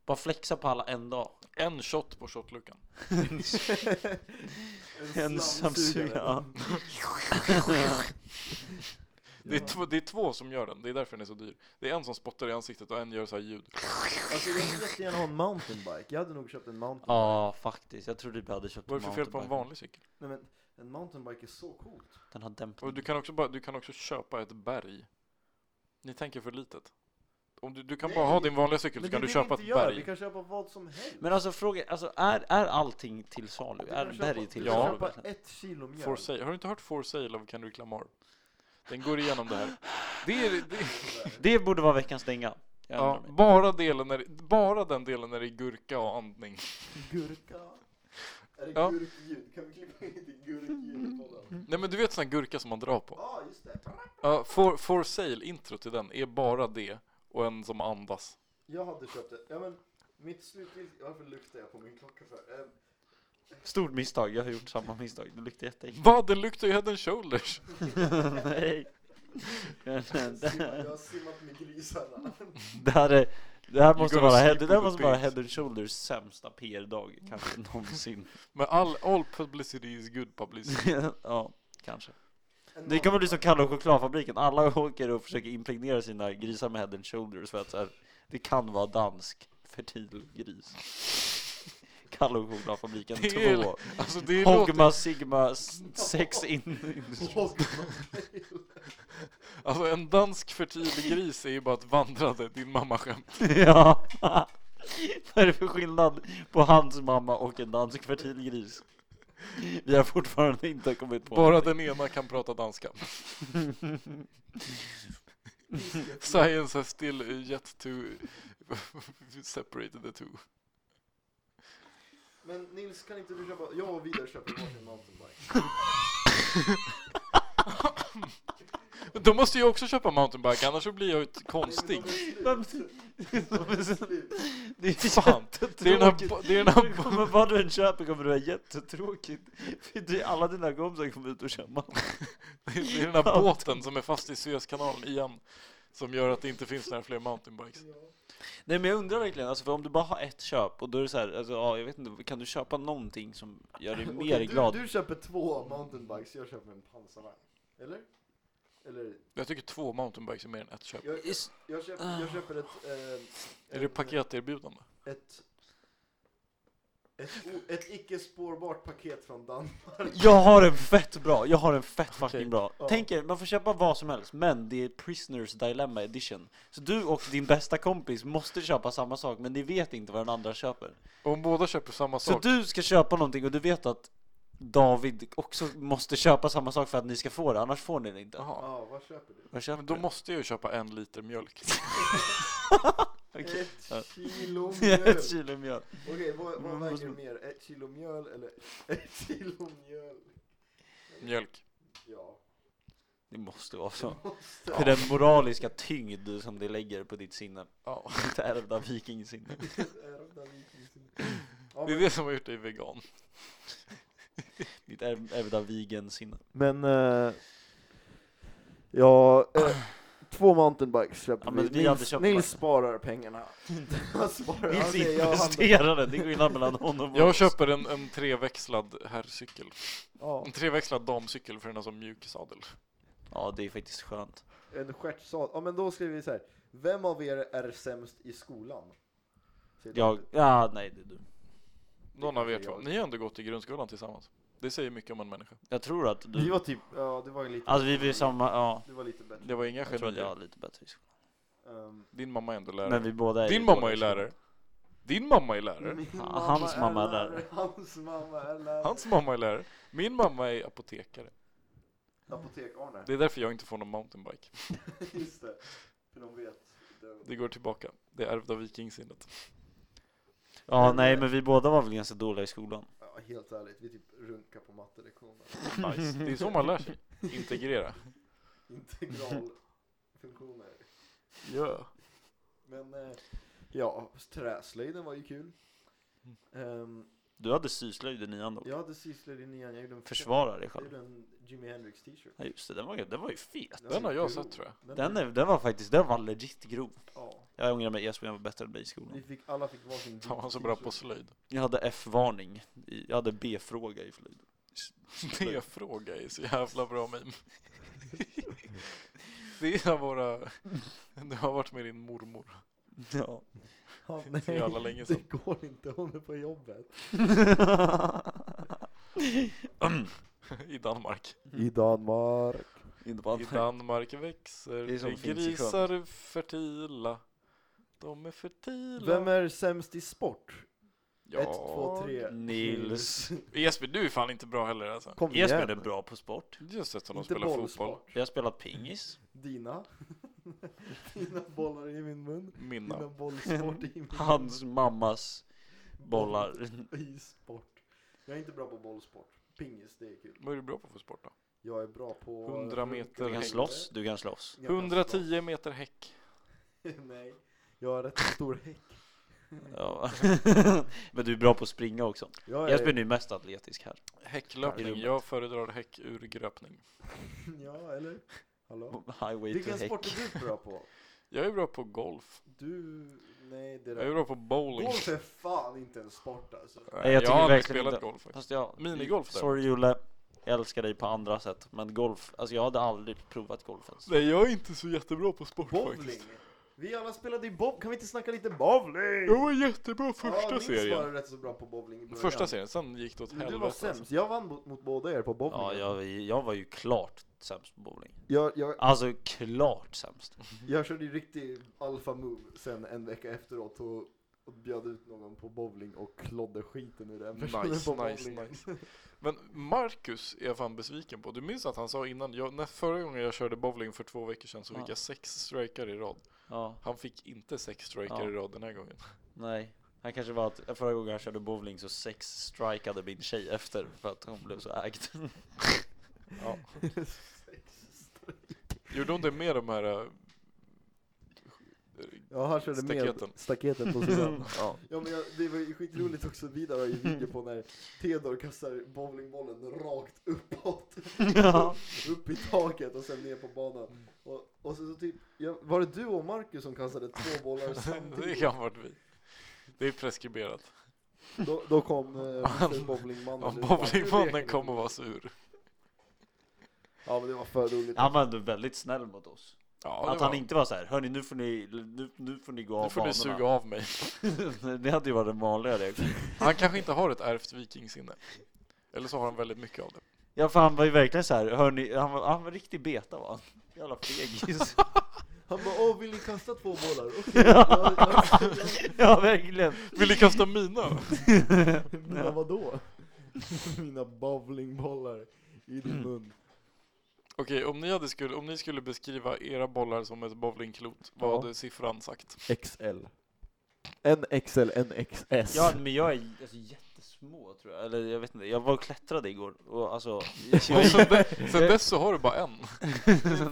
[SPEAKER 3] Bara flexa på alla en dag.
[SPEAKER 1] En shot på shotluckan.
[SPEAKER 3] En slamsugare. Ja.
[SPEAKER 2] Alltså,
[SPEAKER 1] Det är, två, det är två som gör den, det är därför den är så dyr. Det är en som spottar i ansiktet och en gör så här ljud.
[SPEAKER 2] Alltså jag vill jättegärna ha en mountainbike. Jag hade nog köpt en mountainbike.
[SPEAKER 3] ja, faktiskt. Jag trodde vi hade köpt
[SPEAKER 1] Vad är det för fel på en
[SPEAKER 3] mountainbike.
[SPEAKER 1] vanlig cykel?
[SPEAKER 2] Nej men en mountainbike är så coolt.
[SPEAKER 3] Den har dämpning.
[SPEAKER 1] Och du kan också, bara, du kan också köpa ett berg. Ni tänker för litet. Om du, du kan bara ha din vanliga cykel så kan du köpa ett berg.
[SPEAKER 2] Vi kan köpa vad som helst.
[SPEAKER 3] Men alltså fråga, alltså är, är allting till salu?
[SPEAKER 2] Vi
[SPEAKER 3] Är
[SPEAKER 2] kan
[SPEAKER 3] berg
[SPEAKER 2] köpa,
[SPEAKER 3] till
[SPEAKER 2] vi kan
[SPEAKER 1] Ja.
[SPEAKER 3] salu?
[SPEAKER 2] köpa ett kilo mjöl.
[SPEAKER 1] For sale. Har du inte hört For Sale av Kendrick Lamar? Den går igenom det här. Det är, det
[SPEAKER 3] Det borde vara veckans stänga. Jag
[SPEAKER 1] ja,
[SPEAKER 3] ändrar mig.
[SPEAKER 1] bara, delen när, bara den delen när det är gurka och andning.
[SPEAKER 2] Gurka. Är det
[SPEAKER 1] Ja.
[SPEAKER 2] gurkljud? Kan vi klippa in lite gurkljud i podden?
[SPEAKER 1] Nej men du vet sån här gurka som man drar på?
[SPEAKER 2] Ja, just det.
[SPEAKER 1] Ja, for, for Sale, intro till den, är bara det och en som andas.
[SPEAKER 2] Jag hade köpt det. Ja, men mitt slutgiltiga... Varför luktar jag på min klocka för? Eh,
[SPEAKER 3] Stort misstag, jag har gjort samma misstag. Det luktar jätteäckligt.
[SPEAKER 1] Va? Den luktar ju head and shoulders.
[SPEAKER 3] Nej. eh,
[SPEAKER 2] jag simmar- Jag har simmat med grisarna.
[SPEAKER 3] Det här, är, det här
[SPEAKER 1] You
[SPEAKER 3] måste
[SPEAKER 1] gotta
[SPEAKER 3] vara,
[SPEAKER 1] sleep
[SPEAKER 3] head, det
[SPEAKER 1] with
[SPEAKER 3] där
[SPEAKER 1] the
[SPEAKER 3] måste vara
[SPEAKER 1] pigs.
[SPEAKER 3] Head and Shoulders sämsta PR-dag kanske någonsin.
[SPEAKER 1] Men all, all publicity is good publicity.
[SPEAKER 3] ja, kanske.
[SPEAKER 2] En
[SPEAKER 3] Det kommer bli som Kalle och chokladfabriken. Alla åker och försöker impregnera sina grisar med Head and Shoulders för att så här, det kan vara dansk fertil gris. Kalle och chokladfabriken
[SPEAKER 1] Det är-
[SPEAKER 3] 2.
[SPEAKER 1] Alltså det låter,
[SPEAKER 3] Hogma Sigma s- sex in.
[SPEAKER 1] alltså en dansk fertil gris är ju bara ett vandrande din mamma-skämt.
[SPEAKER 3] ja. Vad är det för skillnad på hans mamma och en dansk fertil gris? Vi har fortfarande inte kommit på
[SPEAKER 1] Bara
[SPEAKER 3] någonting.
[SPEAKER 1] den ena kan prata danska. Science has still yet to separate the two.
[SPEAKER 2] Men Nils, kan inte du köpa... Jag och Vidar köper varsin mountainbike.
[SPEAKER 1] Då måste jag också köpa mountainbike, annars så blir jag ju ett
[SPEAKER 2] Nej,
[SPEAKER 1] konstig.
[SPEAKER 2] men de är slut.
[SPEAKER 3] Det är
[SPEAKER 1] Fan, det är den här,
[SPEAKER 3] jättetråkigt.
[SPEAKER 1] bo- det är den
[SPEAKER 3] Du
[SPEAKER 1] här, bo-
[SPEAKER 3] kommer, vad du än köper kommer det vara jättetråkigt. För det- Alla dina kompisar kommer ut och köra mat.
[SPEAKER 1] det är den här båten som är fast i Suezkanalen igen. Som gör att det inte finns några fler mountainbikes.
[SPEAKER 3] Nej men jag undrar verkligen, alltså, för om du bara har ett köp och då är det så här, alltså, ja, jag vet inte, kan du köpa någonting som gör dig mer
[SPEAKER 2] Okej,
[SPEAKER 3] glad?
[SPEAKER 2] Du, du köper två mountainbikes, jag köper en pansarvagn. Eller? Eller?
[SPEAKER 1] Jag tycker två mountainbikes är mer än ett köp.
[SPEAKER 2] Jag,
[SPEAKER 3] Is-
[SPEAKER 2] jag, köper, jag köper ett... Eh,
[SPEAKER 1] Är det
[SPEAKER 2] en-
[SPEAKER 1] paketerbjudande?
[SPEAKER 2] Ett, ett, o- ett icke spårbart paket från Danmark.
[SPEAKER 3] Jag har en fett bra, jag har en fett
[SPEAKER 1] Okej.
[SPEAKER 3] fucking bra.
[SPEAKER 2] Ja.
[SPEAKER 3] Tänk er, man får köpa vad som helst, men det är Prisoners Dilemma edition. Så du och din bästa kompis måste köpa samma sak, men ni vet inte vad den andra köper.
[SPEAKER 1] Om båda köper samma
[SPEAKER 3] Så
[SPEAKER 1] sak,
[SPEAKER 3] du ska köpa någonting och du vet att David också måste köpa samma sak för att ni ska få det, annars får ni det inte.
[SPEAKER 1] Jaha.
[SPEAKER 2] Ja, vad köper du?
[SPEAKER 3] Vad köper
[SPEAKER 1] Men då
[SPEAKER 3] du?
[SPEAKER 1] måste jag ju köpa en liter mjölk.
[SPEAKER 3] Okej. Ja.
[SPEAKER 2] Ett kilo mjöl.
[SPEAKER 3] Ett Mm, kilo mjöl.
[SPEAKER 2] Okej, vad, vad väger mer? Ett kilo mjöl eller ett kilo mjöl?
[SPEAKER 1] Mjölk.
[SPEAKER 2] Ja.
[SPEAKER 3] Det måste vara så.
[SPEAKER 2] Måste.
[SPEAKER 3] För den moraliska tyngd som det lägger på ditt sinne.
[SPEAKER 1] Ja.
[SPEAKER 3] Ditt ärvda vikingsinne.
[SPEAKER 2] Är de där vikingsinne? Ja,
[SPEAKER 1] Det är
[SPEAKER 2] men-
[SPEAKER 1] det som har gjort dig vegan.
[SPEAKER 3] Ditt är- ärvda vigensinne.
[SPEAKER 2] Men eh, ja, eh, två mountainbikes köpte
[SPEAKER 3] Ja, men
[SPEAKER 2] vi.
[SPEAKER 3] vi hade
[SPEAKER 2] Nils,
[SPEAKER 3] köpt
[SPEAKER 2] Nils
[SPEAKER 3] bike.
[SPEAKER 2] sparar pengarna. Han sparar. Han
[SPEAKER 3] Nils
[SPEAKER 2] säger, jag, han,
[SPEAKER 3] investerare, det är skillnad mellan honom och
[SPEAKER 1] Jag
[SPEAKER 3] oss.
[SPEAKER 1] köper en, en treväxlad herrcykel.
[SPEAKER 2] ja,
[SPEAKER 1] En treväxlad damcykel för den har som mjuk sadel.
[SPEAKER 3] Ja, det är faktiskt skönt.
[SPEAKER 2] en stjärtsal. Ja men då skriver vi så här. Vem av er är sämst i skolan? Säger
[SPEAKER 3] Jag,
[SPEAKER 2] David.
[SPEAKER 3] ja nej det är du.
[SPEAKER 1] Någon av er två.
[SPEAKER 2] jag.
[SPEAKER 1] Ni har ändå gått i grundskolan tillsammans. Det säger mycket om en människa.
[SPEAKER 3] Jag tror att
[SPEAKER 2] Vi
[SPEAKER 3] du...
[SPEAKER 2] var typ, ja det var lite
[SPEAKER 3] Alltså vi var ju samma, ja.
[SPEAKER 2] Det var lite bättre.
[SPEAKER 1] Det var inga
[SPEAKER 3] Jag tror att jag har
[SPEAKER 1] genier.
[SPEAKER 3] lite bättre i skolan.
[SPEAKER 2] Ehm,
[SPEAKER 1] Din mamma är ändå lärare.
[SPEAKER 3] Men vi båda är
[SPEAKER 1] Din
[SPEAKER 3] ju
[SPEAKER 1] mamma
[SPEAKER 3] dåliga
[SPEAKER 1] är
[SPEAKER 3] i skolan.
[SPEAKER 1] lärare. Din mamma är lärare.
[SPEAKER 2] min
[SPEAKER 3] Ja, hans mamma är lärare.
[SPEAKER 2] Hans mamma är lärare.
[SPEAKER 1] Hans mamma är lärare. Min mamma är apotekare.
[SPEAKER 2] Apotek-Arne.
[SPEAKER 1] Det är därför jag inte får någon mountainbike.
[SPEAKER 2] Just det. För de vet. Det-
[SPEAKER 1] Det går tillbaka. Det är ärvda vikingsinnet.
[SPEAKER 2] Eh,
[SPEAKER 3] Ja, nej men vi båda var väl ganska dåliga i skolan.
[SPEAKER 2] Ja, helt ärligt, vi typ runkar på mattelektionen.
[SPEAKER 1] Nice. Det är så man lär sig. Integrera.
[SPEAKER 2] Integralfunktioner.
[SPEAKER 1] Ja.
[SPEAKER 2] Men eh, ja, träslöjden var ju kul.
[SPEAKER 1] Mm.
[SPEAKER 2] Ehm,
[SPEAKER 3] Du hade syslöjd i nian då.
[SPEAKER 2] jag hade sysslor i nian, jag gjorde en
[SPEAKER 3] Försvara dig
[SPEAKER 2] Jag
[SPEAKER 3] själv.
[SPEAKER 2] gjorde en Jimi Hendrix t-shirt.
[SPEAKER 3] Ja just det, den var, den var ju fet.
[SPEAKER 1] Den har jag
[SPEAKER 2] supergrov.
[SPEAKER 1] sett tror jag.
[SPEAKER 3] Den, är, den var faktiskt, den var legit grov.
[SPEAKER 2] Ja,
[SPEAKER 3] Jag ångrar mig, Esbjörn var bättre än mig i
[SPEAKER 2] vi
[SPEAKER 3] skolan.
[SPEAKER 2] fick, alla fick varsin
[SPEAKER 1] Han var så bra på slöjd.
[SPEAKER 3] Jag hade F-varning, i- jag hade B-fråga i flöjd.
[SPEAKER 1] B-fråga är så jävla bra meme. Det är en av våra... Du har varit med din mormor.
[SPEAKER 3] Ja.
[SPEAKER 2] Ja,
[SPEAKER 1] så jävla länge sedan.
[SPEAKER 2] det går inte, hon är på jobbet.
[SPEAKER 1] I Danmark.
[SPEAKER 2] I Danmark.
[SPEAKER 3] Inte bara
[SPEAKER 1] I Danmark växer
[SPEAKER 3] Det är som
[SPEAKER 1] det
[SPEAKER 3] finns i sjön.
[SPEAKER 1] grisar fertila De är fertila.
[SPEAKER 2] Vem är sämst i sport? Ett, två, tre.
[SPEAKER 3] Nils.
[SPEAKER 1] Jesper, du är fan inte bra heller alltså.
[SPEAKER 2] Kom igen.
[SPEAKER 3] Jesper är bra på sport.
[SPEAKER 1] Just eftersom de
[SPEAKER 2] Inte
[SPEAKER 1] spelar fotboll.
[SPEAKER 2] bollsport.
[SPEAKER 3] Vi har spelat pingis.
[SPEAKER 2] Dina. Dina bollar i min mun. Dina
[SPEAKER 1] Minna.
[SPEAKER 2] bollsport i min mun.
[SPEAKER 3] Hans mammas bollar.
[SPEAKER 2] I sport. Jag är inte bra på bollsport. Pingis, det är kul.
[SPEAKER 1] Vad är du bra på för sport då?
[SPEAKER 2] Jag är bra på...
[SPEAKER 1] 100 meter
[SPEAKER 3] Du kan slåss, du kan slåss.
[SPEAKER 2] Jag kan
[SPEAKER 1] 110 meter häck.
[SPEAKER 2] slåss. Nej. Jag har rätt stor häck.
[SPEAKER 3] Ja. Men du är bra på att springa också.
[SPEAKER 2] Jag
[SPEAKER 3] Jesper är nu mest atletisk här. I
[SPEAKER 1] Häcklöpning.
[SPEAKER 3] rummet.
[SPEAKER 1] Jag föredrar häckurgröpning.
[SPEAKER 2] Ja, eller? Hallå?
[SPEAKER 3] Highway to
[SPEAKER 2] Vilken sport
[SPEAKER 3] häck.
[SPEAKER 2] är du bra på?
[SPEAKER 1] Jag är bra på golf.
[SPEAKER 2] Du... Nej, det
[SPEAKER 1] Jag är
[SPEAKER 2] där.
[SPEAKER 1] bra på bowling.
[SPEAKER 2] Golf är fan inte en sport alltså.
[SPEAKER 1] Nej,
[SPEAKER 3] jag
[SPEAKER 1] jag,
[SPEAKER 3] tycker
[SPEAKER 1] har aldrig
[SPEAKER 3] verkligen
[SPEAKER 1] spelat
[SPEAKER 3] inte-
[SPEAKER 1] golf faktiskt.
[SPEAKER 3] Fast jag,
[SPEAKER 1] Minigolf typ. där.
[SPEAKER 3] Sorry Julle, jag älskar dig på andra sätt. Men golf, alltså jag hade aldrig provat golf ens.
[SPEAKER 1] Nej, jag är inte så jättebra på sport
[SPEAKER 2] Bowling!
[SPEAKER 1] faktiskt.
[SPEAKER 2] Vi alla spelade ju bob... Kan vi inte snacka lite bowling?
[SPEAKER 1] Jag var jättebra
[SPEAKER 2] ja,
[SPEAKER 1] första
[SPEAKER 2] Nils var
[SPEAKER 1] serien.
[SPEAKER 2] rätt så bra på bowling i början.
[SPEAKER 1] Första serien, sen gick det åt
[SPEAKER 2] Men
[SPEAKER 1] helvete. alltså.
[SPEAKER 2] du var sämst. Jag vann mot, mot båda er på bowling.
[SPEAKER 3] Ja, jag, jag var ju klart sämst på bowling.
[SPEAKER 2] jag, jag,
[SPEAKER 3] Alltså klart sämst.
[SPEAKER 2] Jag körde ju riktig alpha move sen en vecka efteråt och, och bjöd ut någon på bowling och klodde skiten ur den personen
[SPEAKER 1] Nice,
[SPEAKER 2] på bowling.
[SPEAKER 1] nice, nice. Men Marcus är jag fan besviken på. Du minns att han sa innan, jag, när förra gången jag körde bowling för två veckor sedan så fick
[SPEAKER 3] Ja.
[SPEAKER 1] jag sex strikar i rad.
[SPEAKER 3] Ja,
[SPEAKER 1] Han fick inte sex strikar
[SPEAKER 3] Ja.
[SPEAKER 1] i rad den här gången.
[SPEAKER 3] nej. Han kanske var att förra gången jag körde bowling så sex strikade min tjej efter för att hon blev så ägd.
[SPEAKER 1] Ja. Gjorde hon det med de här... eh,
[SPEAKER 2] Ja, han körde
[SPEAKER 1] Staketen.
[SPEAKER 2] med staketen på sidan.
[SPEAKER 3] Ja.
[SPEAKER 2] Ja men jag, det var ju skitroligt också, Vidar har ju video på när Theodor kastar bowlingbollen rakt uppåt.
[SPEAKER 3] Ja.
[SPEAKER 2] Upp i taket och sen ner på banan. Och, och så, så typ, ja, var det du och Marcus som kastade två bollar
[SPEAKER 1] det
[SPEAKER 2] samtidigt?
[SPEAKER 1] kan ha varit vi. Det är preskriberat.
[SPEAKER 2] Då, då kom eh, bowlingmannen.
[SPEAKER 1] Om
[SPEAKER 2] ut och bara, "Nu
[SPEAKER 1] bowlingmannen
[SPEAKER 2] leker vi."
[SPEAKER 1] kommer vara sur.
[SPEAKER 2] Ja men det var för roligt.
[SPEAKER 3] Han var ändå väldigt snäll mot oss.
[SPEAKER 1] Ja, det
[SPEAKER 3] att han
[SPEAKER 1] var-
[SPEAKER 3] inte var så här, hörni nu får ni, nu, nu får ni gå av
[SPEAKER 1] Nu får ni suga av mig.
[SPEAKER 3] suga Det hade ju varit den vanliga reaktionen.
[SPEAKER 1] Han kanske inte har ett ärvt vikingsinne. Eller så har han väldigt mycket av det.
[SPEAKER 3] Ja för han var ju verkligen så här, hörni, han var, han var riktig beta va? Jävla fegis.
[SPEAKER 2] Han bara åh vill ni kasta två bollar? Okej, ja, ja,
[SPEAKER 3] ja verkligen.
[SPEAKER 1] Vill du kasta mina?
[SPEAKER 2] ja. Mina vadå? Mina bowlingbollar i din mun.
[SPEAKER 1] Okej, om ni, hade skulle, om ni skulle beskriva era bollar som ett bowlingklot, vad
[SPEAKER 2] Ja.
[SPEAKER 1] hade siffran sagt?
[SPEAKER 2] XL. En XL, en XS.
[SPEAKER 3] Ja men jag är alltså, jättesmå tror jag, eller jag vet inte, jag var och klättrade igår och alltså
[SPEAKER 1] Och sen,
[SPEAKER 3] jag,
[SPEAKER 1] de, sen dess så har du bara en.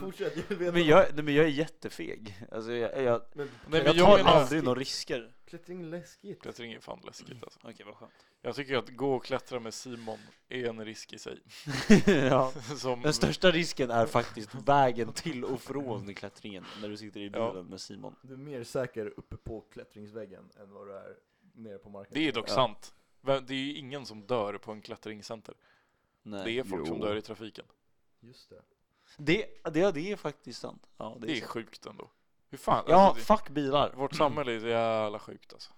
[SPEAKER 2] Fortsätt, jag vet
[SPEAKER 3] men, jag, nej, men jag är jättefeg, alltså jag, jag,
[SPEAKER 2] Men
[SPEAKER 1] Nej, men
[SPEAKER 3] jag
[SPEAKER 1] jag
[SPEAKER 3] tar
[SPEAKER 1] menar...
[SPEAKER 3] aldrig några risker
[SPEAKER 2] klättring läskigt.
[SPEAKER 1] Klättring är fan läskigt alltså.
[SPEAKER 3] Okej vad skönt
[SPEAKER 1] Jag tycker att gå och klättra med Simon är en risk i sig.
[SPEAKER 3] ja.
[SPEAKER 1] Som,
[SPEAKER 3] Den största risken är faktiskt vägen till och från klättringen när du sitter i bilen
[SPEAKER 1] Ja.
[SPEAKER 3] med Simon
[SPEAKER 2] Du är mer säker uppe på klättringsväggen än vad du är nere på marken.
[SPEAKER 1] det är dock
[SPEAKER 3] Ja.
[SPEAKER 1] sant. Vem- Det är ju ingen som dör på en klättringscenter.
[SPEAKER 3] Nej.
[SPEAKER 1] Det är folk som
[SPEAKER 2] Jo.
[SPEAKER 1] dör i trafiken.
[SPEAKER 2] Just det.
[SPEAKER 3] det, det, ja, det är faktiskt sant Ja det är,
[SPEAKER 1] Det är
[SPEAKER 3] sant.
[SPEAKER 1] sjukt ändå. Hur fan?
[SPEAKER 3] Ja,
[SPEAKER 1] alltså,
[SPEAKER 3] fuck bilar
[SPEAKER 1] det, vårt samhälle är så jävla sjukt alltså.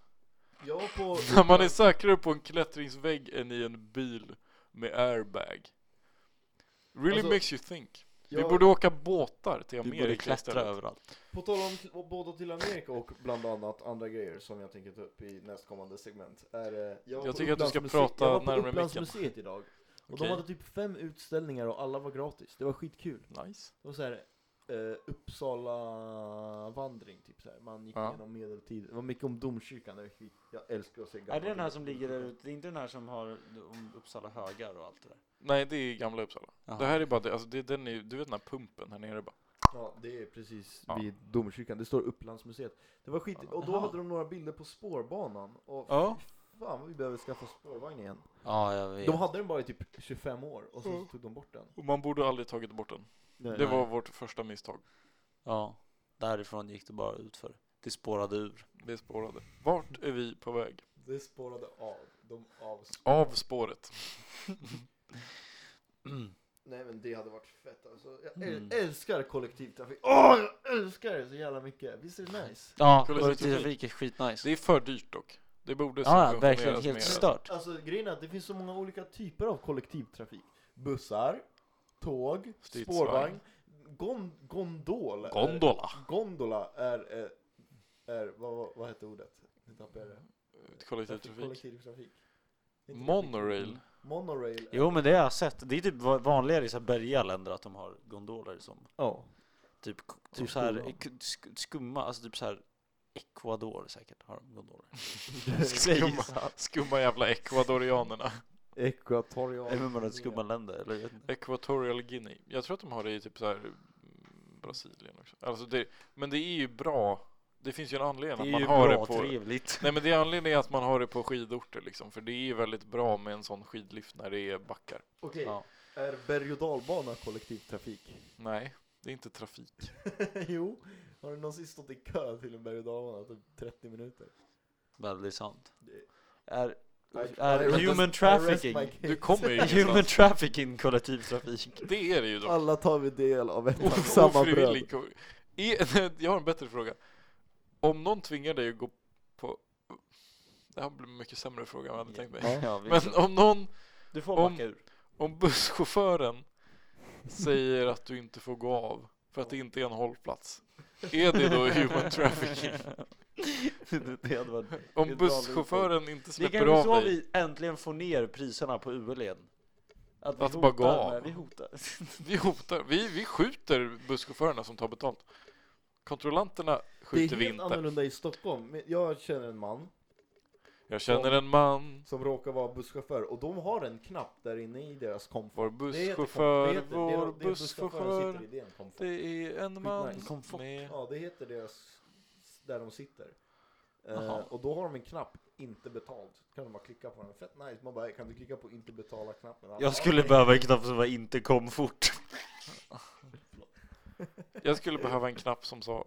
[SPEAKER 2] Jag var på...
[SPEAKER 1] När man är säkrare på en klättringsvägg än i en bil med airbag. Really
[SPEAKER 2] Alltså,
[SPEAKER 1] makes you think. Vi
[SPEAKER 2] jag-
[SPEAKER 1] borde åka båtar till
[SPEAKER 3] Du
[SPEAKER 1] Amerika
[SPEAKER 3] borde klättra
[SPEAKER 1] istället.
[SPEAKER 3] överallt
[SPEAKER 2] På tal om kl- båda till Amerika och bland annat andra grejer som jag tänker ta upp i nästkommande segment är, eh, var
[SPEAKER 1] Jag
[SPEAKER 2] på
[SPEAKER 1] tycker att du ska
[SPEAKER 2] Upplandsmuse-
[SPEAKER 1] prata
[SPEAKER 2] jag var på
[SPEAKER 1] närmare micken.
[SPEAKER 2] Upplandsmuseet idag Och
[SPEAKER 1] Okej.
[SPEAKER 2] de hade typ fem utställningar och alla var gratis, det var skitkul
[SPEAKER 1] Nice.
[SPEAKER 2] Det var såhär eh, Uppsala vandring typ såhär, man gick
[SPEAKER 1] Ja.
[SPEAKER 2] genom medeltiden Det var mycket om domkyrkan, det var skit. jag älskar att se gamla
[SPEAKER 3] Är det den här
[SPEAKER 2] grejer.
[SPEAKER 3] som ligger där ute? Det är inte den här som har om Uppsala högar och allt det där?
[SPEAKER 1] Nej, det är Gamla Uppsala.
[SPEAKER 3] Jaha.
[SPEAKER 1] Det här är bara det, alltså det, är den är, du vet den här pumpen här nere bara.
[SPEAKER 2] Ja, det är precis
[SPEAKER 1] Ja.
[SPEAKER 2] vid domkyrkan, det står Upplandsmuseet Det var skit, och då
[SPEAKER 3] Jaha.
[SPEAKER 2] hade de några bilder på spårbanan och
[SPEAKER 1] Ja.
[SPEAKER 2] fan vad vi behöver skaffa spårvagn igen
[SPEAKER 3] Ja, jag vet.
[SPEAKER 2] De hade den bara i typ 25 år och
[SPEAKER 3] Mm.
[SPEAKER 2] sen så tog de bort den.
[SPEAKER 1] Och man borde aldrig tagit bort den. Det var vårt första misstag.
[SPEAKER 3] Ja, därifrån gick det bara ut för. Det spårade ur.
[SPEAKER 1] Det spårade. Vart är vi på väg?
[SPEAKER 2] Det spårade av. De av.
[SPEAKER 1] Av spåret.
[SPEAKER 2] Nej men det hade varit fett alltså. Jag äl-
[SPEAKER 3] Mm.
[SPEAKER 2] älskar kollektivtrafik. Åh, jag älskar det så jävla mycket. Visst är det nice?
[SPEAKER 3] Ja,
[SPEAKER 1] kollektivtrafik
[SPEAKER 3] kollektivtrafik är skitnice.
[SPEAKER 1] Det är för dyrt dock. Det borde
[SPEAKER 3] Ja, ja, verkligen
[SPEAKER 1] subventioneras mer.
[SPEAKER 3] helt stört.
[SPEAKER 2] Alltså grejen är att det finns så många olika typer av kollektivtrafik. Bussar, tåg,
[SPEAKER 1] Stridsvagn.
[SPEAKER 2] spårvagn, gon- gondol. är-
[SPEAKER 1] Gondola.
[SPEAKER 2] Gondola är eh, är, vad, vad, vad hette ordet? Nu tappade jag det.
[SPEAKER 1] Eh, Kollektivtrafik.
[SPEAKER 2] Kollektivtrafik. Inte
[SPEAKER 1] Monorail.
[SPEAKER 2] kollektiv- Monorail.
[SPEAKER 3] Jo men det har jag sett, det är typ va- vanligare i så här bergiga länder att de har gondoler som
[SPEAKER 2] Ja.
[SPEAKER 3] typ, k-
[SPEAKER 2] Som
[SPEAKER 3] typ så här
[SPEAKER 2] skumma.
[SPEAKER 3] k- sk- skumma, alltså typ så här Ecuador säkert har de gondoler. Ska jag
[SPEAKER 1] Skumma,
[SPEAKER 3] gissa.
[SPEAKER 1] skumma jävla ecuadorianerna.
[SPEAKER 3] Är det
[SPEAKER 2] Ekvatorial.
[SPEAKER 3] bara skumma länder eller? jag vet inte.
[SPEAKER 1] Equatorial Guinea. Jag tror att de har det i typ så här mm, Brasilien också. Alltså det, men det är ju bra. Det finns ju en
[SPEAKER 3] Det
[SPEAKER 1] anledning
[SPEAKER 3] är
[SPEAKER 1] att
[SPEAKER 3] ju
[SPEAKER 1] man har
[SPEAKER 3] bra
[SPEAKER 1] det på
[SPEAKER 3] trevligt.
[SPEAKER 1] Nej men det är anledningen att man har det på skidorter liksom, för det är ju väldigt bra med en sån skidlift när det är backar.
[SPEAKER 2] Okej,
[SPEAKER 3] Ja.
[SPEAKER 2] är berg och dalbana kollektivtrafik?
[SPEAKER 1] Nej, det är inte trafik.
[SPEAKER 2] jo, har du någonsin stått i kö till en berg och dalbana typ 30 minuter?
[SPEAKER 3] Väldigt sant.
[SPEAKER 2] Det-
[SPEAKER 3] Är,
[SPEAKER 2] I- I
[SPEAKER 3] är
[SPEAKER 2] rest- I
[SPEAKER 3] human
[SPEAKER 2] rest
[SPEAKER 3] trafficking,
[SPEAKER 2] my case.
[SPEAKER 1] Du kommer ju
[SPEAKER 3] human
[SPEAKER 1] ingenstans.
[SPEAKER 3] trafficking kollektivtrafik?
[SPEAKER 1] Det är det ju då.
[SPEAKER 2] Alla tar vi del av ett och
[SPEAKER 1] O-
[SPEAKER 2] samma bröd.
[SPEAKER 1] ofrivillig ko- Är- Jag har en bättre fråga. Om någon tvingar dig att gå på... Det här blir en mycket sämre fråga än jag hade tänkt mig.
[SPEAKER 2] Ja.
[SPEAKER 3] Ja, vi-
[SPEAKER 1] Men om någon,
[SPEAKER 3] du får
[SPEAKER 1] om-
[SPEAKER 3] backa ur.
[SPEAKER 1] om busschauffören säger att du inte får gå av för att det inte är en hållplats. Är det då human trafficking?
[SPEAKER 3] det, det hade varit
[SPEAKER 1] Om busschauffören inte
[SPEAKER 3] Det är
[SPEAKER 1] släpper
[SPEAKER 3] kanske
[SPEAKER 1] av
[SPEAKER 3] så
[SPEAKER 1] dig.
[SPEAKER 3] vi äntligen får ner priserna på UL igen. Att vi
[SPEAKER 1] Att bara
[SPEAKER 3] hotar
[SPEAKER 1] gå av.
[SPEAKER 3] med- Vi hotar.
[SPEAKER 1] Vi hotar, vi, vi skjuter busschaufförerna som tar betalt. Kontrollanterna
[SPEAKER 2] Det är
[SPEAKER 1] skjuter vi
[SPEAKER 2] helt
[SPEAKER 1] inte.
[SPEAKER 2] annorlunda i Stockholm. Men Jag känner en man
[SPEAKER 1] Jag känner en man,
[SPEAKER 2] som råkar vara busschaufför och de har en knapp där inne i deras komfort.
[SPEAKER 1] vår
[SPEAKER 2] Det
[SPEAKER 1] busschaufför,
[SPEAKER 2] heter- det
[SPEAKER 1] vår
[SPEAKER 2] är- det är busschauffören
[SPEAKER 1] busschaufför.
[SPEAKER 2] sitter i, det är en komfort.
[SPEAKER 1] Det är en man
[SPEAKER 2] Skitnice.
[SPEAKER 3] Komfort.
[SPEAKER 1] med...
[SPEAKER 2] Ja, det heter deras, där de sitter. Eh,
[SPEAKER 1] Jaha.
[SPEAKER 2] och då har de en knapp, inte betalt. Kan de bara klicka på den, fett nice. Man bara, kan du klicka på inte betala-knappen?
[SPEAKER 3] Jag skulle behöva en knapp som var inte kom fort.
[SPEAKER 1] Jag skulle behöva en knapp som sa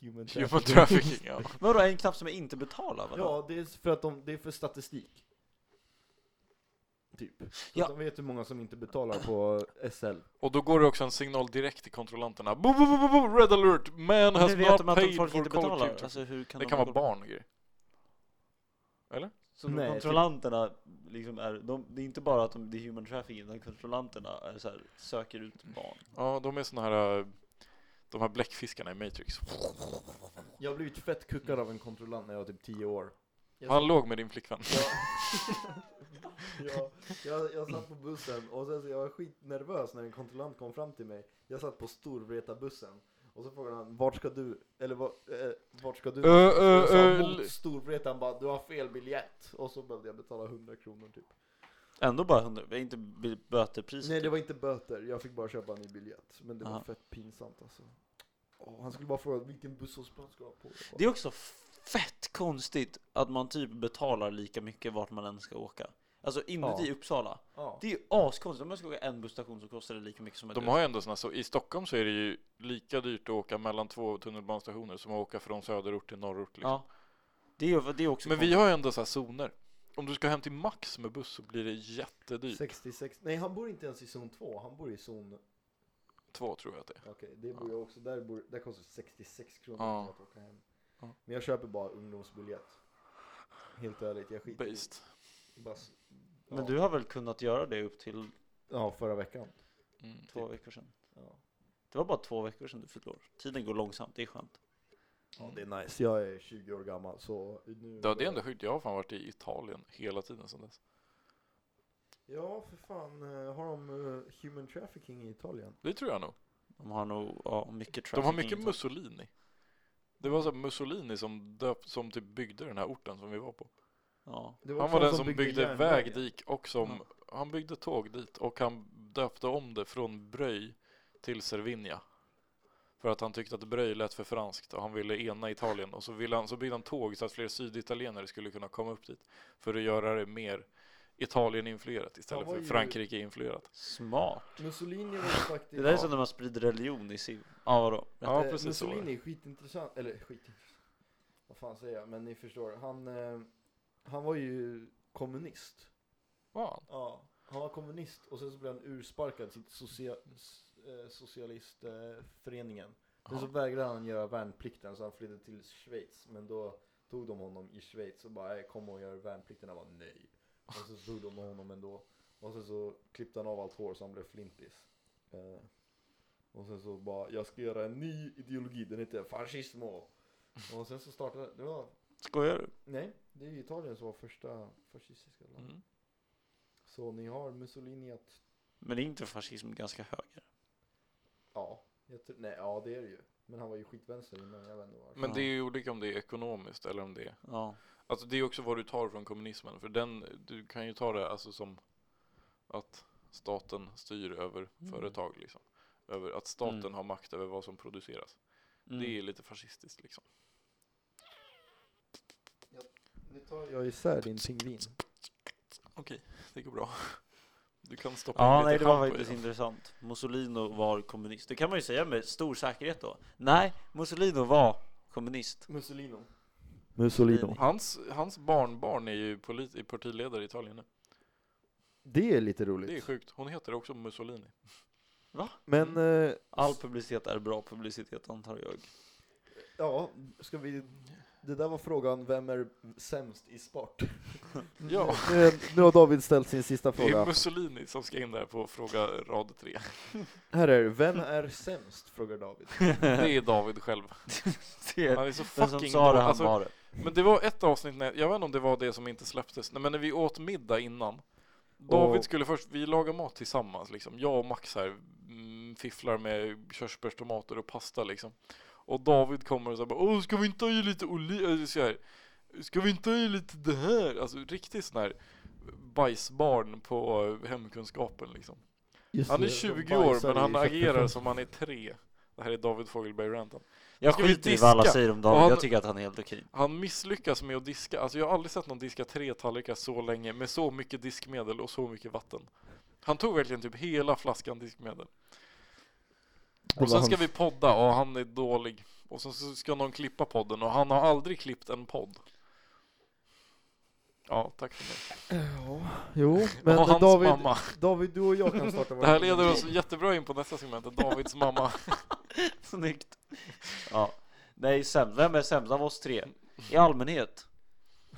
[SPEAKER 2] Human
[SPEAKER 1] human trafficking. Ja.
[SPEAKER 3] Vadå, en knapp som jag inte betalar? Vadå?
[SPEAKER 2] Ja, det är för att de, det är för statistik. Typ.
[SPEAKER 3] Ja.
[SPEAKER 2] Ja. De vet hur många som inte betalar på SL.
[SPEAKER 1] Och då går det också en signal direkt till kontrollanterna. Bo, bo, bo, bo, bo, red alert! Man
[SPEAKER 3] Hur
[SPEAKER 1] has
[SPEAKER 3] vet de
[SPEAKER 1] not
[SPEAKER 3] att de
[SPEAKER 1] paid
[SPEAKER 3] folk
[SPEAKER 1] for
[SPEAKER 3] inte betalar?
[SPEAKER 1] collective.
[SPEAKER 3] Alltså, hur kan
[SPEAKER 1] Det
[SPEAKER 3] de
[SPEAKER 1] kan vara
[SPEAKER 3] kolla-
[SPEAKER 1] barn och grejer.
[SPEAKER 3] Så de
[SPEAKER 2] Nej,
[SPEAKER 3] kontrollanterna, liksom är, de, det är inte bara att de, det är human trafficking, utan kontrollanterna är så här, söker ut barn.
[SPEAKER 1] Ja, de är såna här... äh, De här bläckfiskarna i Matrix.
[SPEAKER 2] Jag har blivit fett kuckad av en kontrollant när jag var typ 10 år. Jag
[SPEAKER 1] Han låg med din flickvän.
[SPEAKER 2] jag, jag, jag satt på bussen och sen så jag var skitnervös när en kontrollant kom fram till mig. Jag satt på Storvreta-bussen och så frågade han vart ska du, eller var, eh, vart ska du?
[SPEAKER 1] Ö, ö,
[SPEAKER 2] jag
[SPEAKER 1] ö,
[SPEAKER 2] sa
[SPEAKER 1] Eh, l-
[SPEAKER 2] mot Storvreta, han bara du har fel biljett. Och så behövde jag betala 100 kronor typ.
[SPEAKER 3] Ändå bara 100, det är inte b- böterpriset.
[SPEAKER 2] Nej det var inte böter, jag fick bara köpa en ny biljett. Men det
[SPEAKER 3] Aha.
[SPEAKER 2] var fett pinsamt alltså. Åh, han skulle bara fråga vilken busshållplats ska jag på? Jag bara,
[SPEAKER 3] Det är också fett konstigt att man typ betalar lika mycket vart man än ska åka. Alltså inuti
[SPEAKER 2] Ja.
[SPEAKER 3] Uppsala.
[SPEAKER 2] ja.
[SPEAKER 3] Det är ju askonstigt. Om jag ska åka en busstation så kostar det lika mycket som ett
[SPEAKER 1] De har ju ändå såna, så i Stockholm så är det ju lika dyrt att åka mellan två tunnelbanestationer som att åka från söderort till norrort liksom.
[SPEAKER 3] Ja. Det är ju det är
[SPEAKER 2] Typ
[SPEAKER 3] också
[SPEAKER 1] Men vi
[SPEAKER 3] konstigt.
[SPEAKER 1] har ju ändå så här zoner. Om du ska hem till Max med buss så blir det jättedyrt.
[SPEAKER 2] 66, nej han bor inte ens i zon 2, han bor i zon
[SPEAKER 1] Två tror jag att det är.
[SPEAKER 2] Okej, det bor jag också. Där, bor, där kostar det 66 kronor
[SPEAKER 1] Ja.
[SPEAKER 2] för att åka hem.
[SPEAKER 1] Ja.
[SPEAKER 2] Men jag köper bara ungdomsbiljett. Helt ärligt, jag skiter i
[SPEAKER 1] Based.
[SPEAKER 2] bara s- ja.
[SPEAKER 3] Men du har väl kunnat göra det upp till
[SPEAKER 2] Ja, förra veckan.
[SPEAKER 1] Mm.
[SPEAKER 3] två veckor sedan?
[SPEAKER 2] Ja.
[SPEAKER 3] Det var bara två veckor sedan du fyllde år. Tiden går långsamt, det är skönt.
[SPEAKER 2] ja, det är nice. Jag är 20 år gammal så nu...
[SPEAKER 1] Ja, det är ändå sjukt. Jag har fan varit i Italien hela tiden sedan dess.
[SPEAKER 2] Ja, för fan. eh, Har de eh, human trafficking i Italien?
[SPEAKER 1] Det tror jag nog.
[SPEAKER 3] De har nog ja, mycket
[SPEAKER 1] De har
[SPEAKER 3] trafficking
[SPEAKER 1] mycket
[SPEAKER 2] typ.
[SPEAKER 3] i-
[SPEAKER 1] Mussolini. Det var så här Mussolini som, döpt, som typ byggde den här orten som vi var på.
[SPEAKER 3] Ja.
[SPEAKER 2] Det
[SPEAKER 1] Han var den
[SPEAKER 2] de
[SPEAKER 1] som byggde
[SPEAKER 2] järnvägen.
[SPEAKER 1] väg dit och som, han byggde tåg dit och han döpte om det från Bröj till Cervinia. För att han tyckte att Bröj lät för franskt och han ville ena Italien och så, ville han, så byggde han tåg så att fler syditalienare skulle kunna komma upp dit för att göra det mer Italien-influerat istället
[SPEAKER 2] var
[SPEAKER 1] för
[SPEAKER 2] ju-
[SPEAKER 1] Frankrike-influerat.
[SPEAKER 3] Smart.
[SPEAKER 2] Mussolini var ju faktiskt...
[SPEAKER 3] Det där är som när man sprider religion i sin... Ja, vadå?
[SPEAKER 1] Ja,
[SPEAKER 2] Eh,
[SPEAKER 1] precis så var det.
[SPEAKER 2] Mussolini är skitintressant, eller skitintressant, vad fan säger jag, men ni förstår. Han, eh, han var ju kommunist.
[SPEAKER 1] Fan.
[SPEAKER 2] Ja, han var kommunist och sen så blev han ursparkad till socia s- eh, socialistföreningen. Sen så
[SPEAKER 1] Ja.
[SPEAKER 2] vägrade han göra värnplikten så han flydde till Schweiz. Men då tog de honom i Schweiz och bara "Nej, kom och gör värnplikten. Han bara nej. Och så tog de honom ändå. Och sen så klippte han av allt hår så han blev flintis. Eh, Och sen så bara, jag ska göra en ny ideologi, den heter fascismo. Och sen så startade, det var,
[SPEAKER 3] Skojar du?
[SPEAKER 2] nej, det är Italien som var första fascistiska land.
[SPEAKER 1] Mm.
[SPEAKER 2] Så ni har Mussolini att,
[SPEAKER 3] Men är inte fascism ganska höger?
[SPEAKER 2] ja, jag tror, nej, ja det är det ju. Men han var ju skitvänster innan, jag vet inte varför.
[SPEAKER 1] Men
[SPEAKER 3] Ja.
[SPEAKER 1] det är ju olika om det är ekonomiskt eller om det är...
[SPEAKER 3] Ja.
[SPEAKER 1] Alltså det är också vad du tar från kommunismen, för den, du kan ju ta det alltså som att staten styr över
[SPEAKER 3] Mm.
[SPEAKER 1] företag liksom. Över att staten
[SPEAKER 3] Mm.
[SPEAKER 1] har makt över vad som produceras.
[SPEAKER 3] Mm.
[SPEAKER 1] Det är lite fascistiskt liksom.
[SPEAKER 2] Nu tar jag isär din pingvin.
[SPEAKER 1] Okej, det går bra. Du kan stoppa
[SPEAKER 3] Ja,
[SPEAKER 1] in
[SPEAKER 3] nej,
[SPEAKER 1] lite
[SPEAKER 3] det var
[SPEAKER 1] schampo i
[SPEAKER 3] faktiskt
[SPEAKER 1] den.
[SPEAKER 3] intressant. Mussolino var kommunist. Det kan man ju säga med stor säkerhet då. Nej, Mussolino var kommunist.
[SPEAKER 2] Mussolino.
[SPEAKER 3] Mussolino.
[SPEAKER 1] Hans, hans barnbarn är ju polit, är partiledare i Italien nu.
[SPEAKER 2] Det är lite roligt.
[SPEAKER 1] Det är sjukt. Hon heter också Mussolini.
[SPEAKER 2] Men, eh,
[SPEAKER 3] All publicitet är bra publicitet antar jag.
[SPEAKER 2] ja, ska vi, det där var frågan, vem är sämst i sport?
[SPEAKER 3] Mm.
[SPEAKER 1] Ja,
[SPEAKER 2] Eh, nu har David ställt sin sista
[SPEAKER 1] det är
[SPEAKER 2] fråga.
[SPEAKER 1] Mussolini som ska in där på fråga rad tre.
[SPEAKER 2] Här är det, vem är sämst? Frågar David.
[SPEAKER 1] Det är David själv.
[SPEAKER 3] Det är
[SPEAKER 1] Han är så
[SPEAKER 3] den som
[SPEAKER 1] fucking
[SPEAKER 3] sa det,
[SPEAKER 1] dålig.
[SPEAKER 3] han
[SPEAKER 1] Alltså,
[SPEAKER 3] var det.
[SPEAKER 1] Men det var ett avsnitt, när, jag vet inte om det var det som inte släpptes, Nej, men när vi åt middag innan David
[SPEAKER 2] Och-
[SPEAKER 1] skulle först, vi lagar mat tillsammans liksom, jag och Max här mm, fifflar med körsbärstomater och pasta liksom Och David kommer och så här bara, åh ska vi inte ha i lite oliv, så här, ska vi inte ha i lite det här? Alltså riktigt sån här bajsbarn på hemkunskapen liksom Han är 20 år men han agerar som han är 3 Det här är David Fogelberg Rantan
[SPEAKER 3] Jag
[SPEAKER 1] ska vi
[SPEAKER 3] skiter i vad alla
[SPEAKER 1] diska?
[SPEAKER 3] säger om
[SPEAKER 1] Ja,
[SPEAKER 3] David,
[SPEAKER 1] men-
[SPEAKER 3] jag tycker att han är helt okej.
[SPEAKER 1] Han misslyckas med att diska, alltså jag har aldrig sett någon diska tre tallrikar så länge med så mycket diskmedel och så mycket vatten. Han tog verkligen typ hela flaskan diskmedel. Och sen ska vi podda och han är dålig. Och sen så ska någon klippa podden och han har aldrig klippt en podd. Ja, tack för mig.
[SPEAKER 2] Jo, men
[SPEAKER 1] och hans
[SPEAKER 2] David,
[SPEAKER 1] mamma.
[SPEAKER 2] David, du och jag kan starta vår
[SPEAKER 1] Det här leder oss jättebra in på nästa segment, Davids mamma.
[SPEAKER 3] Snyggt. Ja. Nej, sämst. Vem är sämst av oss tre? I allmänhet.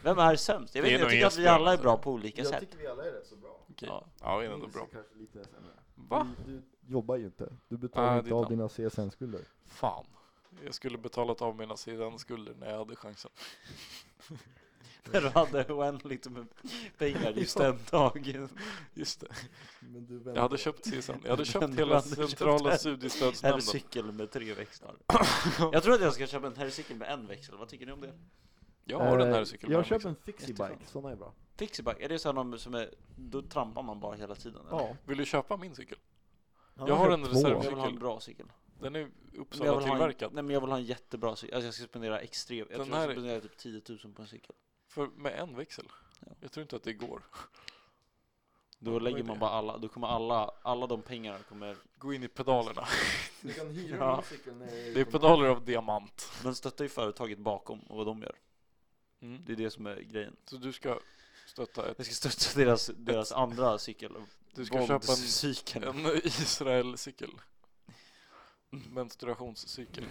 [SPEAKER 3] Vem är sämst? Jag,
[SPEAKER 1] Det
[SPEAKER 3] vet,
[SPEAKER 1] är
[SPEAKER 3] inte, jag
[SPEAKER 1] nog
[SPEAKER 3] tycker att vi
[SPEAKER 1] Jesper,
[SPEAKER 3] alla är
[SPEAKER 1] alltså.
[SPEAKER 3] bra på olika
[SPEAKER 2] Jag
[SPEAKER 3] sätt.
[SPEAKER 2] tycker vi alla är rätt så bra.
[SPEAKER 1] Okej.
[SPEAKER 3] Ja.
[SPEAKER 1] Ja, det är ändå bra.
[SPEAKER 2] Kanske lite sämre.
[SPEAKER 1] Va?
[SPEAKER 2] Du, du jobbar ju inte. Du
[SPEAKER 1] Ah,
[SPEAKER 2] betalar
[SPEAKER 1] det
[SPEAKER 2] inte
[SPEAKER 1] är
[SPEAKER 2] av
[SPEAKER 1] sant.
[SPEAKER 2] dina CSN-skulder.
[SPEAKER 1] Fan. Jag skulle betalat av mina sidanskulder när jag hade chansen.
[SPEAKER 3] När du hade oändligt med pengar just den dagen.
[SPEAKER 1] Just det.
[SPEAKER 2] Men du
[SPEAKER 1] Jag hade köpt CSN. Jag hade köpt
[SPEAKER 3] Men du
[SPEAKER 1] hela
[SPEAKER 3] hade köpt
[SPEAKER 1] centrala
[SPEAKER 3] en
[SPEAKER 1] studiestödsnämnden.
[SPEAKER 3] Herrcykel med tre växlar. jag tror att jag ska köpa en herrcykel med en växel. Vad tycker ni om det?
[SPEAKER 1] Jag har den här cykeln.
[SPEAKER 2] Eh,
[SPEAKER 1] liksom.
[SPEAKER 2] Jag köper en fixie-bike,
[SPEAKER 3] Jätteskönt.
[SPEAKER 2] såna är bra.
[SPEAKER 3] Fixie-bike, är det sådana som är... Då trampar man bara hela tiden? Eller?
[SPEAKER 2] Ja.
[SPEAKER 1] Vill du köpa min cykel?
[SPEAKER 2] Han
[SPEAKER 1] Jag har en
[SPEAKER 2] köpt
[SPEAKER 1] reserv.
[SPEAKER 3] Jag
[SPEAKER 2] två.
[SPEAKER 3] vill ha en bra cykel.
[SPEAKER 1] Den är
[SPEAKER 3] Men jag, vill ha en,
[SPEAKER 1] Uppsala-tillverkad.
[SPEAKER 3] nej, men jag vill ha en jättebra cykel. Alltså jag ska spendera extremt. Jag
[SPEAKER 1] Den
[SPEAKER 3] tror jag
[SPEAKER 1] här-
[SPEAKER 3] ska spendera typ 10 000 på en cykel.
[SPEAKER 1] För med en växel.
[SPEAKER 3] Ja.
[SPEAKER 1] Jag tror inte att det går.
[SPEAKER 3] Då
[SPEAKER 1] Vad är
[SPEAKER 3] lägger man
[SPEAKER 1] det?
[SPEAKER 3] bara alla, då kommer alla, alla de pengarna kommer,
[SPEAKER 1] Gå in i pedalerna.
[SPEAKER 2] Du kan hyra
[SPEAKER 3] Ja.
[SPEAKER 2] min cykel när jag
[SPEAKER 1] Det är pedaler av diamant.
[SPEAKER 3] man stöttar ju företaget bakom och vad de gör.
[SPEAKER 1] Mm.
[SPEAKER 3] Det är det som är grejen.
[SPEAKER 1] Så du ska stötta ett...
[SPEAKER 3] Jag ska stötta deras, deras andra cykel.
[SPEAKER 1] Du ska köpa en,
[SPEAKER 3] cykel.
[SPEAKER 1] en Israel-cykel. Menstruationscykel.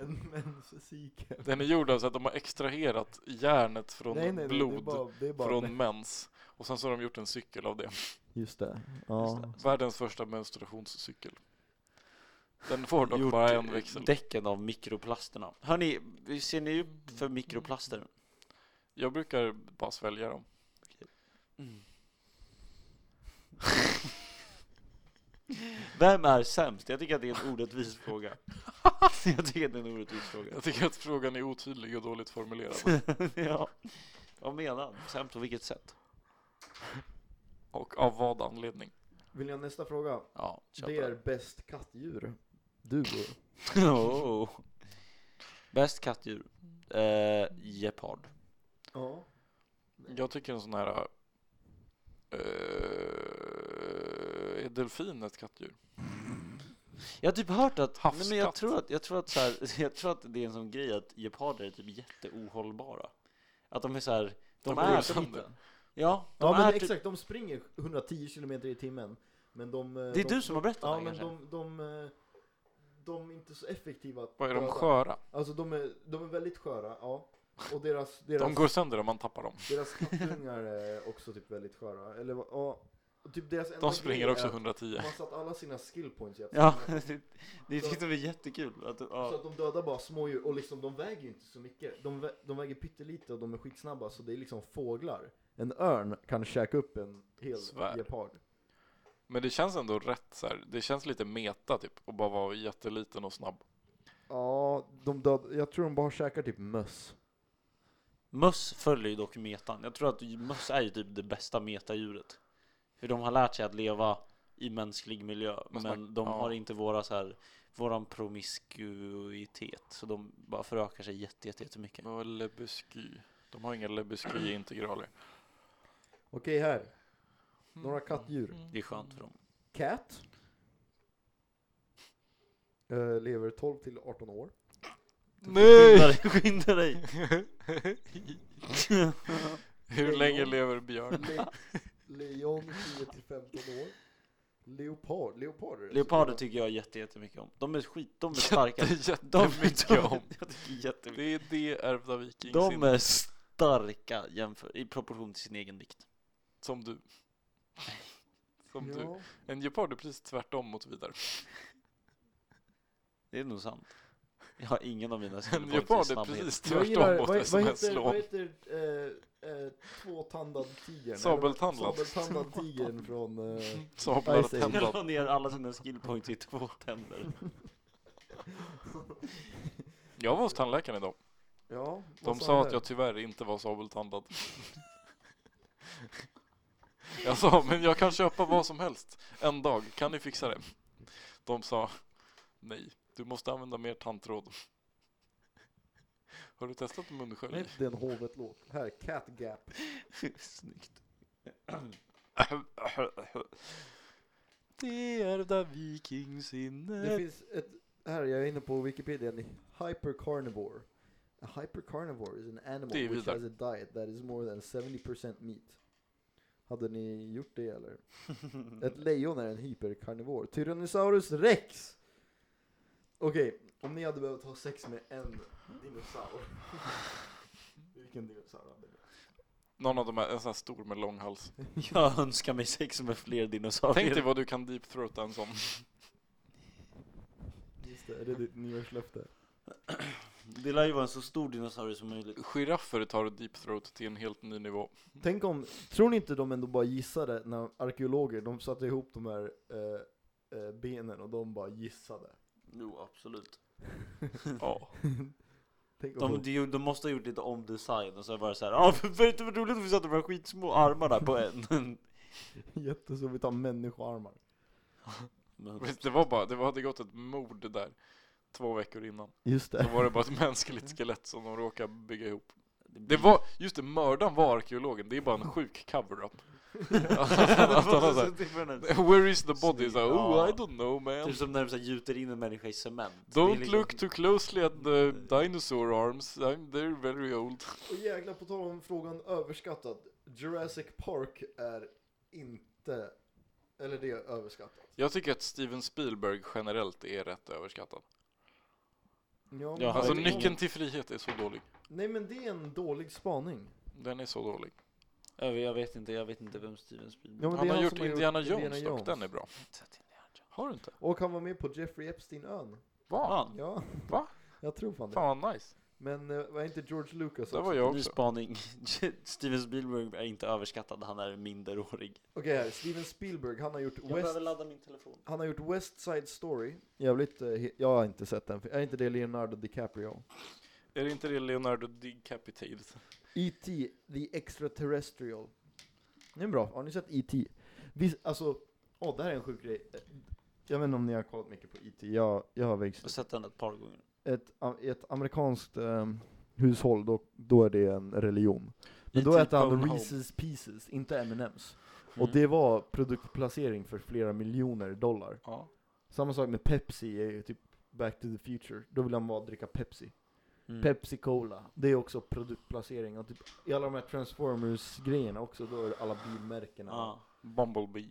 [SPEAKER 2] En menscykel.
[SPEAKER 1] Den är gjord av så att de har extraherat järnet från
[SPEAKER 2] Nej, nej, nej,
[SPEAKER 1] blod.
[SPEAKER 2] det är bara, det är bara
[SPEAKER 1] Från mens. Och sen så har de gjort en cykel av det.
[SPEAKER 2] Just det. Ja.
[SPEAKER 1] Världens första menstruationscykel. Den får dock
[SPEAKER 3] Gjort
[SPEAKER 1] bara en växel.
[SPEAKER 3] däcken av mikroplasterna. Hörni, vi ser ni upp för mikroplaster?
[SPEAKER 1] Jag brukar bara svälja dem.
[SPEAKER 3] Vem är sämst? Jag tycker att det är en orättvis fråga. Jag tycker att det är en orättvis fråga.
[SPEAKER 1] Jag tycker att frågan är otydlig och dåligt formulerad.
[SPEAKER 3] ja. Vad menar han? Sämst på vilket sätt?
[SPEAKER 1] Och av vad anledning?
[SPEAKER 2] Vill jag nästa fråga?
[SPEAKER 3] Ja, kör på
[SPEAKER 2] Det är bäst kattdjur? Du och...
[SPEAKER 3] det. oh. Bäst kattdjur? Eh, gepard.
[SPEAKER 2] Ja.
[SPEAKER 1] Jag tycker en sån här... eh, är delfin ett kattdjur?
[SPEAKER 3] Jag har typ hört att, nej, men jag
[SPEAKER 1] Havskatt.
[SPEAKER 3] tror att, jag tror att så här, jag tror att det är en sån grej att geparder är typ jätteohållbara. Att de är så här,
[SPEAKER 1] De
[SPEAKER 3] de,
[SPEAKER 1] går
[SPEAKER 3] är
[SPEAKER 1] sönder.
[SPEAKER 3] typ, Ja, de
[SPEAKER 2] Ja
[SPEAKER 3] är
[SPEAKER 2] men
[SPEAKER 3] typ,
[SPEAKER 2] exakt, de springer 110 km i timmen. Men de... eh,
[SPEAKER 3] typ- det är
[SPEAKER 2] de,
[SPEAKER 3] du som har berättat det
[SPEAKER 2] Ja
[SPEAKER 3] här
[SPEAKER 2] men
[SPEAKER 3] kanske?
[SPEAKER 2] de, de, eh, de är inte så effektiva att
[SPEAKER 1] Vad är de
[SPEAKER 2] döda.
[SPEAKER 1] sköra?
[SPEAKER 2] Alltså de är, de är väldigt sköra, ja. Och deras, deras,
[SPEAKER 1] De går sönder om man tappar dem.
[SPEAKER 2] deras kattungar är också typ väldigt sköra. Eller, vad- ja. Och typ deras enda
[SPEAKER 1] De springer
[SPEAKER 2] grej
[SPEAKER 1] också
[SPEAKER 2] är att
[SPEAKER 1] 110.
[SPEAKER 2] De har satt alla sina skillpoints i att
[SPEAKER 3] Ja,
[SPEAKER 2] springa.
[SPEAKER 3] det, det tyckte vi är jättekul. Att,
[SPEAKER 2] Så
[SPEAKER 3] ja.
[SPEAKER 2] att de dödar bara smådjur och liksom de väger ju inte så mycket. De, vä- de väger pyttelite och de är skitsnabba så det är liksom fåglar. En örn kan käka upp en hel
[SPEAKER 1] Svär.
[SPEAKER 2] gepard.
[SPEAKER 1] Men det känns ändå rätt så här. Det känns lite meta typ och bara vara jätteliten och snabb.
[SPEAKER 2] Ja, de död, jag tror de bara käkar typ möss.
[SPEAKER 3] Möss följer ju dock metan. Jag tror att möss är ju typ det bästa metadjuret. För de har lärt sig att leva i mänsklig miljö,
[SPEAKER 1] Men
[SPEAKER 3] men,
[SPEAKER 1] snack-
[SPEAKER 3] de
[SPEAKER 1] ja.
[SPEAKER 3] har inte våra så här, våran promiskuitet. Så de bara förökar sig jätte, jätte, jättemycket.
[SPEAKER 1] Men vad är lebesky? De har inga lebesky-integraler.
[SPEAKER 2] Okej här, några
[SPEAKER 1] Mm.
[SPEAKER 2] kattdjur.
[SPEAKER 3] Det är skönt för dem.
[SPEAKER 2] Cat. Eh, lever 12 till 18 år.
[SPEAKER 1] Nej!
[SPEAKER 3] Skynda dig, skynda dig!
[SPEAKER 1] Hur länge lever björn?
[SPEAKER 2] Le- lejon 10 till 15 år. Leopard, leopard är det.
[SPEAKER 3] Leoparder
[SPEAKER 1] typ
[SPEAKER 3] tycker jag jätte, jättemycket om. De är skit, de är starka. De,
[SPEAKER 1] Jättemycket om.
[SPEAKER 3] Jag tycker jättemycket.
[SPEAKER 1] Det är det ärvda vikings
[SPEAKER 3] De är starka jämför, i proportion till sin egen vikt.
[SPEAKER 1] som du. Som du.
[SPEAKER 2] Ja.
[SPEAKER 1] En gepard är precis tvärtom mot vidare.
[SPEAKER 3] Det är nog sant. Jag har ingen av mina
[SPEAKER 1] En
[SPEAKER 3] skillpoints i
[SPEAKER 1] gepard är
[SPEAKER 3] snabbhet.
[SPEAKER 1] precis
[SPEAKER 2] Jag gillar,
[SPEAKER 1] tvärtom
[SPEAKER 2] vad,
[SPEAKER 1] mot
[SPEAKER 2] vad
[SPEAKER 1] det som är
[SPEAKER 2] heter,
[SPEAKER 1] slå.
[SPEAKER 2] vad heter eh, eh, tvåtandad tiger?
[SPEAKER 1] Sabeltandad.
[SPEAKER 2] Sabeltandad tigern från... Eh,
[SPEAKER 1] Sablar
[SPEAKER 2] Ice Age.
[SPEAKER 1] tända.
[SPEAKER 3] Jag la ner alla sina skillpoints i två tänder.
[SPEAKER 1] Jag var hos tandläkaren idag.
[SPEAKER 2] ja, vad
[SPEAKER 1] De
[SPEAKER 2] han
[SPEAKER 1] sa att
[SPEAKER 2] där?
[SPEAKER 1] jag tyvärr inte var sabeltandad. Jag sa, men jag kan köpa vad som helst en dag, kan ni fixa det? De sa, nej, du måste använda mer tandtråd. Har du testat munskölj?
[SPEAKER 2] Det är en hovet-låt. Här, Cat Gap.
[SPEAKER 3] Snyggt.
[SPEAKER 1] Det ärvda vikingsinnet.
[SPEAKER 2] Det finns ett... Här, jag är inne på Wikipedia. Hypercarnivore. A hypercarnivore is an animal
[SPEAKER 1] Det är
[SPEAKER 2] which
[SPEAKER 1] vidare.
[SPEAKER 2] has a diet that is more than 70% meat. Hade ni gjort det eller? Ett lejon är en hyperkarnivor. Tyrannosaurus rex! Okej, om ni hade behövt ha sex med en dinosaur. Vilken dinosaur hade ni?
[SPEAKER 1] Någon av de här, en sån här stor med lång hals.
[SPEAKER 3] Jag önskar mig sex med fler
[SPEAKER 1] Tänk dig
[SPEAKER 3] dinosaurier.
[SPEAKER 1] vad du kan deepthroata en sån.
[SPEAKER 2] Just det, är det ditt nyårslöfte?
[SPEAKER 3] Det lär ju vara en så stor dinosaurie som möjligt.
[SPEAKER 1] Giraffer tar deepthroat till en helt ny nivå.
[SPEAKER 2] Tänk om, tror ni inte de ändå bara gissade när arkeologer, de satte ihop de här eh, eh, benen och de bara gissade?
[SPEAKER 3] Jo, absolut.
[SPEAKER 1] Ja.
[SPEAKER 2] Tänk om
[SPEAKER 3] De, de, de måste ha gjort lite omdesign och så var det så här. Ja, ah, vet du vad roligt om vi satte de här skitsmå armarna på en?
[SPEAKER 2] de jätteså vi tar människoarmar.
[SPEAKER 3] Men-
[SPEAKER 1] Visst, Det var bara, det var- hade gått ett mord där två veckor innan.
[SPEAKER 2] Just
[SPEAKER 1] Då
[SPEAKER 2] det.
[SPEAKER 1] var det bara ett mänskligt skelett som de råkade bygga ihop. Det
[SPEAKER 3] blir-
[SPEAKER 1] var, just det, mördaren var arkeologen, det är bara en sjuk cover-up. Alltså, att han- att han har så här,
[SPEAKER 3] Typ en-
[SPEAKER 1] Where is the body? Så, här, oh,
[SPEAKER 3] Ja.
[SPEAKER 1] I don't know man.
[SPEAKER 3] Typ som när de så här gjuter in en människa i cement. Det är
[SPEAKER 1] Don't
[SPEAKER 3] liksom-
[SPEAKER 1] look too closely at the dinosaur arms, I'm, they're very old.
[SPEAKER 2] Och jäklar, på tal om frågan överskattad. Jurassic Park är inte, eller det är överskattat.
[SPEAKER 1] Jag tycker att Steven Spielberg generellt är rätt överskattad.
[SPEAKER 2] Ja,
[SPEAKER 3] Ja,
[SPEAKER 1] Alltså
[SPEAKER 3] det är-
[SPEAKER 1] nyckeln till frihet är så dålig.
[SPEAKER 2] Nej men det är en dålig spaning.
[SPEAKER 1] Den är så dålig.
[SPEAKER 3] Jag vet- jag vet inte, jag vet inte vem Steven Spielberg
[SPEAKER 2] Ja, men det
[SPEAKER 1] Han
[SPEAKER 2] är
[SPEAKER 1] har
[SPEAKER 2] han
[SPEAKER 1] gjort
[SPEAKER 2] som har gjort
[SPEAKER 1] Indiana
[SPEAKER 2] Indiana
[SPEAKER 1] Jones
[SPEAKER 2] Jones.
[SPEAKER 1] dock, den är bra. Har du inte?
[SPEAKER 2] Och han var med på Jeffrey Epstein-ön.
[SPEAKER 1] Va?
[SPEAKER 3] Fan,
[SPEAKER 2] Ja.
[SPEAKER 1] Va?
[SPEAKER 2] Jag tror fan det.
[SPEAKER 1] Fan vad nice.
[SPEAKER 2] Men eh, var inte George Lucas
[SPEAKER 1] Det
[SPEAKER 2] också?
[SPEAKER 1] var jag
[SPEAKER 3] ny
[SPEAKER 1] också.
[SPEAKER 3] spaning. Steven Spielberg är inte överskattad, han är minderårig.
[SPEAKER 2] Okej här, Steven Spielberg, han har gjort
[SPEAKER 3] Jag
[SPEAKER 2] West
[SPEAKER 3] behöver ladda min telefon.
[SPEAKER 2] Han har gjort West Side Story. Jävligt, eh, he- jag har inte sett den. Är inte det Leonardo DiCaprio?
[SPEAKER 1] Är det inte det Leonardo Decapitated?
[SPEAKER 2] E.T. E The Extraterrestrial. Det är bra. Har ni sett E.T.? Vis- alltså, åh det här är en sjuk grej. Eh, Jag vet inte om ni har kollat mycket på E.T. Jag, jag har växt
[SPEAKER 3] Jag har sett den ett par gånger.
[SPEAKER 2] ett, am- i ett amerikanskt ehm, hushåll, då, då är det en religion. Men då
[SPEAKER 1] E.T.
[SPEAKER 2] äter han
[SPEAKER 1] Bone
[SPEAKER 2] Reese's Pieces, inte M&M's. Och det
[SPEAKER 3] typ Mm.
[SPEAKER 2] var produktplacering för flera miljoner dollar.
[SPEAKER 1] Ja.
[SPEAKER 2] Samma sak med Pepsi är ju typ Back to the Future. Då vill han bara dricka Pepsi.
[SPEAKER 3] Mm.
[SPEAKER 2] Pepsi Cola. Det är också produktplacering. Och typ, I alla de här Transformers-grejerna också, då är det alla bilmärkena.
[SPEAKER 3] Ja.
[SPEAKER 1] Bumblebee.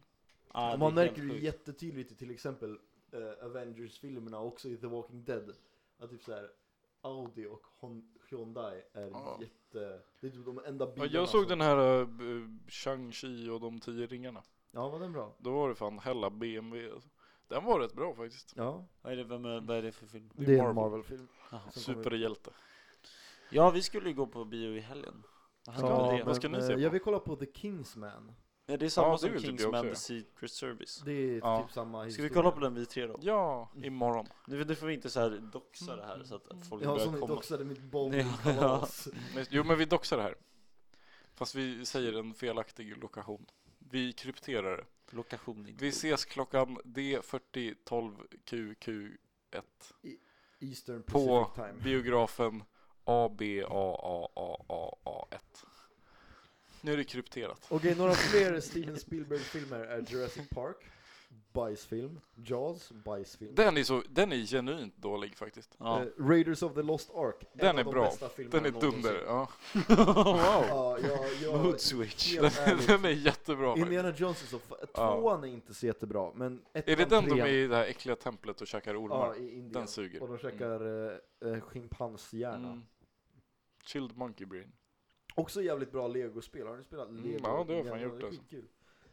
[SPEAKER 3] Ja,
[SPEAKER 2] Och
[SPEAKER 3] det är
[SPEAKER 2] man märker
[SPEAKER 3] helt
[SPEAKER 2] ju
[SPEAKER 3] sjukt.
[SPEAKER 2] jättetydligt i till exempel eh, Avengers-filmerna och också i The Walking Dead. Att typ så här, Audi och Hon- Hyundai är
[SPEAKER 1] Ja.
[SPEAKER 2] jätte... Det är typ de enda
[SPEAKER 1] Ja,
[SPEAKER 2] bilarna
[SPEAKER 1] jag såg eh,
[SPEAKER 2] som-
[SPEAKER 1] den här uh, Shang-Chi och de tio ringarna.
[SPEAKER 2] Ja, var den bra?
[SPEAKER 1] Då var det fan hella BMW. alltså. Den var rätt bra faktiskt.
[SPEAKER 2] Ja,
[SPEAKER 3] Vad är det, vem är, vad är det för film?
[SPEAKER 1] Det är
[SPEAKER 2] det är en
[SPEAKER 1] Marvel.
[SPEAKER 2] Marvel-film.
[SPEAKER 3] Jaha.
[SPEAKER 2] Som kommer-
[SPEAKER 1] Superhjälte.
[SPEAKER 3] Ja, vi skulle ju gå på bio i helgen. Vad hände
[SPEAKER 1] Ja,
[SPEAKER 3] med det?
[SPEAKER 1] vad ska ni se på?
[SPEAKER 2] eh, Jag vill kolla på The Kingsman.
[SPEAKER 3] Ja, det är samma
[SPEAKER 1] Ja, det
[SPEAKER 3] som
[SPEAKER 1] vill typ jag
[SPEAKER 3] Kingsman
[SPEAKER 1] också
[SPEAKER 3] The
[SPEAKER 1] göra.
[SPEAKER 3] Secret Service.
[SPEAKER 2] Det är
[SPEAKER 1] Ja.
[SPEAKER 2] typ samma
[SPEAKER 3] Ska vi
[SPEAKER 2] historia.
[SPEAKER 3] kolla på den vi tre då?
[SPEAKER 1] Ja, imorgon.
[SPEAKER 3] Nu, nu får vi inte så här doxa det här så att att folk
[SPEAKER 2] Mm. Ja, som
[SPEAKER 3] börjar
[SPEAKER 2] ni
[SPEAKER 3] komma.
[SPEAKER 2] doxade mitt
[SPEAKER 3] Ja.
[SPEAKER 2] bowlingkalas.
[SPEAKER 1] Men- Jo men vi doxar det här. Fast vi säger en felaktig lokation. Vi krypterar det.
[SPEAKER 3] Lokation inte.
[SPEAKER 1] Vi ses klockan D4012QQ1
[SPEAKER 2] Eastern
[SPEAKER 1] På-
[SPEAKER 2] Pacific Time.
[SPEAKER 1] biografen ABAAAA1. Nu är det krypterat.
[SPEAKER 2] Okej, några fler Steven Spielberg-filmer är Jurassic Park, Bajsfilm, Jaws, Bajsfilm.
[SPEAKER 1] Den är, så, den är genuint dålig faktiskt.
[SPEAKER 3] Ja.
[SPEAKER 2] Eh, Raiders of the Lost Ark. en
[SPEAKER 1] Den
[SPEAKER 2] av
[SPEAKER 1] är
[SPEAKER 2] de
[SPEAKER 1] bra.
[SPEAKER 2] bästa filmerna
[SPEAKER 1] Den är Oh,
[SPEAKER 2] någonsin.
[SPEAKER 1] dunder. Ja.
[SPEAKER 3] wow!
[SPEAKER 2] Ja, jag, jag,
[SPEAKER 3] Mood switch.
[SPEAKER 2] helt
[SPEAKER 1] Den,
[SPEAKER 2] ärligt.
[SPEAKER 1] den är jättebra faktiskt.
[SPEAKER 2] Indiana Jones är så fa-
[SPEAKER 1] Ja.
[SPEAKER 2] Tvåan är inte så jättebra, men ettan,
[SPEAKER 1] Är det den
[SPEAKER 2] trean,
[SPEAKER 1] de är i det här äckliga templet och käkar
[SPEAKER 2] Ja,
[SPEAKER 1] ormar?
[SPEAKER 2] i Indien.
[SPEAKER 1] Den
[SPEAKER 2] Och
[SPEAKER 1] suger.
[SPEAKER 2] de käkar eh, eh, schimpanshjärna.
[SPEAKER 1] Mm. Chilled monkey brain.
[SPEAKER 2] Också jävligt bra legospel. Har ni spelat
[SPEAKER 1] Mm,
[SPEAKER 2] lego?
[SPEAKER 1] ja, det har jag fan
[SPEAKER 2] Indiana?
[SPEAKER 1] gjort,
[SPEAKER 2] är
[SPEAKER 1] alltså.
[SPEAKER 2] skitkul.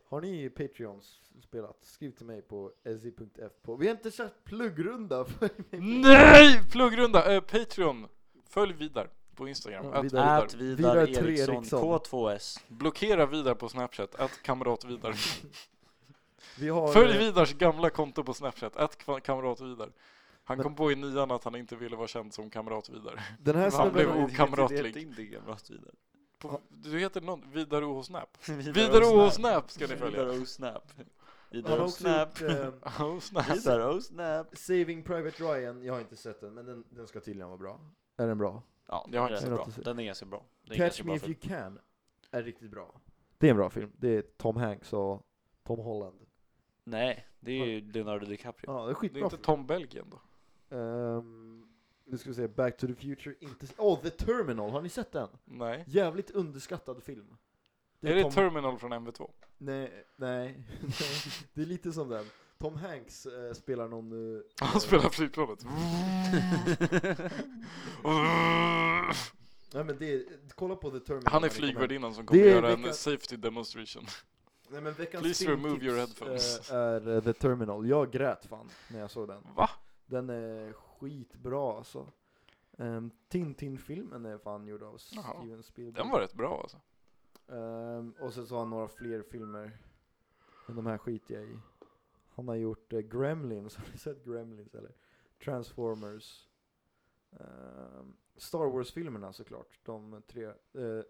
[SPEAKER 2] Har ni Patreons spelat? Skriv till mig på sj.fp. Vi har inte kört pluggrunda för
[SPEAKER 1] Nej! Pluggrunda! Eh, Patreon! Följ Vidar på Instagram.
[SPEAKER 2] Ja,
[SPEAKER 1] att Vidar.
[SPEAKER 2] Vidar.
[SPEAKER 3] Ät
[SPEAKER 2] Vidar
[SPEAKER 3] Vidar Eriksson,
[SPEAKER 2] Eriksson.
[SPEAKER 3] K2S.
[SPEAKER 1] Blockera Vidar på Snapchat. Att kamrat Vidar.
[SPEAKER 2] Vi har,
[SPEAKER 1] Följ
[SPEAKER 2] eh,
[SPEAKER 1] Vidars gamla konto på Snapchat. Att kamrat Vidar. Han kom på i nian att han inte ville vara känd som kamrat Vidar.
[SPEAKER 2] Den här
[SPEAKER 1] Han blev
[SPEAKER 2] snubben,
[SPEAKER 1] okamratlig.
[SPEAKER 3] Det heter inte kamrat Vidar.
[SPEAKER 1] På, du heter någon, Vidar O Snap.
[SPEAKER 3] Vidar
[SPEAKER 1] Vidar O
[SPEAKER 3] O-Snap.
[SPEAKER 1] Snap ska ni följa.
[SPEAKER 3] Vidar O-Snap.
[SPEAKER 2] han
[SPEAKER 3] Vidar
[SPEAKER 2] har också gjort
[SPEAKER 3] O-Snap.
[SPEAKER 2] eh,
[SPEAKER 1] O Snap.
[SPEAKER 3] Vidar O-Snap.
[SPEAKER 2] Saving Private Ryan. Jag har inte sett den, men den, den ska tydligen vara bra. Är den bra?
[SPEAKER 3] Ja,
[SPEAKER 1] Jag har inte
[SPEAKER 3] den är
[SPEAKER 2] sett
[SPEAKER 3] bra.
[SPEAKER 2] den.
[SPEAKER 3] Den är ganska bra. Det är
[SPEAKER 2] Catch
[SPEAKER 3] ganska
[SPEAKER 2] Me
[SPEAKER 3] bra
[SPEAKER 2] If You
[SPEAKER 3] film.
[SPEAKER 2] Can är riktigt bra. Det är en bra film. Det är Tom Hanks och Tom Holland.
[SPEAKER 3] Nej, det är ju Leonardo DiCaprio.
[SPEAKER 2] Ja, det är
[SPEAKER 1] Det
[SPEAKER 2] skitbra.
[SPEAKER 1] är inte Tom Belgien då?
[SPEAKER 2] Ehm, nu ska vi se, Back to the Future, inte... Åh, oh, The Terminal, har ni sett den?
[SPEAKER 1] Nej.
[SPEAKER 2] Jävligt underskattad film.
[SPEAKER 1] är det
[SPEAKER 2] Tom-
[SPEAKER 1] Terminal från MV2?
[SPEAKER 2] Nej, nej. det är lite som den. Tom Hanks eh, spelar någon... eh,
[SPEAKER 1] Han spelar flygplanet.
[SPEAKER 2] nej men det är, kolla på The Terminal.
[SPEAKER 1] Han
[SPEAKER 2] när
[SPEAKER 1] är
[SPEAKER 2] ni kommer hem.
[SPEAKER 1] flygvärdinnan som kommer
[SPEAKER 2] Det är
[SPEAKER 1] göra en
[SPEAKER 2] vilka-
[SPEAKER 1] safety demonstration.
[SPEAKER 2] Nej men veckans
[SPEAKER 1] Please
[SPEAKER 2] filmtips,
[SPEAKER 1] remove your headphones.
[SPEAKER 2] eh, är eh, The Terminal. Jag grät fan när jag såg den.
[SPEAKER 1] Va?
[SPEAKER 2] Den är skitbra alltså. Ehm, Tintin-filmen är fan gjord av
[SPEAKER 1] Jaha.
[SPEAKER 2] Steven Spielberg.
[SPEAKER 1] Den var rätt bra alltså.
[SPEAKER 2] Ehm, och sen så har han några fler filmer. Men de här skiter jag i. Han har gjort eh, Gremlins, har ni sett Gremlins eller? Transformers. Ehm, Star Wars-filmerna såklart, de tre, eh,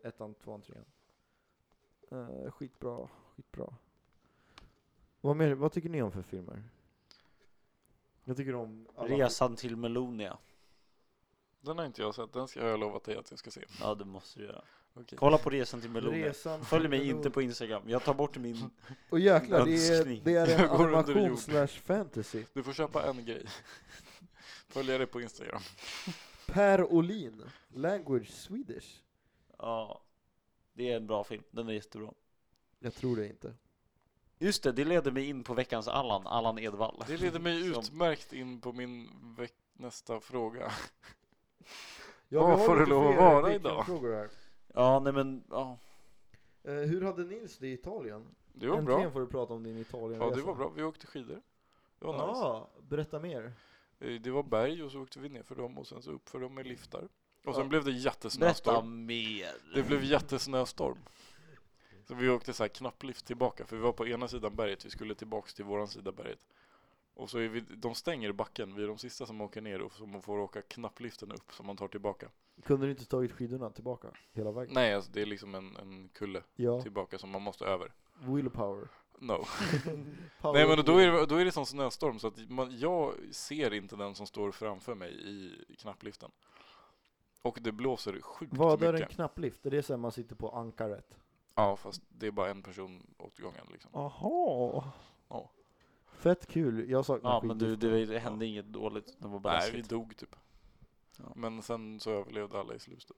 [SPEAKER 2] ettan, tvåan, trean. Eh, skitbra, skitbra. Vad, mer, vad tycker ni om för filmer? Jag tycker om alla
[SPEAKER 3] Resan till Melonia.
[SPEAKER 1] Den har inte jag sett, den ska har jag lovat dig att jag ska se.
[SPEAKER 3] Ja, det måste du göra.
[SPEAKER 1] Okej.
[SPEAKER 3] Kolla på Resan till
[SPEAKER 2] fi-
[SPEAKER 3] Melonia.
[SPEAKER 2] Resan till
[SPEAKER 3] Följ mig
[SPEAKER 2] Melodia.
[SPEAKER 3] inte på Instagram. Jag tar bort min...
[SPEAKER 2] Och jäklar, det är,
[SPEAKER 3] Önskning.
[SPEAKER 2] det är en
[SPEAKER 1] Jag går under
[SPEAKER 2] animation
[SPEAKER 1] jord.
[SPEAKER 2] slash fantasy.
[SPEAKER 1] Du får köpa en grej. Följa det på Instagram.
[SPEAKER 2] Per Olin, Language Swedish.
[SPEAKER 3] Ja. Det är en bra film. Den är jättebra.
[SPEAKER 2] Jag tror det inte.
[SPEAKER 3] Just det, det leder mig in på veckans Allan, Allan Edwall.
[SPEAKER 1] Det leder mig
[SPEAKER 3] Som-
[SPEAKER 1] utmärkt in på min veck- nästa fråga.
[SPEAKER 2] vi
[SPEAKER 1] Vad
[SPEAKER 2] har
[SPEAKER 1] får det
[SPEAKER 2] lite
[SPEAKER 1] lov att
[SPEAKER 2] fler
[SPEAKER 1] vara
[SPEAKER 2] Patreon
[SPEAKER 1] idag?
[SPEAKER 2] frågor Här.
[SPEAKER 3] Ja, nej men, ja.
[SPEAKER 2] Eh, hur hade Nils det i Italien?
[SPEAKER 1] Du var
[SPEAKER 2] Äntligen
[SPEAKER 1] bra.
[SPEAKER 2] får du prata om din Italienresa.
[SPEAKER 1] Ja, du var bra. Vi åkte skidor. Det var nice.
[SPEAKER 2] alltså. Ja, berätta mer.
[SPEAKER 1] Eh, Det var berg och så åkte vi ner för dem och sen så upp för dem med liftar. Och sen
[SPEAKER 2] Ja.
[SPEAKER 1] blev det
[SPEAKER 3] Berätta
[SPEAKER 1] jättesnöstorm.
[SPEAKER 3] mer.
[SPEAKER 1] Det blev jättesnöstorm. Så vi åkte så här knapplift tillbaka för vi var på ena sidan berget, vi skulle tillbaks till våran sida berget. Och så är vi, de stänger backen, vi är de sista som åker ner och som får åka knappliften upp som man tar tillbaka.
[SPEAKER 2] Kunde du inte tagit skidorna tillbaka hela vägen?
[SPEAKER 1] Nej, alltså, det är liksom en, en kulle
[SPEAKER 2] Ja,
[SPEAKER 1] tillbaka som man måste över.
[SPEAKER 2] willpower.
[SPEAKER 1] No.
[SPEAKER 2] Power
[SPEAKER 1] Nej men då
[SPEAKER 2] wheel.
[SPEAKER 1] är, det, då är det sån snöstorm så att man, jag ser inte den som står framför mig i knappliften. Och det blåser sjukt
[SPEAKER 2] Vad är en
[SPEAKER 1] mycket.
[SPEAKER 2] knapplift? Är det sen man sitter på ankaret?
[SPEAKER 1] Ja fast det är bara en person åt gången liksom.
[SPEAKER 2] Aha.
[SPEAKER 1] Ja.
[SPEAKER 2] Fett kul, jag saknar
[SPEAKER 3] Ja, men
[SPEAKER 2] skidlift.
[SPEAKER 3] du, det, det hände inget dåligt. Det var bara
[SPEAKER 1] Nej vi
[SPEAKER 3] läskigt.
[SPEAKER 1] dog typ.
[SPEAKER 3] Ja.
[SPEAKER 1] Men sen så överlevde alla i slutet.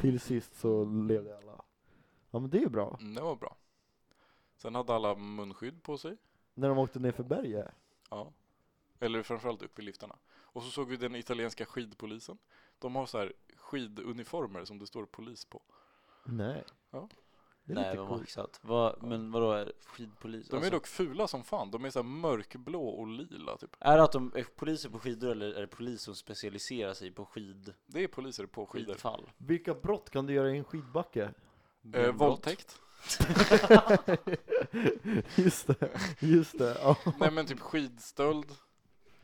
[SPEAKER 2] Till sist så levde alla. Ja men det är ju bra.
[SPEAKER 1] Mm, Det var bra. Sen hade alla munskydd på sig.
[SPEAKER 2] När de åkte ner för berget.
[SPEAKER 1] Ja. Eller framförallt upp i liftarna. Och så såg vi den italienska skidpolisen. De har så här skiduniformer som det står polis på.
[SPEAKER 2] Nej. Det är
[SPEAKER 3] Nej,
[SPEAKER 2] lite
[SPEAKER 3] vad
[SPEAKER 2] coolt.
[SPEAKER 3] maxat. Vad, men vadå, är det skidpolis?
[SPEAKER 1] De är
[SPEAKER 3] Alltså,
[SPEAKER 1] dock fula som fan. De är så här mörkblå och lila typ.
[SPEAKER 3] Är det att de är poliser på skidor eller är det polis som specialiserar sig på skid,
[SPEAKER 1] Det är poliser på skidor.
[SPEAKER 3] skidfall?
[SPEAKER 2] Vilka brott kan du göra i en skidbacke?
[SPEAKER 1] Eh,
[SPEAKER 3] Brott.
[SPEAKER 1] våldtäkt?
[SPEAKER 2] just det, just det. Ja.
[SPEAKER 1] Nej men typ skidstöld,